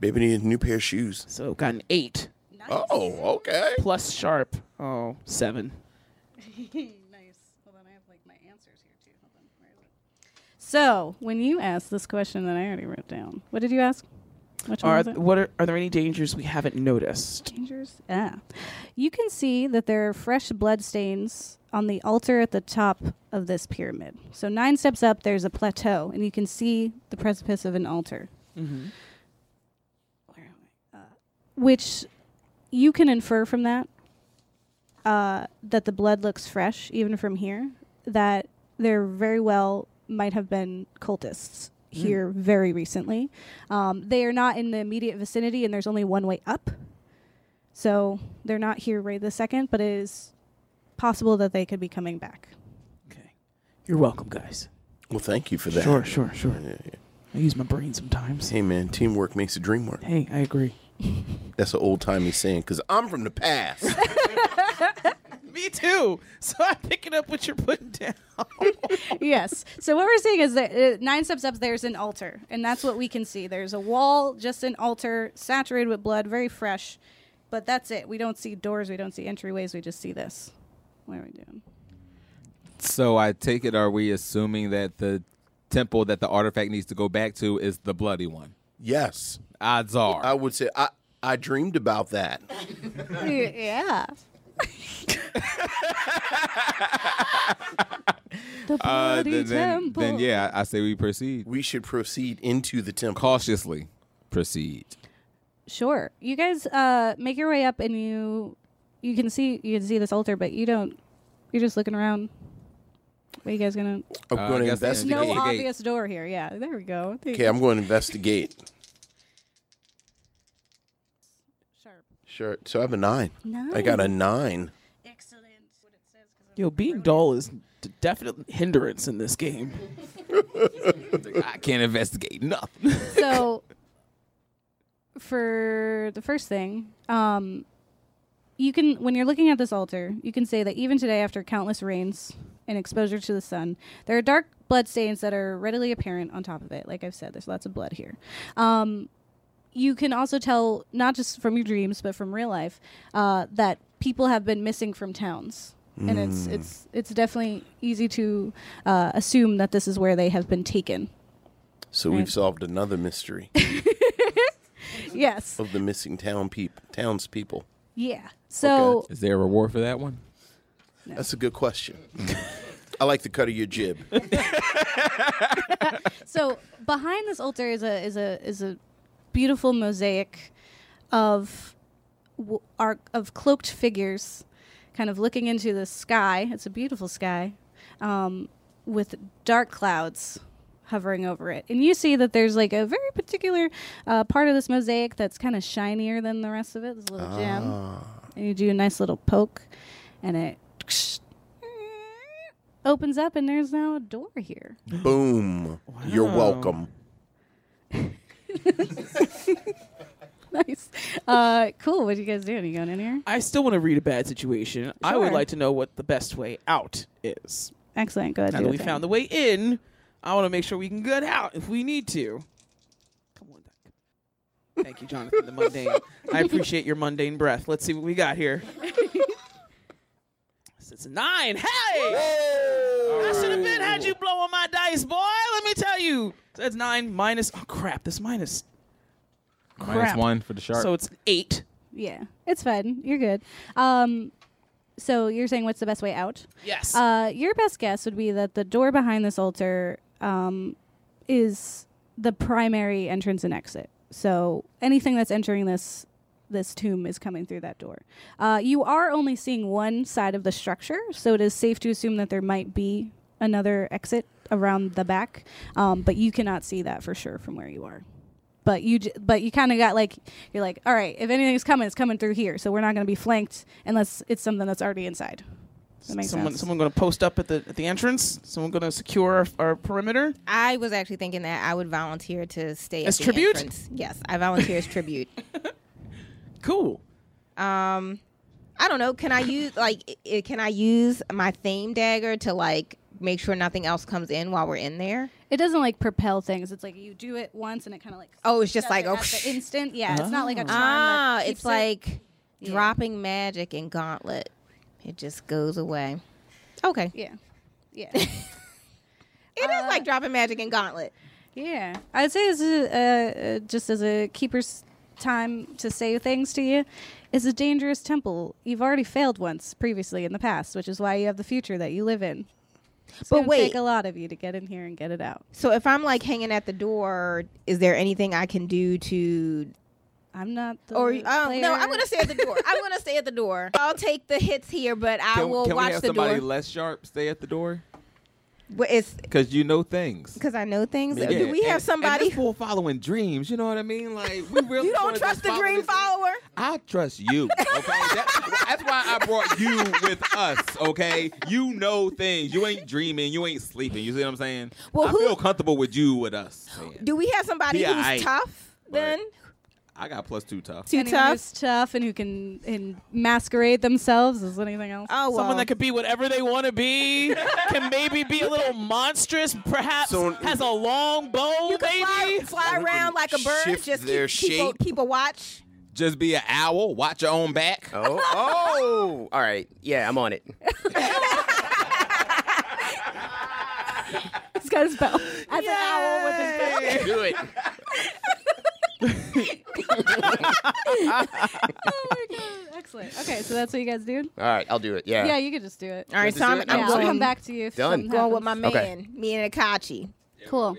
Baby needs a new pair of shoes.
So got an eight.
Oh, okay.
Plus sharp. Oh, seven.
So when you asked this question that I already wrote down, what did you ask? Which one
Are
was it?
what are, are there any dangers we haven't noticed?
Dangers. Yeah. You can see that there are fresh blood stains on the altar at the top of this pyramid. So nine steps up, there's a plateau, and you can see the precipice of an altar.
Mm-hmm.
which you can infer from that uh, that the blood looks fresh even from here that there very well might have been cultists here very recently um, they are not in the immediate vicinity and there's only one way up so they're not here right this second but it is possible that they could be coming back
You're welcome, guys.
Well, thank you for that.
Sure, sure, sure.
Yeah, yeah.
I use my brain sometimes.
Hey, man, teamwork makes the dream work.
Hey, I agree.
That's an old timey saying because I'm from the past.
Me too. So I'm picking up what you're putting down.
yes. So what we're seeing is that uh, nine steps up, there's an altar, and that's what we can see. There's a wall, just an altar, saturated with blood, very fresh. But that's it. We don't see doors. We don't see entryways. We just see this. What are we doing?
So I take it, are we assuming that the temple that the artifact needs to go back to is the bloody one?
Yes.
Odds are.
I would say I I dreamed about that.
yeah. the
Uh,
bloody
then, then,
temple.
then yeah, I say we proceed.
We should proceed into the temple
cautiously. Proceed.
Sure. You guys uh, make your way up, and you you can see you can see this altar, but you don't. You're just looking around. What are you guys gonna?
I'm
Uh,
going
I
to
guess that's-
There's
investigate.
no obvious door here. Yeah, there we go. There you
Okay,
go.
I'm going to investigate.
Sharp.
Sure. So I have a nine.
Nine.
I got a nine.
Yo, being dull is d- definite hindrance in this game.
I can't investigate nothing.
so for the first thing um you can when you're looking at this altar you can say that even today after countless rains and exposure to the sun there are dark blood stains that are readily apparent on top of it like i've said there's lots of blood here um you can also tell not just from your dreams but from real life uh, that people have been missing from towns and it's
Mm.
it's it's definitely easy to uh, assume that this is where they have been taken
So
Right.
we've solved another mystery
yes
of the missing town peop- townspeople.
Yeah. So
Is there a reward for that one?
That's a good question. I like the cut of your jib.
so behind this altar is a is a is a beautiful mosaic of w- arc of cloaked figures, kind of looking into the sky. It's a beautiful sky, um, with dark clouds hovering over it, and you see that there's like a very particular uh, part of this mosaic that's kind of shinier than the rest of it. This little gem, and you do a nice little poke, and it. Opens up and there's now a door here.
Boom. You're
Wow.
welcome.
nice. Uh, cool. What are you guys doing? You going in here?
I still want to read a bad situation. I would
Sure.
like to know what the best way out is.
Excellent. Go ahead.
Now
do
that
your
we
thing.
found the way in, I want to make sure we can get out if we need to. Come on, Doc. Thank you, Jonathan, the mundane. I appreciate your mundane breath. Let's see what we got here. it's a nine. Hey! I should have been had you blowing my dice, boy. Let me tell you. So that's nine minus. Oh, crap. This minus.
Minus
Crap.
one for the sharp.
So it's eight.
Yeah, it's fine. You're good. Um, so you're saying what's the best way out?
Yes.
Uh, your best guess would be that the door behind this altar um, is the primary entrance and exit. So anything that's entering this this tomb is coming through that door. Uh, you are only seeing one side of the structure, so it is safe to assume that there might be another exit around the back, um, but you cannot see that for sure from where you are. But you, j- but you kind of got like you're like, all right, if anything's coming, it's coming through here. So we're not going to be flanked unless it's something that's already inside. That makes
someone,
sense.
Someone going to post up at the at the entrance. Someone going to secure our, our perimeter.
I was actually thinking that I would volunteer to stay
As
at the
tribute?
entrance. Yes, I volunteer as tribute.
Cool.
Um, I don't know. Can I use like i- i- can I use my theme dagger to like make sure nothing else comes in while we're in there?
It doesn't like propel things. It's like you do it once and it kind of like
Oh, it's just
does
like
it
oh,
at the instant. Yeah, it's not like a charm.
Ah,
that keeps
it's
it.
like dropping magic in gauntlet. It just goes away. Okay.
Yeah. Yeah. it
is like dropping magic in gauntlet.
Uh, Yeah, I'd say this is uh, uh, just as a keeper's time to say things to you. It's a dangerous temple. You've already failed once previously in the past, which is why you have the future that you live in. It's
But
gonna
wait.
take a lot of you to get in here and get it out.
So if I'm like hanging at the door, is there anything I can do to?
I'm not. The
Or um, no,
player.
I'm gonna stay at the door. I'm gonna stay at the door. I'll take the hits here, but I
Can,
will
can
watch
we have
the
somebody
door.
less sharp stay at the door?
But it's
Because you know things.
because I know things.
Yeah,
Do we
and-
have somebody?
And this fool following dreams. You know what I mean? Like we really.
you don't
wanna
trust
just
the
follow
dream
this-
follower.
I trust you. Okay, That- that's why I brought you with us. Okay, you know things. You ain't dreaming. You ain't sleeping. You see what I'm saying?
Well,
I
who-
feel comfortable with you with us.
Do we have somebody
Yeah,
who's
I-
tough? Then
I got plus two tough.
Anyone who's tough and who can and masquerade themselves as anything else.
Oh,
Someone that could be whatever they want to be. can maybe be a little monstrous, perhaps.
So-
has a long bow,
you can fly,
maybe.
fly around like a bird.
shift
Just
their
keep, keep, a,
shape.
keep a watch.
Just be an owl. Watch your own back.
Oh, oh! All right, yeah, I'm on it.
He's got his bow. As an owl with his bow.
Do it.
oh my god! Excellent. Okay, so that's what you guys do.
All right, I'll do it. Yeah.
Yeah, you could just do it.
All right,
Just
so I'm,
do it.
I'm
Yeah, I'll
going,
come back to you if
Done.
something
going with my
happens.
man,
Okay.
me and Akachi.
Cool.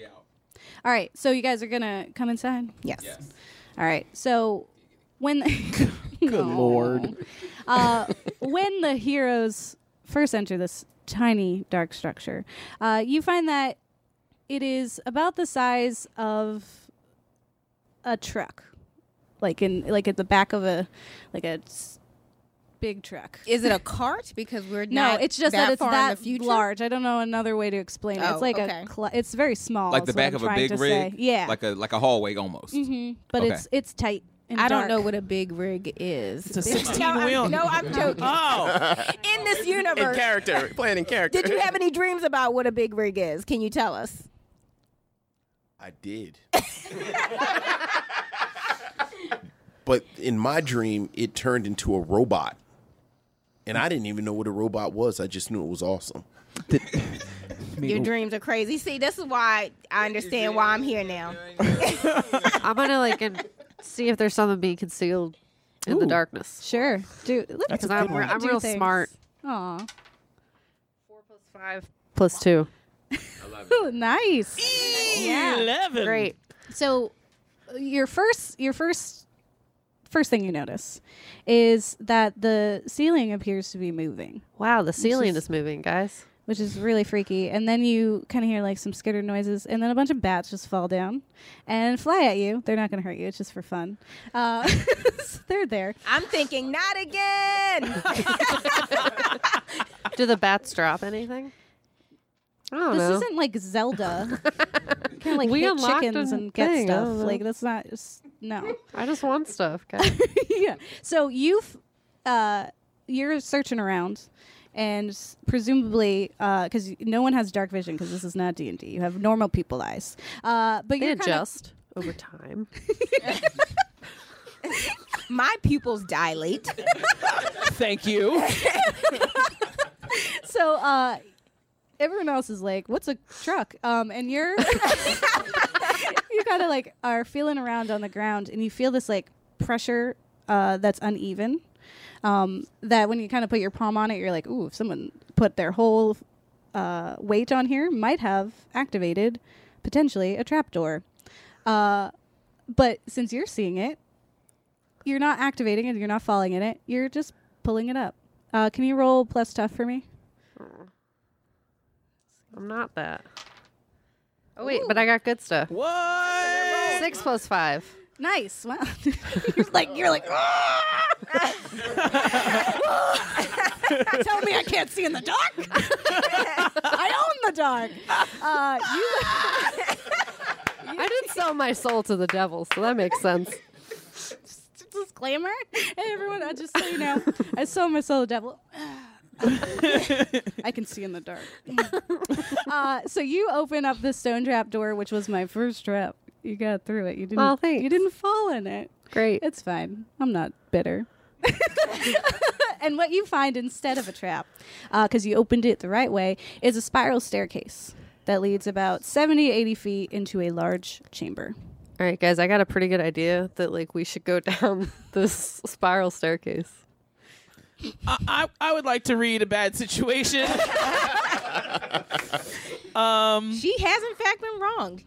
All right, so you guys are gonna come inside.
Yes.
All right, so when the
Good lord.
uh, when the heroes first enter this tiny dark structure, uh, you find that it is about the size of a truck, like in like at the back of a like a s- big truck.
Is it a cart? Because we're
No,
not
it's just
that,
that, it's
far in
that
the future.
large. I don't know another way to explain it.
Oh,
It's like
okay.
a cl- it's very small.
Like the
is what
back
I'm
of a
trying
big
to
rig.
say. Yeah.
Like a like a hallway almost.
hmm But
Okay.
it's it's tight. And
Mm-hmm. I don't know
dark.
what a big rig is. It's
a 16 wheel.
No, I'm joking.
Oh.
In this universe.
In character, playing in character.
Did you have any dreams about what a big rig is? Can you tell us?
I did. but in my dream, it turned into a robot. And I didn't even know what a robot was. I just knew it was awesome.
Your dreams are crazy. See, this is why I understand why I'm here now.
I'm gonna like and see if there's something being concealed in the
Ooh.
darkness.
Sure. Do look
That's
at
a
you.
good one. I'm
Do
real
things.
smart.
Aw.
Five plus two.
nice. Yeah.
Eleven.
Great.
So uh, your first your first first thing you notice is that the ceiling appears to be moving.
Wow, the ceiling
Oh, is-
is moving, guys.
Which is really freaky. And then you kind of hear like some skitter noises, and then a bunch of bats just fall down and fly at you. They're not going to hurt you, it's just for fun. Uh, so they're there.
I'm thinking, not again.
Do the bats drop anything? I don't
this
know.
isn't like Zelda. kind of like
We
hit
unlocked
chickens
a
and get
thing, I
stuff.
don't know.
Like that's not just, no.
I just want stuff, guys.
yeah. So you've uh, you're searching around, and presumably because no one has dark vision because this is not D and D. You have normal people eyes. Uh, but
They
you're kinda-
adjust over time.
My pupils dilate.
Thank you.
so uh, everyone else is like, "What's a truck?" Um, and you're you kind of like are feeling around on the ground, and you feel this like pressure uh, that's uneven. Um, that when you kind of put your palm on it, you're like, "Ooh, if someone put their whole uh, weight on here, might have activated potentially a trapdoor." Uh, but since you're seeing it, you're not activating it. You're not falling in it. You're just pulling it up. Uh, can you roll plus tough for me?
I'm not that. Oh wait, but I got good stuff.
What?
Six plus five.
Nice. Wow. you're like you're like. "Ah!" Tell me I can't see in the dark. I own the dark. Uh, you.
I did sell my soul to the devil, so that makes sense.
Disclaimer, hey everyone. I just so you know, I sold my soul to the devil. I can see in the dark. uh, so you open up the stone trap door, which was my first trap. You got through it. You didn't.
Well, thanks.
You didn't fall in it.
Great.
It's fine. I'm not bitter. and what you find instead of a trap, because you opened it the right way, is a spiral staircase that leads about 70, 80 feet into a large chamber.
All right, guys, I got a pretty good idea that like we should go down this spiral staircase.
I, I would like to read a bad situation. um,
she has in fact been wronged.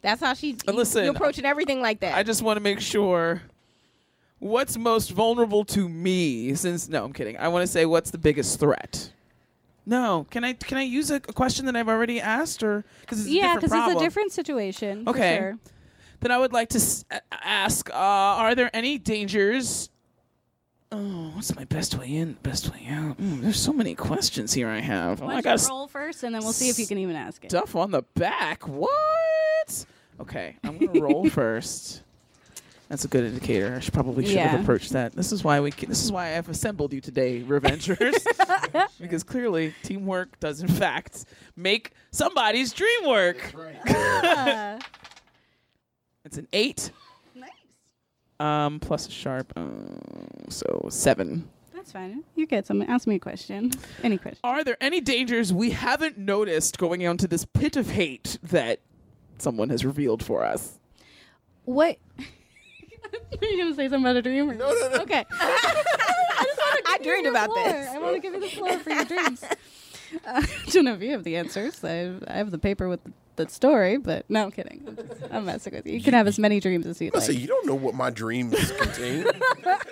That's how she. you-
Listen,
you're approaching everything like that.
I just want to make sure what's most vulnerable to me. Since no, I'm kidding. I want to say what's the biggest threat. No, can I can I use a, a question that I've already asked, or because it's
yeah,
a different
because it's a
problem.
different situation. for
Okay.
sure.
Then I would like to s- a- ask: uh, Are there any dangers? Oh, what's my best way in? Best way out? Mm, there's so many questions here. I have. Oh,
Why
I
don't
got
you roll first, and then we'll see if you can even ask it.
stuff on the back. What? Okay, I'm gonna roll first. That's a good indicator. I should probably should have
Yeah.
approached that. This is why we. ca- This is why I've assembled you today, Revengers, because clearly teamwork does in fact make somebody's dream work.
Uh,
It's an eight.
Nice.
Um, plus a sharp. Uh, so seven.
that's fine. You get some. Ask me a question. Any question?
Are there any dangers we haven't noticed going into this pit of hate that someone has revealed for us?
What? Are you gonna say something about a dream? Or... No, no, no. Okay.
I dreamed about
floor.
this.
I want to give you the floor for your dreams. Uh, I don't know if you have the answers. I, I have the paper with the, story, but no, I'm kidding. I'm, just, I'm messing with you. You can have as many dreams as you
I say
like.
you don't know what my dreams contain.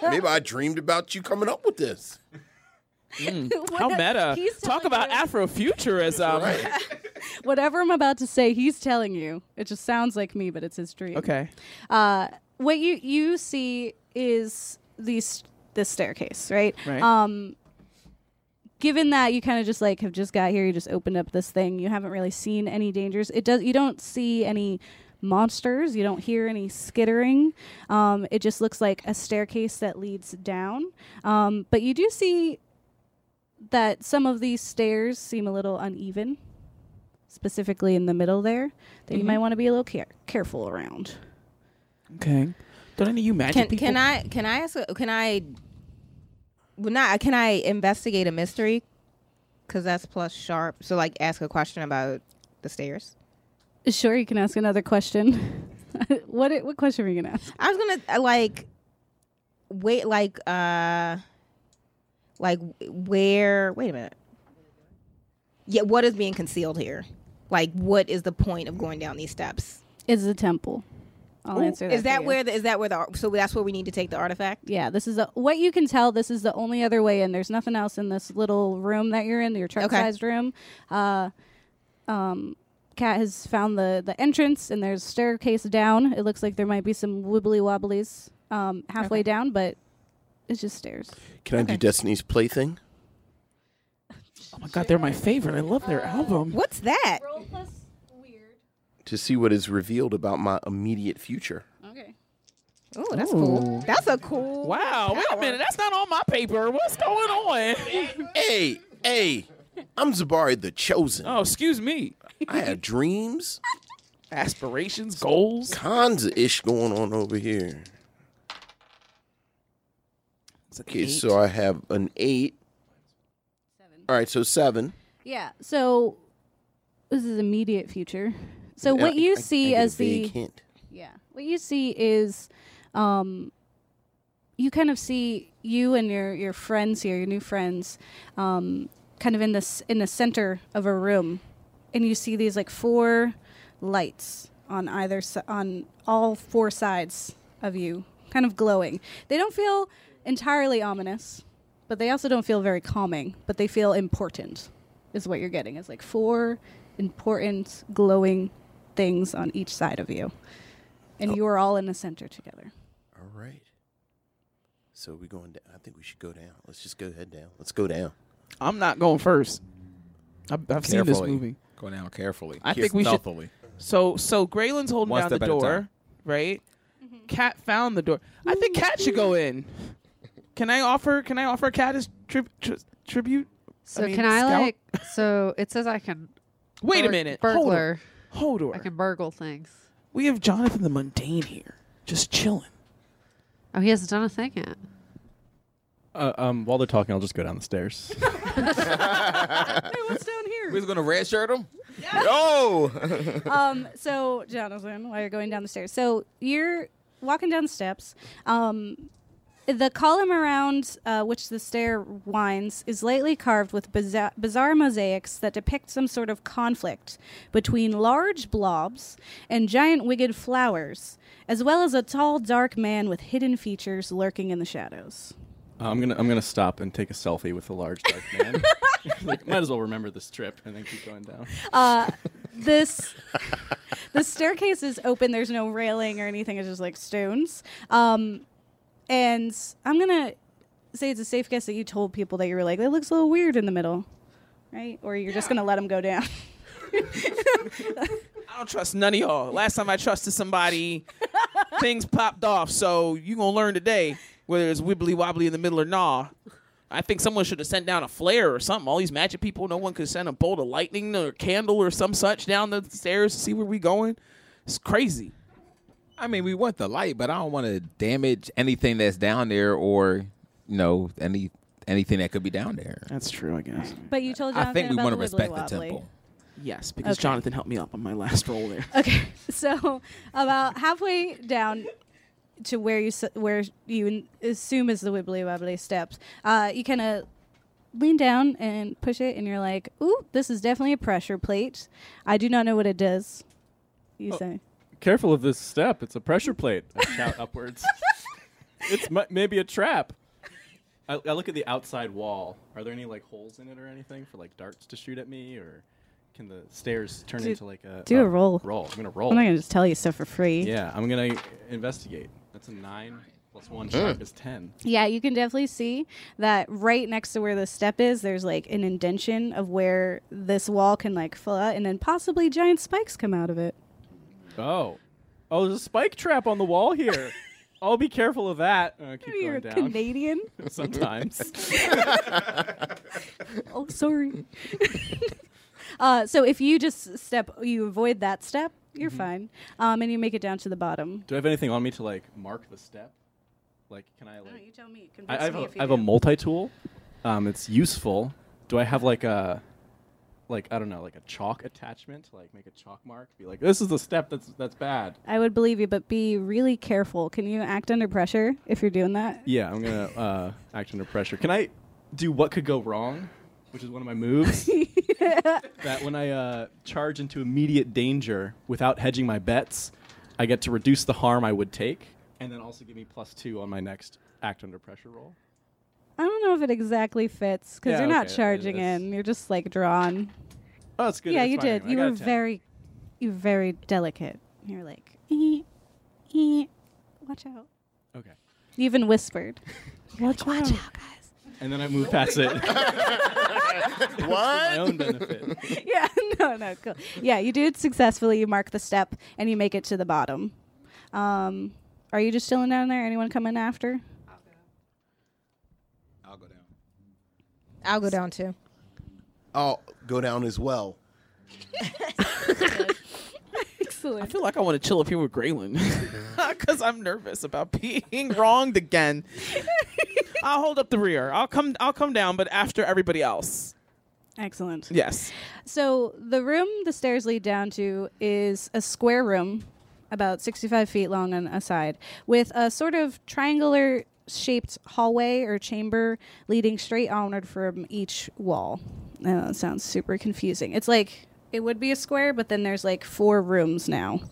Maybe I dreamed about you coming up with this.
Mm. How meta.
He's
Talk about Afrofuturism.
Whatever I'm about to say, he's telling you. It just sounds like me, but it's his dream.
Okay.
Uh, what you you see is these this staircase, right?
Right.
Um, given that you kind of just like have just got here, you just opened up this thing, you haven't really seen any dangers. It does. You don't see any monsters. You don't hear any skittering. Um, it just looks like a staircase that leads down. Um, but you do see that some of these stairs seem a little uneven, specifically in the middle there. That you
Mhm.
might want to be a little care- careful around.
Okay. Don't any of you magic
can,
people?
can I can I ask? a- Can I? Well, not can I investigate a mystery? Because that's plus sharp. So like, ask a question about the stairs.
Sure, you can ask another question. what what question were you gonna ask?
I was gonna uh, like wait, like uh, like where? Wait a minute. Yeah, what is being concealed here? Like, what is the point of going down these steps?
Is the temple? I'll
Ooh,
answer that.
Is
for
that
you.
where the is that where the ar- so that's where we need to take the artifact?
Yeah, this is the what you can tell. This is the only other way in. There's nothing else in this little room that you're in, your truck-sized room. Uh, um, Kat has found the the entrance, and there's a staircase down. It looks like there might be some wibbly wobblies um, halfway down, but it's just stairs.
Can I do Destiny's Plaything?
oh my god, they're my favorite. I love their album.
What's that?
To see what is revealed about my immediate future.
Okay.
Oh, that's cool. That's a cool.
Wow, wait a minute. That's not on my paper. What's going on?
Hey, hey, I'm Zabari the Chosen.
Oh, excuse me.
I had dreams,
aspirations, goals,
tons of ish going on over here. Okay, so I have an eight. Seven. All right, so seven.
Yeah. So this is immediate future. So
Yeah,
what
I-
you
I- I
see
get a
as the
vague hint.
yeah, what you see is, um, you kind of see you and your your friends here, your new friends, um, kind of in this in the center of a room, and you see these like four lights on either si- on all four sides of you, kind of glowing. They don't feel entirely ominous, but they also don't feel very calming. But they feel important is what you're getting. It's like four important glowing things on each side of you. And you are all in the center together.
All right. So we going down. I think we should go down. Let's just go head down. Let's go down.
I'm not going first. I've, I've seen this
Carefully.
movie.
Go down carefully.
I think we should.
Stealthily.
So so Graylin's holding
One
down the
step at a
door,
time.
right?
Mm-hmm.
Cat found the door. I think Cat should go in. Can I offer? Can I offer Cat as tri- tri- tribute?
So
mean,
can I
scout?
like? So it says I can.
Wait a
bur-
minute. Hold
Burglar.
Hold
I can burgle things.
We have Jonathan the mundane here, just chilling.
Oh, he hasn't done a thing yet.
Uh, um, while they're talking, I'll just go down the stairs. Uh,
what's down here?
We was gonna red shirt him.
Oh.
um, so Jonathan, while you're going down the stairs, so you're walking down the steps. Um, the column around uh, which the stair winds is lightly carved with bizarre, bizarre mosaics that depict some sort of conflict between large blobs and giant wigged flowers, as well as a tall, dark man with hidden features lurking in the shadows.
Uh, I'm gonna I'm gonna stop and take a selfie with the large dark man. like, might as well remember this trip and then keep going down.
Uh, this the staircase is open. There's no railing or anything. It's just like stones. Um, and I'm gonna say it's a safe guess that you told people that you were like, it looks a little weird in the middle, right? Or you're just gonna let them go down.
I don't trust none of y'all. Last time I trusted somebody, things popped off. So you gonna learn today whether it's wibbly wobbly in the middle or nah. I think someone should have sent down a flare or something. All these magic people, no one could send a bolt of lightning or candle or some such down the stairs to see where we going. It's crazy.
I mean, we want the light, but I don't want to damage anything that's down there, or you know, any anything that could be down there.
That's true, I guess.
but you told Jonathan
I think we
about
want to
the
respect the
wibbly wobbly.
temple.
Yes, because
Okay.
Jonathan helped me up on my last roll there.
Okay, so about halfway down to where you s- where you n- assume is the wibbly wobbly steps, uh, you kind of lean down and push it, and you're like, "Ooh, this is definitely a pressure plate. I do not know what it does."
Oh,
You say,
Careful of this step. It's a pressure plate. I shout upwards. it's m- maybe a trap. I, I look at the outside wall. Are there any like holes in it or anything for like darts to shoot at me, or can the stairs turn
Do-
into like a
"Do
oh,
a roll.
Roll. I'm gonna roll.
I'm not gonna just tell you stuff for free."
Yeah, I'm gonna investigate. That's a nine plus one sharp is ten.
Yeah, you can definitely see that right next to where the step is, there's like an indention of where this wall can like fill out, and then possibly giant spikes come out of it.
Oh, oh, there's a spike trap on the wall here. I'll be careful of that. Uh, keep
You're
going down.
Canadian.
Sometimes.
oh, sorry. uh, so if you just step, you avoid that step, you're
Mhm.
fine, um, and you make it down to the bottom.
Do I have anything on me to like mark the step? Like, can I like?
you tell me.
I, I have, a, I have a multi-tool. Um, it's useful. Do I have like a, like I don't know, like a chalk attachment to like make a chalk mark? Be like, this is the step that's that's bad.
I would believe you, but be really careful. Can you act under pressure if you're doing that?
Yeah, I'm gonna uh, act under pressure. Can I do what could go wrong, which is one of my moves? that when I uh, charge into immediate danger without hedging my bets, I get to reduce the harm I would take, and then also give me plus two on my next act under pressure roll.
I don't know if it exactly fits because
Yeah,
you're not
okay,
charging
it's-
in. You're just like drawn.
Oh, that's good.
Yeah,
It's
you
fine
did.
anyway. I
You
got
were
a 10.
very, you were very delicate. You're like, "Eh, eh, watch out.
Okay.
You even whispered. watch, out.
And then I move past it. what? my own benefit.
yeah, no, no, cool. Yeah, you do it successfully. You mark the step and you make it to the bottom. Um, are you just chilling down there? Anyone coming after?
I'll go down too.
I'll Oh, go down as well.
I feel like I want to chill up here with Graylin because I'm nervous about being wronged again. I'll hold up the rear. I'll come. I'll come down, but after everybody else.
Excellent.
Yes.
So the room the stairs lead down to is a square room, about 65 feet long on a side, with a sort of triangular shaped hallway or chamber leading straight onward from each wall. I know that sounds super confusing. It's like it would be a square, but then there's like four rooms now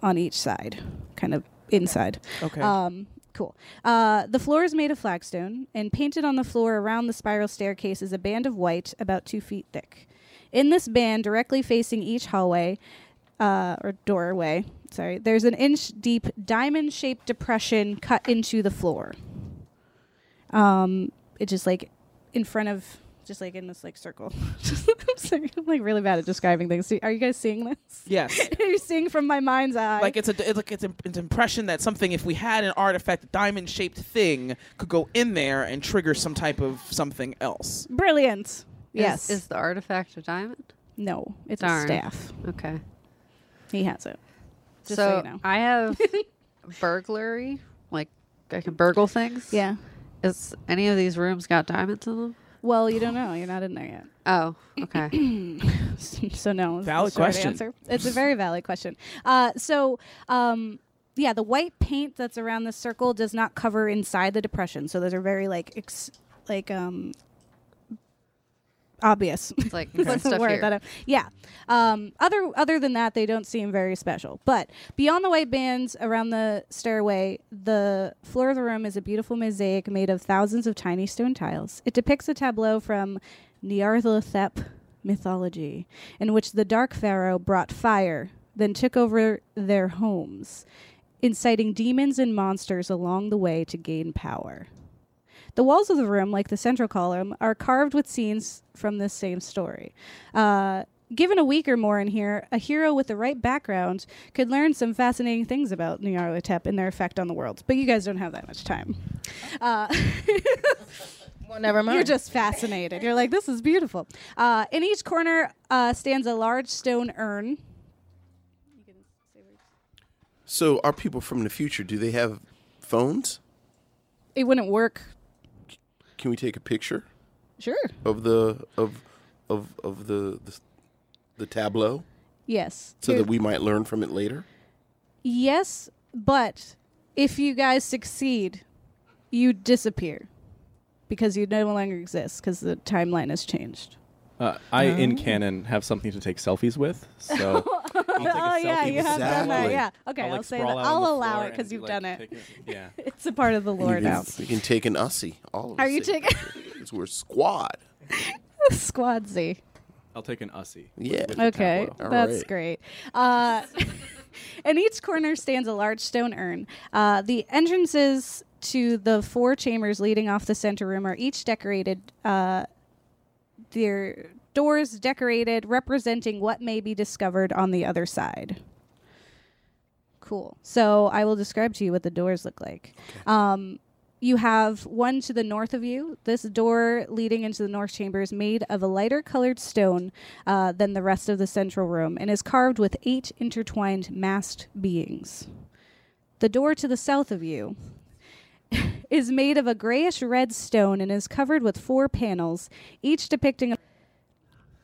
on each side, kind of inside.
Okay.
Um, Cool. Uh, the floor is made of flagstone, and painted on the floor around the spiral staircase is a band of white about two feet thick. In this band, directly facing each hallway uh, or doorway, sorry, there's an inch deep diamond shaped depression cut into the floor. Um, it just like in front of, just like in this like circle. I'm sorry, I'm like really bad at describing things. Do- Are you guys seeing this?
Yes.
You're seeing from my mind's eye.
Like it's a it's like it's an it's an impression that something if we had an artifact, a diamond shaped thing could go in there and trigger some type of something else.
Brilliant. Yes.
Is, the artifact a diamond?
No, it's a
Darn.
staff.
Okay.
He has it. Just so
so
you know.
I have burglary. Like I can burgle things.
Yeah.
Is any of these rooms got diamonds in them?
Well, you don't know. You're not in there yet.
Oh, okay.
so no. is the short
Valid question.
answer. It's a very valid question. Uh, so, um, yeah, the white paint that's around the circle does not cover inside the depression. So those are very like ex- like um, obvious. It's
like
What's the
stuff
word
here.
that I- yeah. Um, other other than that, they don't seem very special. But beyond the white bands around the stairway, the floor of the room is a beautiful mosaic made of thousands of tiny stone tiles. It depicts a tableau from Nyarlathotep mythology, in which the dark pharaoh brought fire, then took over their homes, inciting demons and monsters along the way to gain power. The walls of the room, like the central column, are carved with scenes from this same story. Uh, given a week or more in here, a hero with the right background could learn some fascinating things about Nyarlathotep and their effect on the world. But you guys don't have that much time. Uh, well, never
mind.
You're just fascinated. You're like, this is beautiful. Uh, in each corner uh, stands a large stone urn.
So, our people from the future, do they have phones?
It wouldn't work.
Can we take a picture
Sure.
of the of of of the the, the tableau
Yes.
so
Here-
that we might learn from it later?
Yes, but if you guys succeed, you disappear because you no longer exist because the timeline has changed.
Uh, I in
Oh.
canon have something to take selfies with, so
oh yeah,
selfie
you
with
have done that.
Exactly.
Yeah. Okay,
I'll,
I'll,
like,
say that.
sprawl out on
I'll
the
allow
floor
it
and
because
be
you've
like,
done it.
yeah.
it's a part of the lore
we, can,
now.
we can take an Aussie. All of
Are
us
you
take-
taking
Because we're squad.
Squad Z?
I'll take an Ussie.
Yeah.
Okay,
All
that's
right.
great. Uh, in each corner stands a large stone urn. Uh, the entrances to the four chambers leading off the center room are each decorated. Uh, their doors decorated, representing what may be discovered on the other side. Cool. So I will describe to you what the doors look like. Um, you have one to the north of you. This door leading into the north chamber is made of a lighter colored stone uh, than the rest of the central room and is carved with eight intertwined masked beings. The door to the south of you is made of a grayish red stone and is covered with four panels, each depicting a.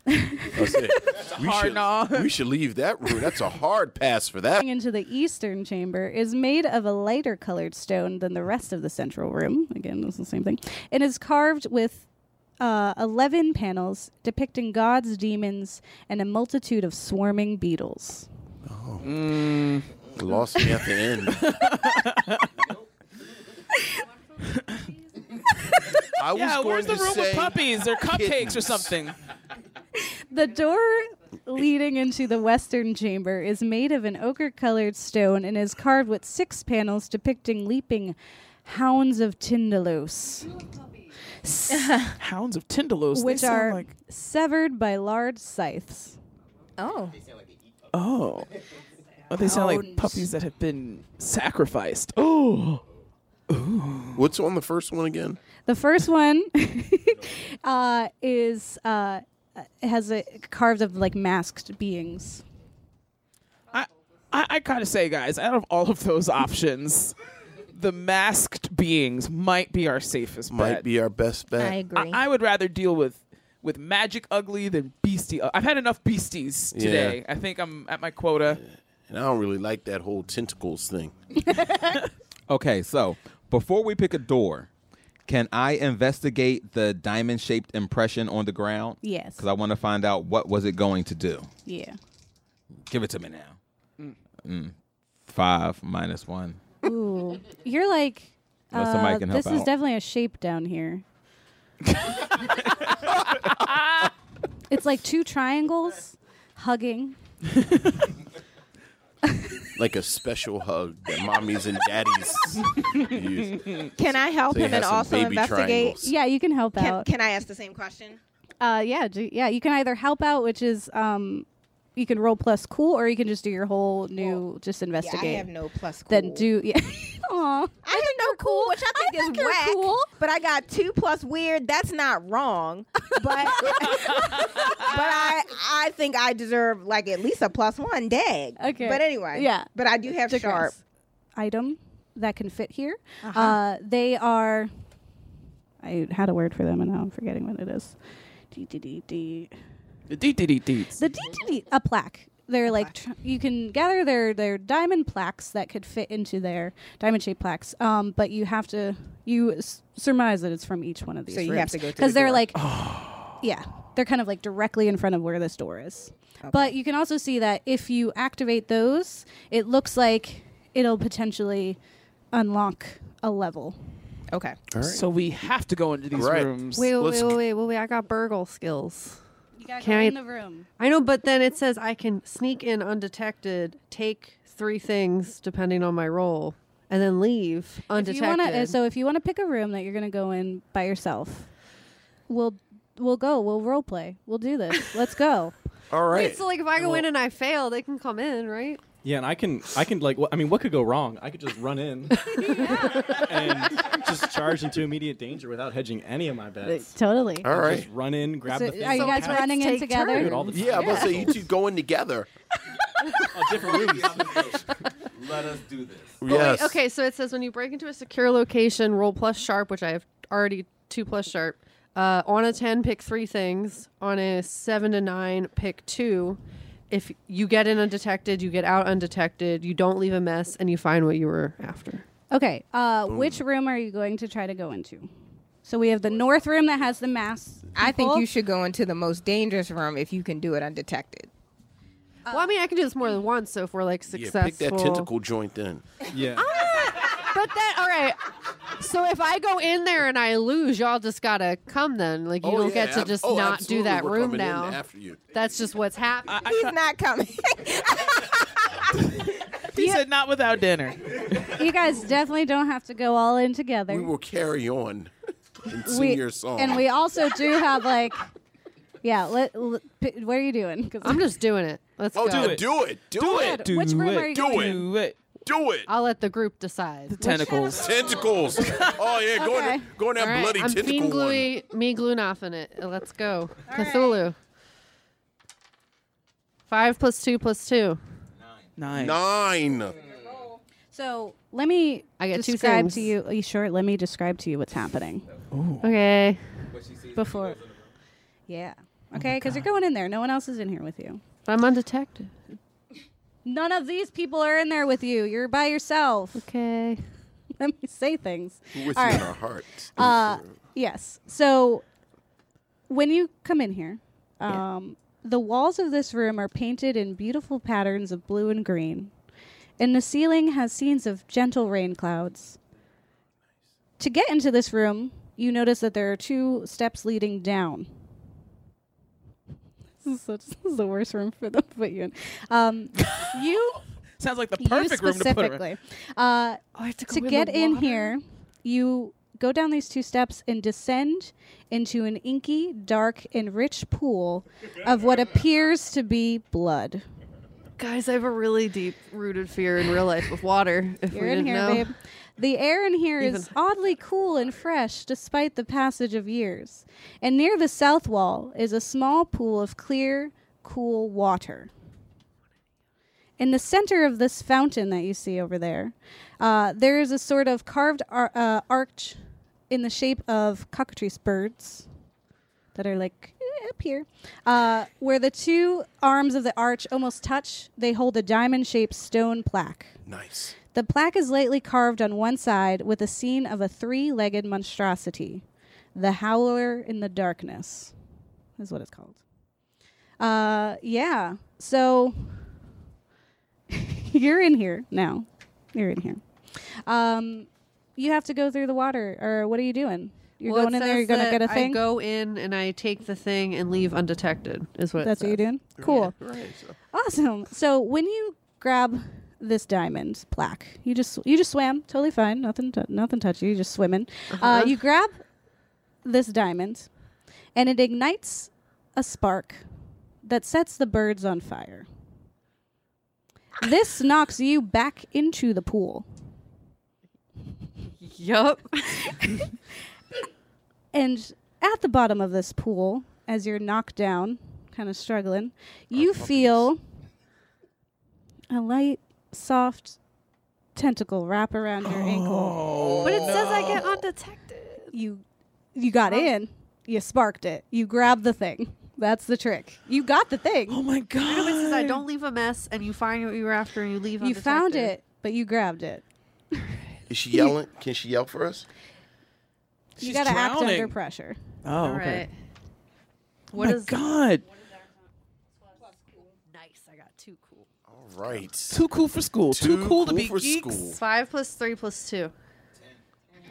That's it. we,
hard
should,
no.
we should leave that room. That's a hard pass for that.
into the eastern chamber is made of a lighter colored stone than the rest of the central room. Again, this is the same thing. And is carved with uh, 11 panels depicting gods, demons, and a multitude of swarming beetles.
Oh. Lost me at the end. I was
yeah, where's the
going to
room with
say
puppies or cupcakes or something?
The door leading into the western chamber is made of an ochre colored stone and is carved with six panels depicting leaping hounds of Tyndalos.
Hounds of Tyndalos,
which
they sound
are
like
severed by large scythes.
Oh.
oh, oh, they sound like puppies that have been sacrificed. Oh,
What's on the first one again?
The first one uh, is uh, has a carved of like masked beings.
I, I gotta say, guys, out of all of those options, the masked beings might be our safest
Might
bet.
be our best bet. I agree.
I, would rather deal with with magic ugly than beastie. u- I've had enough beasties
Yeah.
today. I think I'm at my quota.
And I don't really like that whole tentacles thing.
Okay, so before we pick a door, can I investigate the diamond-shaped impression on the ground?
Yes.
Because I want to find out what was it going to do.
Yeah.
Give it to me now. Mm, five minus one.
Ooh, you're like uh,
Unless somebody can help
this is
out.
definitely a shape down here. it's like two triangles hugging.
like a special hug that mommies and daddies use.
Can I help
So you
him
have
and
some
also
baby
investigate?
triangles.
Yeah, you can help
Can-
out.
Can I ask the same question?
Uh, yeah, do, yeah. You can either help out, which is um, you can roll plus cool, or you can just do your whole new just investigate.
have no plus
Then do yeah. Aw,
I had no cool, which I think is whack. But I got two plus weird. That's not wrong, but but I I think I deserve like at least a plus one dag.
Okay.
But anyway,
Yeah.
But I do have sharp.
item that can fit here.
Uh-huh.
Uh, they are. I had a word for them, and now I'm forgetting what it is. D-d-d-d. The DTD, a plaque. They're like tr- you can gather their their diamond plaques that could fit into their diamond shaped plaques. Um, but you have to you s- surmise that it's from each one of these.
So you have to go to the
because they're
door.
like, yeah, they're kind of like directly in front of where this door is. But you can also see that if you activate those, it looks like it'll potentially unlock a level.
Okay.
All right.
So we have to go into these
Right.
rooms.
Wait, wait, wait, wait, wait, wait! I got burgle skills. You
gotta
can
go
I,
in the room.
I know, but then it says I can sneak in undetected, take three things depending on my role, and then leave
If
undetected.
you wanna- uh, so if you want to pick a room that you're going to go in by yourself, we'll we'll go. We'll role play. We'll do this. Let's go.
All
Wait, so like if I go in and I fail, they can come in, right?
Yeah, and I can, I can like, wh- I mean, what could go wrong? I could just run in and just charge into immediate danger without hedging any of my bets.
Totally.
All
I just
right.
run in, grab
So
the thing.
are you guys
pass-
running in
take
together?
turns. Do it all the time.
Yeah, I'm about to say you two go in together.
Let us do this.
But wait, okay, so it says when you break into a secure location, roll plus sharp, which I have already two plus sharp. Uh, on a 10, pick three things. On a 7 to 9, pick two. If you get in undetected, you get out undetected, you don't leave a mess, and you find what you were after.
Okay. Uh, which room are you going to try to go into? So we have the north room that has the mass.
I think
people.
you should go into the most dangerous room if you can do it undetected.
well, I mean, I can do this more than once, so if we're like successful. Ah!
Yeah, pick that tentacle joint then.
Yeah.
But then, all right. So if I go in there and I lose, y'all just gotta come then. Like you
Oh,
don't
yeah,
get to
ab-
just
oh,
not
absolutely,
do that
we're
room
coming in
now.
after you.
That's just what's happening.
He's not coming.
He said not without dinner.
you guys definitely don't have to go all in together.
We will carry on and sing
We-
your song.
And we also do have like, yeah. Let, let- p- what are you doing? i
I'm just doing it. Let's
oh,
go.
do it. Do it. Do, it.
Do Which room it. are you
do
going
it.
Do it.
Do it.
I'll let the group decide. The
Tentacles.
Tentacles. Oh, yeah. Go in,
Okay.
that- go in that bloody
I'm
tentacle
fiend
one.
gluey, me gluing off in it. Let's go. Cthulhu. Five plus two plus two.
Nine.
Nine.
So let me
I get two
describe
things.
to you. Are you sure? Let me describe to you what's happening.
Okay.
Before. Yeah. Okay, because you're going in there. No one else is in here with you.
I'm undetected.
None of these people are in there with you. You're by yourself.
Okay.
Let me say things.
We're with
All
you
right.
in our hearts.
Uh, yes. So when you come in here, um, the walls of this room are painted in beautiful patterns of blue and green, and the ceiling has scenes of gentle rain clouds. To get into this room, you notice that there are two steps leading down. This is, such, this is the worst room for them to put you in. Um, you
Sounds like the
you
perfect room to put Oh, it.
specifically. Uh, to
go in the
get in
water?
here, you go down these two steps and descend into an inky, dark, and rich pool of what appears to be blood.
Guys, I have a really deep rooted fear in real life of water. If
You're
we
in
didn't
here,
know.
babe. The air in here is
Even-
oddly cool and fresh despite the passage of years. And near the south wall is a small pool of clear, cool water. In the center of this fountain that you see over there, uh, there is a sort of carved ar- uh, arch in the shape of cockatrice birds that are like eh, up here, uh, where the two arms of the arch almost touch. They hold a diamond shaped stone plaque.
Nice.
The plaque is lightly carved on one side with a scene of a three legged monstrosity, the Howler in the Darkness, is what it's called. Uh, yeah. So you're in here now. You're in here. Um, you have to go through the water, or what are you doing? You're
Well, it
going in there. You're
says
gonna
that
get a
I
thing.
go in and I take the thing and leave undetected. Is what. it
That's what you're
says.
doing? Cool. Awesome. So when you grab this diamond plaque, you just you just swam, totally fine. Nothing t- nothing touched you. You're just swimming. uh
Uh-huh.
you grab this diamond, and it ignites a spark that sets the birds on fire. This knocks you back into the pool.
Yup.
And at the bottom of this pool, as you're knocked down, kind of struggling, you feel a light, soft tentacle wrap around your ankle.
But it says I get
undetected. You you got in. You sparked it. You grabbed the thing. That's the trick. You got the thing. Oh my god.
It says I don't leave a mess, and you find what you were after, and you leave.
You found
undetected.
it, but you grabbed it.
Is she yelling? Can she yell for us?
You
She's
got to act
drowning.
under pressure.
Oh,
All
okay.
right. What
my
is-
God?
Nice. I got two cool.
All right.
Too cool for school. Too, cool, to be
for
geeks.
school.
Five plus three plus two.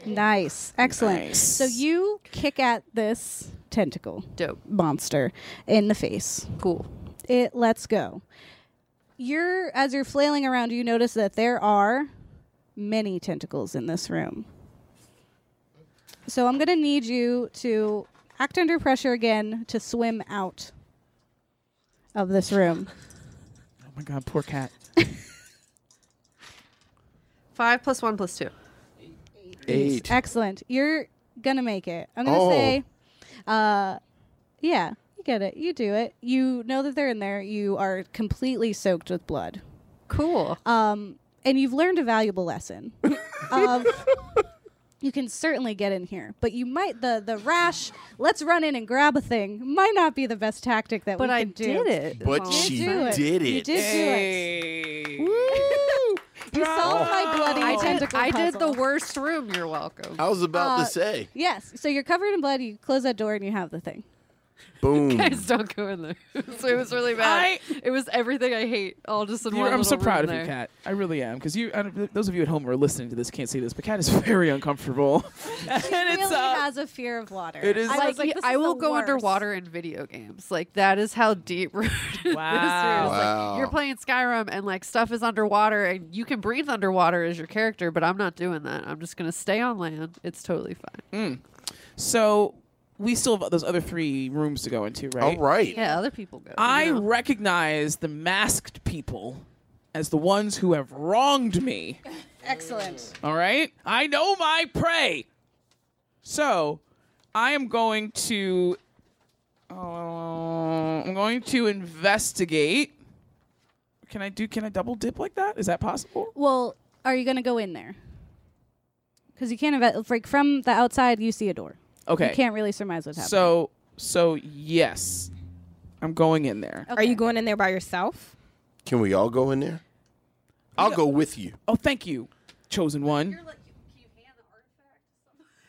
Nice. Excellent. So you kick at this tentacle
Dope.
monster in the face.
Cool.
It lets go. You're as you're flailing around, you notice that there are many tentacles in this room. So I'm gonna need you to act under pressure again to swim out of this room.
Oh my God, poor cat.
Five plus one plus two.
Eight. Excellent. You're gonna make it. I'm gonna
Oh.
say, uh, yeah, you get it. You do it. You know that they're in there. You are completely soaked with blood.
Cool.
Um, and you've learned a valuable lesson. of you can certainly get in here, but you might the the rash. Let's run in and grab a thing. Might not be the best tactic that
But
we
I
can do.
did it.
But
You
she
do it.
did
You
it.
did do it. Woo! You solved my bloody
Oh, I did,
tentacle
I did the
puzzle.
worst room. You're welcome.
I was about
Uh,
to say.
Yes. So you're covered in blood. You close that door and you have the thing.
Boom.
Guys, don't go in there. so it was really bad. it was everything I hate all just in
You're-
one.
I'm so
little
proud of
room
you,
there.
Cat. I really am. Because you, I don't- th- those of you at home who are listening to this can't see this, but Cat is very uncomfortable.
She really has a fear of water.
uh, It is-
I,
I,
was
like,
like, this
I
is
will
the
go
worst.
underwater in video games. Like that is how deep rooted this room is.
Wow.
Like, you're playing Skyrim and like stuff is underwater and you can breathe underwater as your character, but I'm not doing that. I'm just gonna stay on land. It's totally fine.
so we still have those other three rooms to go into, right?
All right.
Yeah, other people go.
I recognize the masked people as the ones who have wronged me.
Excellent.
All right? I know my prey. So, I am going to uh, I'm going to investigate. Can I do can I double dip like that? Is that possible?
Well, are you going to go in there? Because you can't eva- like from the outside. You see a door.
Okay.
You can't really surmise what's happening.
So, so yes. I'm going in there.
Are you
going in there by yourself?
Can we all go in there? I'll go with you.
Oh, thank you, chosen one.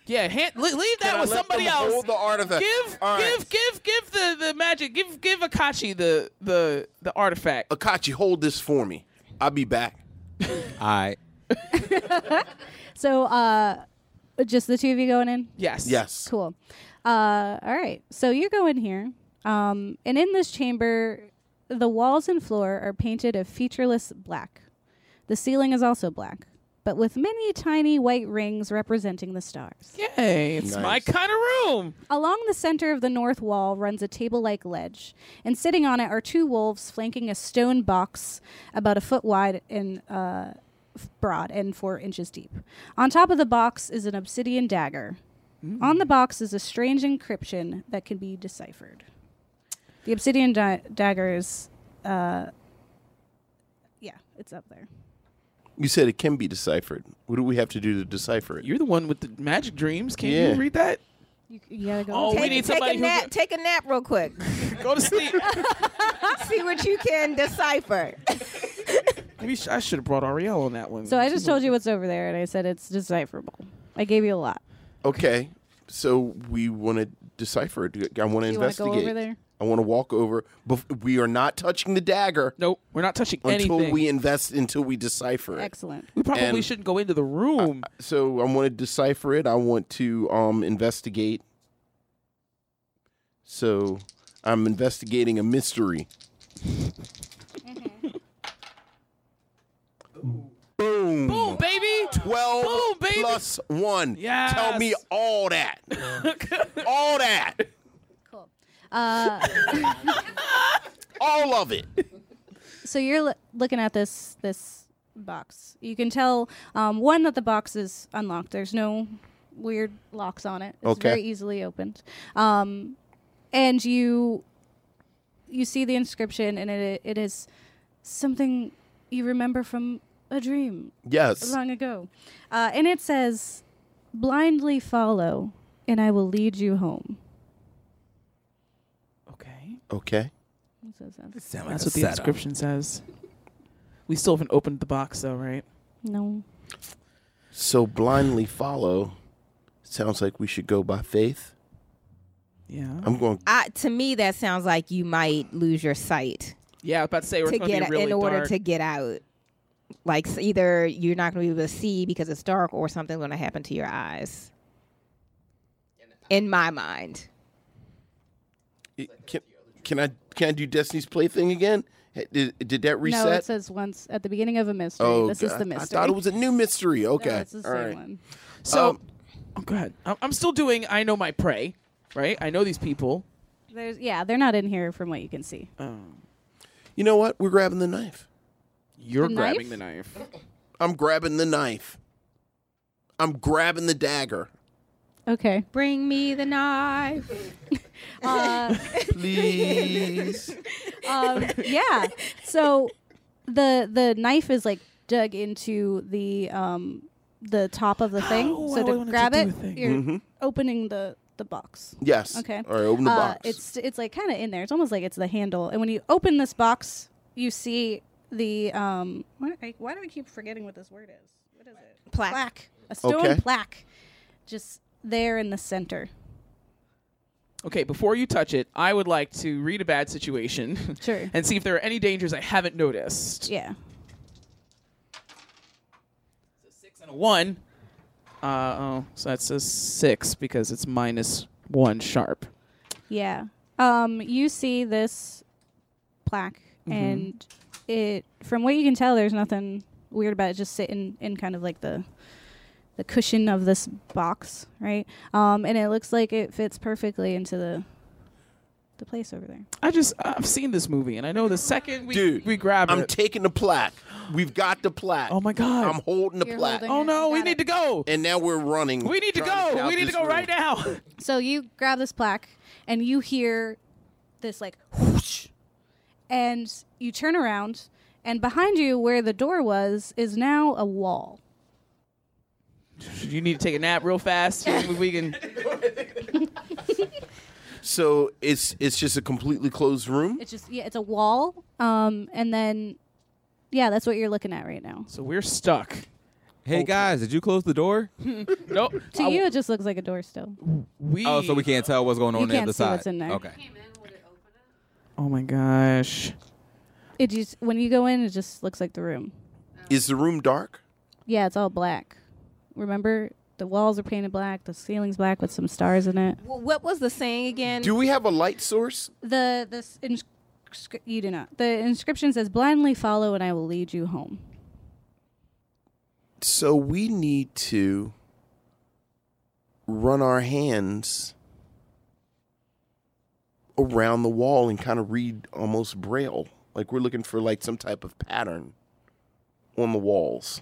Yeah, hand, le- leave that
Can I
with
let
somebody
them
else.
hold the artifact?
Give,
All right.
give, give, give the, the magic. Give, give Akachi the the the artifact.
Akachi, hold this for me. I'll be back.
I
So, uh, just the two of you going in?
Yes.
Yes.
Cool. Uh, all right. So you go in here, um, and in this chamber, the walls and floor are painted a featureless black. The ceiling is also black, but with many tiny white rings representing the stars.
Yay! It's my kind of room.
Along the center of the north wall runs a table like ledge, and sitting on it are two wolves flanking a stone box about a foot wide and uh, f- broad and four inches deep. On top of the box is an obsidian dagger. On the box is a strange encryption that can be deciphered. The obsidian di- dagger is, uh, yeah, it's up there.
You said it can be deciphered. What do we have to do to decipher it?
You're the one with the magic dreams. Can
Yeah.
you read that?
You, you gotta go.
Oh,
with
we
it.
need
Take
somebody
a
who
nap. Take a nap real quick.
Go to sleep.
See what you can decipher.
Maybe sh- I should have brought Ariel on that one.
So I just told you what's over there, and I said it's decipherable. I gave you a lot.
Okay. So we want to decipher it. I want to
Do you want to
investigate.
go over there?
I want to walk over. Bef- we are not touching the dagger.
Nope, we're not touching
until
anything.
we invest until we decipher it.
Excellent.
We probably
And-
shouldn't go into the room.
So I want to decipher it. I want to um, investigate. So I'm investigating a mystery. Boom.
Boom, baby.
12
Boom, baby.
plus 1.
Yes.
Tell me all that. all that.
Uh,
All of it.
so you're l- looking at this this box. You can tell um, one that the box is unlocked. There's no weird locks on it. It's
Okay.
very easily opened. Um, and you you see the inscription, and it it is something you remember from a dream.
Yes.
long ago, uh, and it says, "Blindly follow, and I will lead you home."
Okay.
It says that.
That's what the inscription says. We still haven't opened the box though, right?
No.
So blindly follow. Sounds like we should go by faith.
Yeah.
I'm going
I, to me, that sounds like you might lose your sight.
Yeah, I was about to say we're
to
gonna
get
be really
in order
dark.
to get out. Like s- either you're not going to be able to see because it's dark, or something's going to happen to your eyes. In my mind,
It- Can, can I can I do Destiny's Plaything again? Eh, Did, did that reset?
No, it says once at the beginning of a mystery.
oh,
this is
God.
the
I
mystery.
thought it was a new mystery. Oh. Okay.
it's the
All
same
right.
one.
So,
Um,
oh, go ahead. I'm, I'm still doing. I know my prey, right? I know these people.
There's, yeah, they're not in here from what you can see.
You know what? We're grabbing the knife.
You're
The grabbing knife? the
knife.
I'm grabbing the knife. I'm grabbing the dagger.
Okay.
bring me the knife.
Uh,
Please.
um, yeah. So the the knife is like dug into the um the top of the thing.
Oh, I
so to
wanted to
grab
do a
it,
thing.
you're
Mhm.
opening the the box.
Yes.
Okay.
All right, open the
Uh,
box.
It's it's like kind of in there. It's almost like it's the handle. And when you open this box, you see the um. Why, I- why do I keep forgetting what this word is? What is it?
Plaque.
A stone
Okay.
plaque, just there in the center.
Okay, before you touch it, I would like to read a bad situation.
Sure.
and see if there are any dangers I haven't noticed.
Yeah.
And a one. Uh oh, so that's a six because it's minus one sharp.
Yeah. Um, you see this plaque,
Mhm.
and it, from what you can tell, there's nothing weird about it. Just sitting in kind of like the the cushion of this box, right? Um, and it looks like it fits perfectly into the the place over there.
I just I've seen this movie and I know the second we
Dude,
we grab
I'm
it.
taking the plaque. We've got the plaque. Oh
my god.
I'm holding the
You're
plaque.
holding Oh, it.
no, we need to go.
And now we're running.
We need to
trying
go.
get out
We need to
this
go
room.
right now.
So you grab this plaque, and you hear this like whoosh, and you turn around, and behind you, where the door was, is now a wall.
you need to take a nap real fast. We- we can.
So it's it's just a completely closed
Mm-hmm.
room.
It's just yeah, it's a wall. Um, and then yeah, that's what you're looking at right now.
So we're stuck. Oh.
Hey guys, did you close the door?
nope.
To you, it just looks like a door still.
We
Oh, so we can't tell what's going on
You
on the
can't
other
see
side.
what's in there.
Okay.
Oh my gosh.
It just when you go in, it just looks like the room.
Is the room dark?
Yeah, it's all black. Remember, the walls are painted black. The ceiling's black with some stars in it.
Well, what was the saying again?
Do we have a light source?
The this ins- you do not. The inscription says, "Blindly follow, and I will lead you home."
So we need to run our hands around the wall and kind of read almost braille. Like we're looking for like some type of pattern on the walls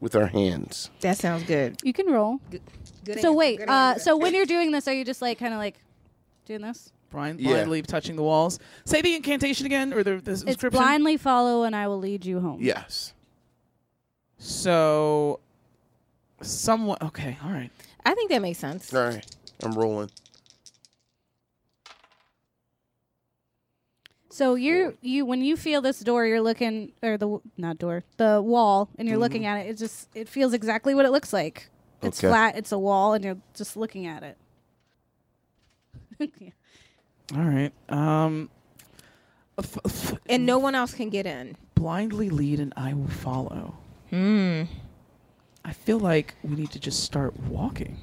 with our hands.
That sounds good.
You can roll.
good
so
answer,
wait,
good
uh,
answer.
so when you're doing this, are you just like kind of like doing this?
Blind,
Yeah.
blindly touching the walls. Say the incantation again, or the, the
It's
inscription.
blindly follow, and I will lead you home.
Yes.
So, someone. Okay, all right.
I think that makes sense.
All right. I'm rolling.
So you're you when you feel this door, you're looking or the w- not door, the wall, and you're looking at it. It just it feels exactly what it looks like. It's
Mm-hmm. Okay.
flat. It's a wall, and you're just looking at it.
All right. Um,
and no one else can get in.
blindly lead and I will follow.
Hmm.
I feel like we need to just start walking.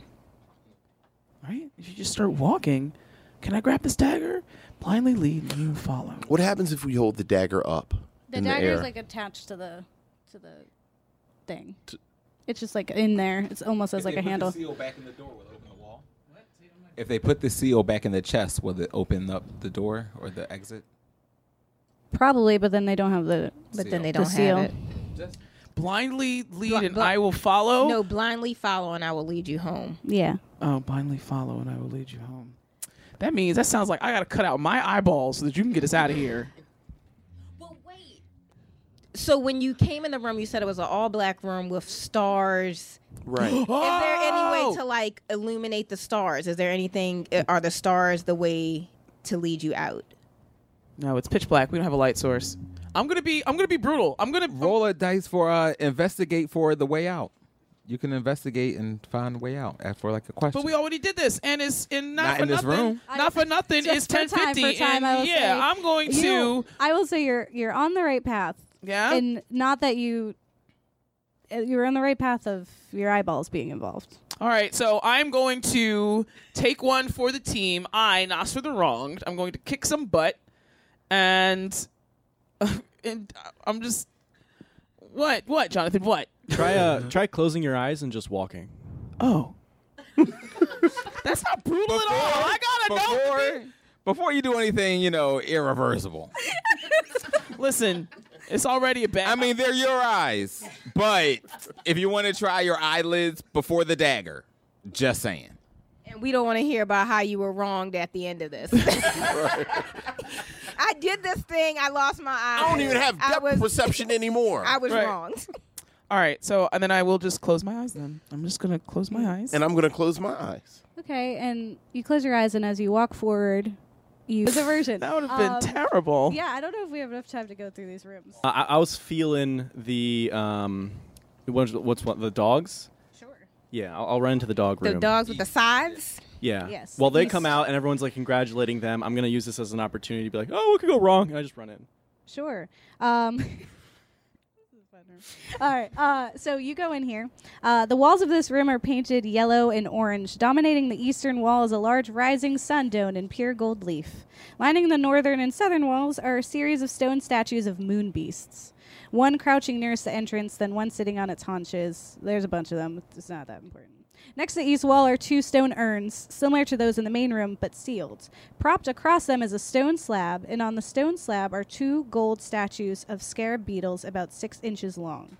Right? If you just start walking, can I grab this dagger? Blindly lead, you follow.
What happens if we hold the dagger up
The
in the
dagger
air?
is like attached to the to the thing. It's just like in there. It's almost as like a handle.
If they put the seal back in the chest, will it open up the door or the exit?
Probably, but then they don't have the.
But then
the
they don't
seal.
have it.
Blindly lead and I will follow.
No, blindly follow and I will lead you home.
Yeah.
Oh, blindly follow and I will lead you home. That means that sounds like I gotta cut out my eyeballs so that you can get us out of here.
So when you came in the room, you said it was an all-black room with stars.
Right.
Is there any way to like illuminate the stars? Is there anything? uh, Are the stars the way to lead you out?
No, it's pitch black. We don't have a light source. I'm gonna be I'm gonna be brutal. I'm gonna
roll a dice for uh investigate for the way out. You can investigate and find a way out uh, for like a question.
But we already did this, and it's and not,
Not
for
in this
nothing.
room.
Not for nothing.
Just
it's
for
ten
time,
fifty.
for time, I will
and yeah,
say.
I'm going
You-
to.
I will say you're you're on the right path.
Yeah.
And not that you. uh, You're on the right path of your eyeballs being involved.
All right, so I'm going to take one for the team. I, Nas for the wronged. I'm going to kick some butt, and and I'm just what what Jonathan what?
Try uh, try closing your eyes and just walking.
Oh. That's not brutal at all. I gotta
know. Before you do anything, you know, irreversible.
Listen, it's already a bad.
I mean, they're your eyes, but if you want to try your eyelids before the dagger, just saying.
And we don't want to hear about how you were wronged at the end of this. I did this thing. I lost my eye.
I don't even have depth perception anymore.
I was
Right.
wronged.
All right, so and then I will just close my eyes. Then I'm just gonna close my eyes.
And I'm going to close my eyes.
Okay, and you close your eyes, and as you walk forward, you. There's a version.
That would've been terrible.
Yeah, I don't know if we have enough time to go through these rooms.
Uh, I, I was feeling the um, what's, what's what the dogs? Sure. Yeah, I'll, I'll run into the dog
The
room.
dogs with the scythes.
Yeah.
Yes.
While they
Yes.
come out and everyone's like congratulating them, I'm gonna use this as an opportunity to be like, oh, what could go wrong? And I just run in.
Sure. Um, all right. Uh, so you go in here. Uh, the walls of this room are painted yellow and orange. Dominating the eastern wall is a large rising sun dome in pure gold leaf. Lining the northern and southern walls are a series of stone statues of moon beasts. One crouching nearest the entrance, then one sitting on its haunches. There's a bunch of them. It's not that important. Next to the east wall are two stone urns, similar to those in the main room, but sealed. Propped across them is a stone slab, and on the stone slab are two gold statues of scarab beetles about six inches long.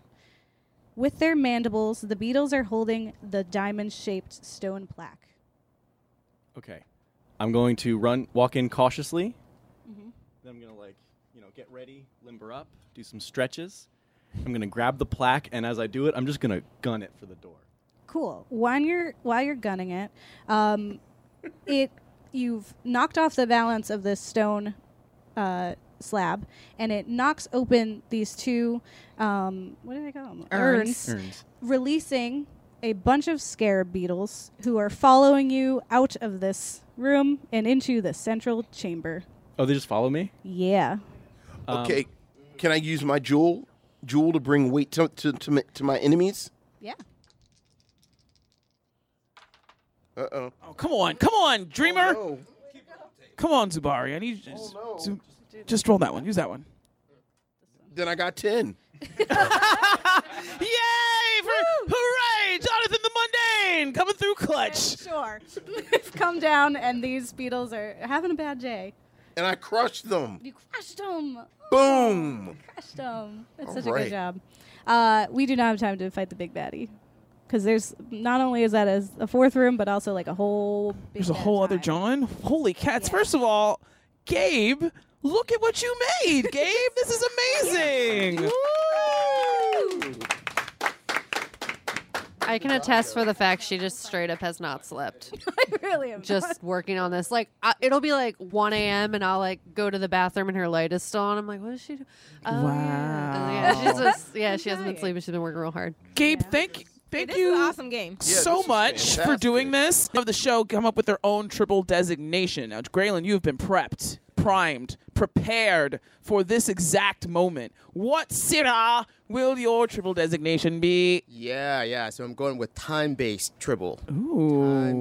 With their mandibles, the beetles are holding the diamond shaped stone plaque.
Okay. I'm going to run, walk in cautiously. Then I'm gonna like, you know, get ready, limber up, do some stretches. I'm gonna grab the plaque, and as I do it, I'm just gonna gun it for the door.
Cool. While you're while you're gunning it, um, it you've knocked off the balance of this stone uh, slab, and it knocks open these two. Um, what do they call them?
Urns.
Urns.
Releasing a bunch of scarab beetles who are following you out of this room and into the central chamber.
Oh, they just follow me.
Yeah.
Um,
okay. Can I use my jewel jewel to bring weight to, to, to, my, to my enemies?
Yeah.
Uh oh.
Oh, come on, come on, Dreamer. Come on, Zubari. I need you just, Zu- just roll that one. Use that one.
Then I got 10.
Yay! For, hooray! Jonathan the Mundane coming through clutch.
Sure. Come down, and these beetles are having a bad day.
And I crushed them.
You crushed them.
Boom.
crushed them. That's
All
such a
right.
good job. Uh, we do not have time to fight the big baddie. Because there's not only is that as a fourth room, but also like a whole big.
There's a whole other John. Holy cats. First of all, Gabe, look at what you made, Gabe. this is amazing.
I can attest for the fact she just straight up has not slept.
I really am.
Just working on this. Like I, it'll be like 1 a.m. and I'll like go to the bathroom and her light is still on. I'm like, what is she doing? Oh, yeah. Uh, yeah, she's just- yeah, she hasn't been sleeping. She's been working real hard.
Gabe, thank
Thank
you
This is an awesome game.
so much for doing this. Of the show, come up with their own triple designation. Now, Graylin, you've been prepped, primed, prepared for this exact moment. What sirrah will your triple designation be?
Yeah, yeah. So I'm going with time-based tribble.
Ooh,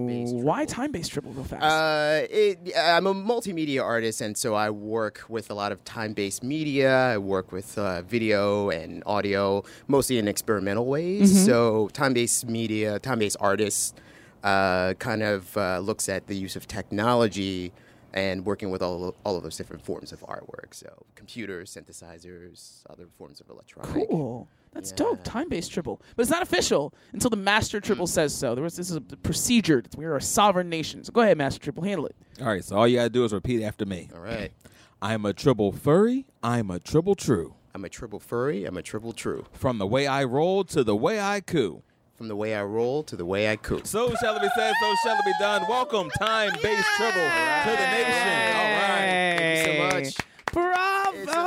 why time-based triple? Real fast.
Uh, it, I'm a multimedia artist, and so I work with a lot of time-based media. I work with uh, video and audio, mostly in experimental ways.
Mm-hmm.
Mhm.
So time-based media, time-based artists, uh, kind of uh, looks at the use of technology and working with all all of those different forms of artwork. So computers, synthesizers, other forms of electronic.
Cool. That's dope. Time-based triple, but it's not official until the master triple says so. There was this is a procedure. We are a sovereign nation. So go ahead, master triple, handle it.
All right, so all you gotta do is repeat after me. All right. I'm a triple furry. I'm a triple true.
I'm a triple furry. I'm a triple true.
From the way I roll to the way I coo.
From the way I roll to the way I coo.
So shall it be said. So shall it be done. Welcome, time based triple to the nation. All right. Thank you so much.
Bravo!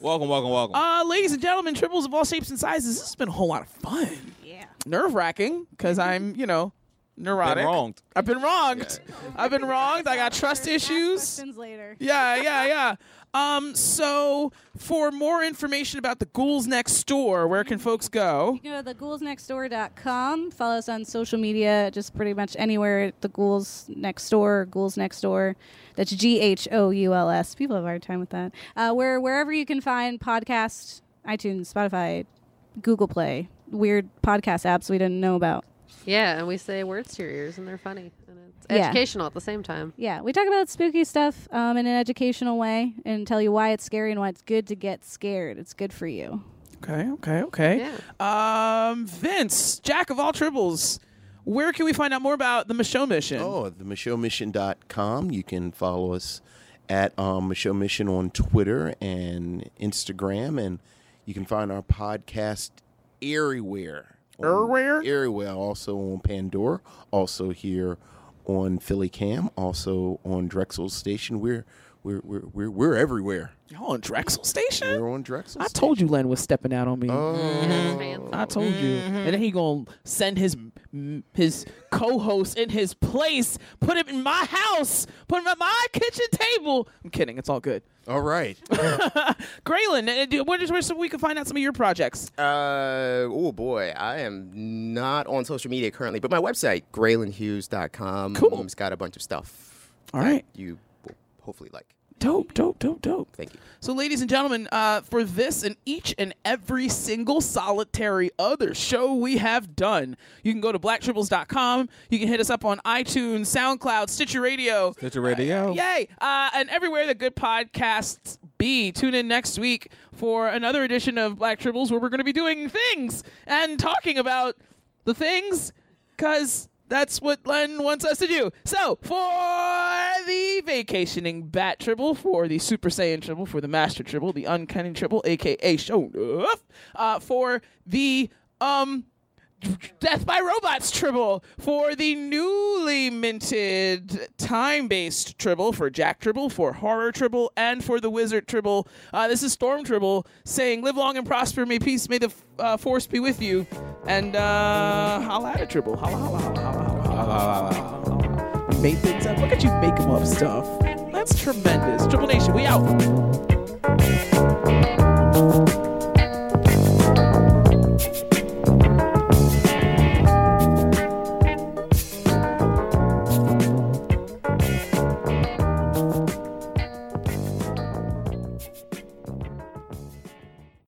Welcome, welcome, welcome.
Uh, ladies and gentlemen, triples of all shapes and sizes. This has been a whole lot of fun. Yeah. Nerve wracking because
Mm-hmm.
I'm, you know, neurotic.
wronged.
I've been wronged. I've been wronged. I got trust issues.
Questions later.
Yeah, yeah, yeah. Um, so for more information about the Ghouls Next Door, where can folks go?
You know, the ghoulsnextdoor.com. Follow us on social media, just pretty much anywhere. The ghouls next door, ghouls next door. That's G H O U L S. People have a hard time with that. Uh, where wherever you can find podcasts, iTunes, Spotify, Google Play, weird podcast apps we didn't know about.
Yeah, and we say words to your ears, and they're funny, and it's
Yeah.
educational at the same time.
Yeah, we talk about spooky stuff um, in an educational way and tell you why it's scary and why it's good to get scared. It's good for you.
Okay, okay, okay. Um, Vince, Jack of all triples, where can we find out more about the Michonne Mission?
Oh, the MichelleMission.com. You can follow us at um, Michelle Mission on Twitter and Instagram, and you can find our podcast everywhere. Everywhere? Everywhere. Also on Pandora, also here on Philly Cam, also on Drexel Station. We're we're we're we're, we're everywhere.
Y'all on Drexel Station?
We're on Drexel.
I told you Len was stepping out on me.
Oh.
I told you. And then he gonna send his m- his co-host in his place, put him in my house, put him at my kitchen table. I'm kidding. It's all good.
All right.
Graylin, uh, do- where, where so we can find out some of your projects?
Uh, oh boy, I am not on social media currently, but my website, graylinhughes.com, cool. has got a bunch of stuff.
All right.
You will hopefully like.
Dope, dope, dope, dope.
Thank you.
So, ladies and gentlemen, uh, for this and each and every single solitary other show we have done, you can go to blacktribbles.com. You can hit us up on iTunes, SoundCloud, Stitcher Radio,
It's a radio.
Yay! Uh, and everywhere the good podcasts be. Tune in next week for another edition of Black Tribbles where we're going to be doing things and talking about the things because that's what Len wants us to do. So, for the vacationing Bat Tribble, for the Super Saiyan Tribble, for the Master Tribble, the Uncanny Tribble, aka Show Enough, uh, for the um Death by Robots Tribble for the newly minted time based Tribble for Jack Tribble, for Horror Tribble, and for the Wizard Tribble. Uh, this is Storm Tribble saying, Live long and prosper. May peace, may the f- uh, force be with you. And uh, holla at a Tribble. Holla, holla, holla, holla, holla, holla, holla, holla. You Make things up. Look at you make 'em up stuff. That's tremendous. Triple Nation, we out.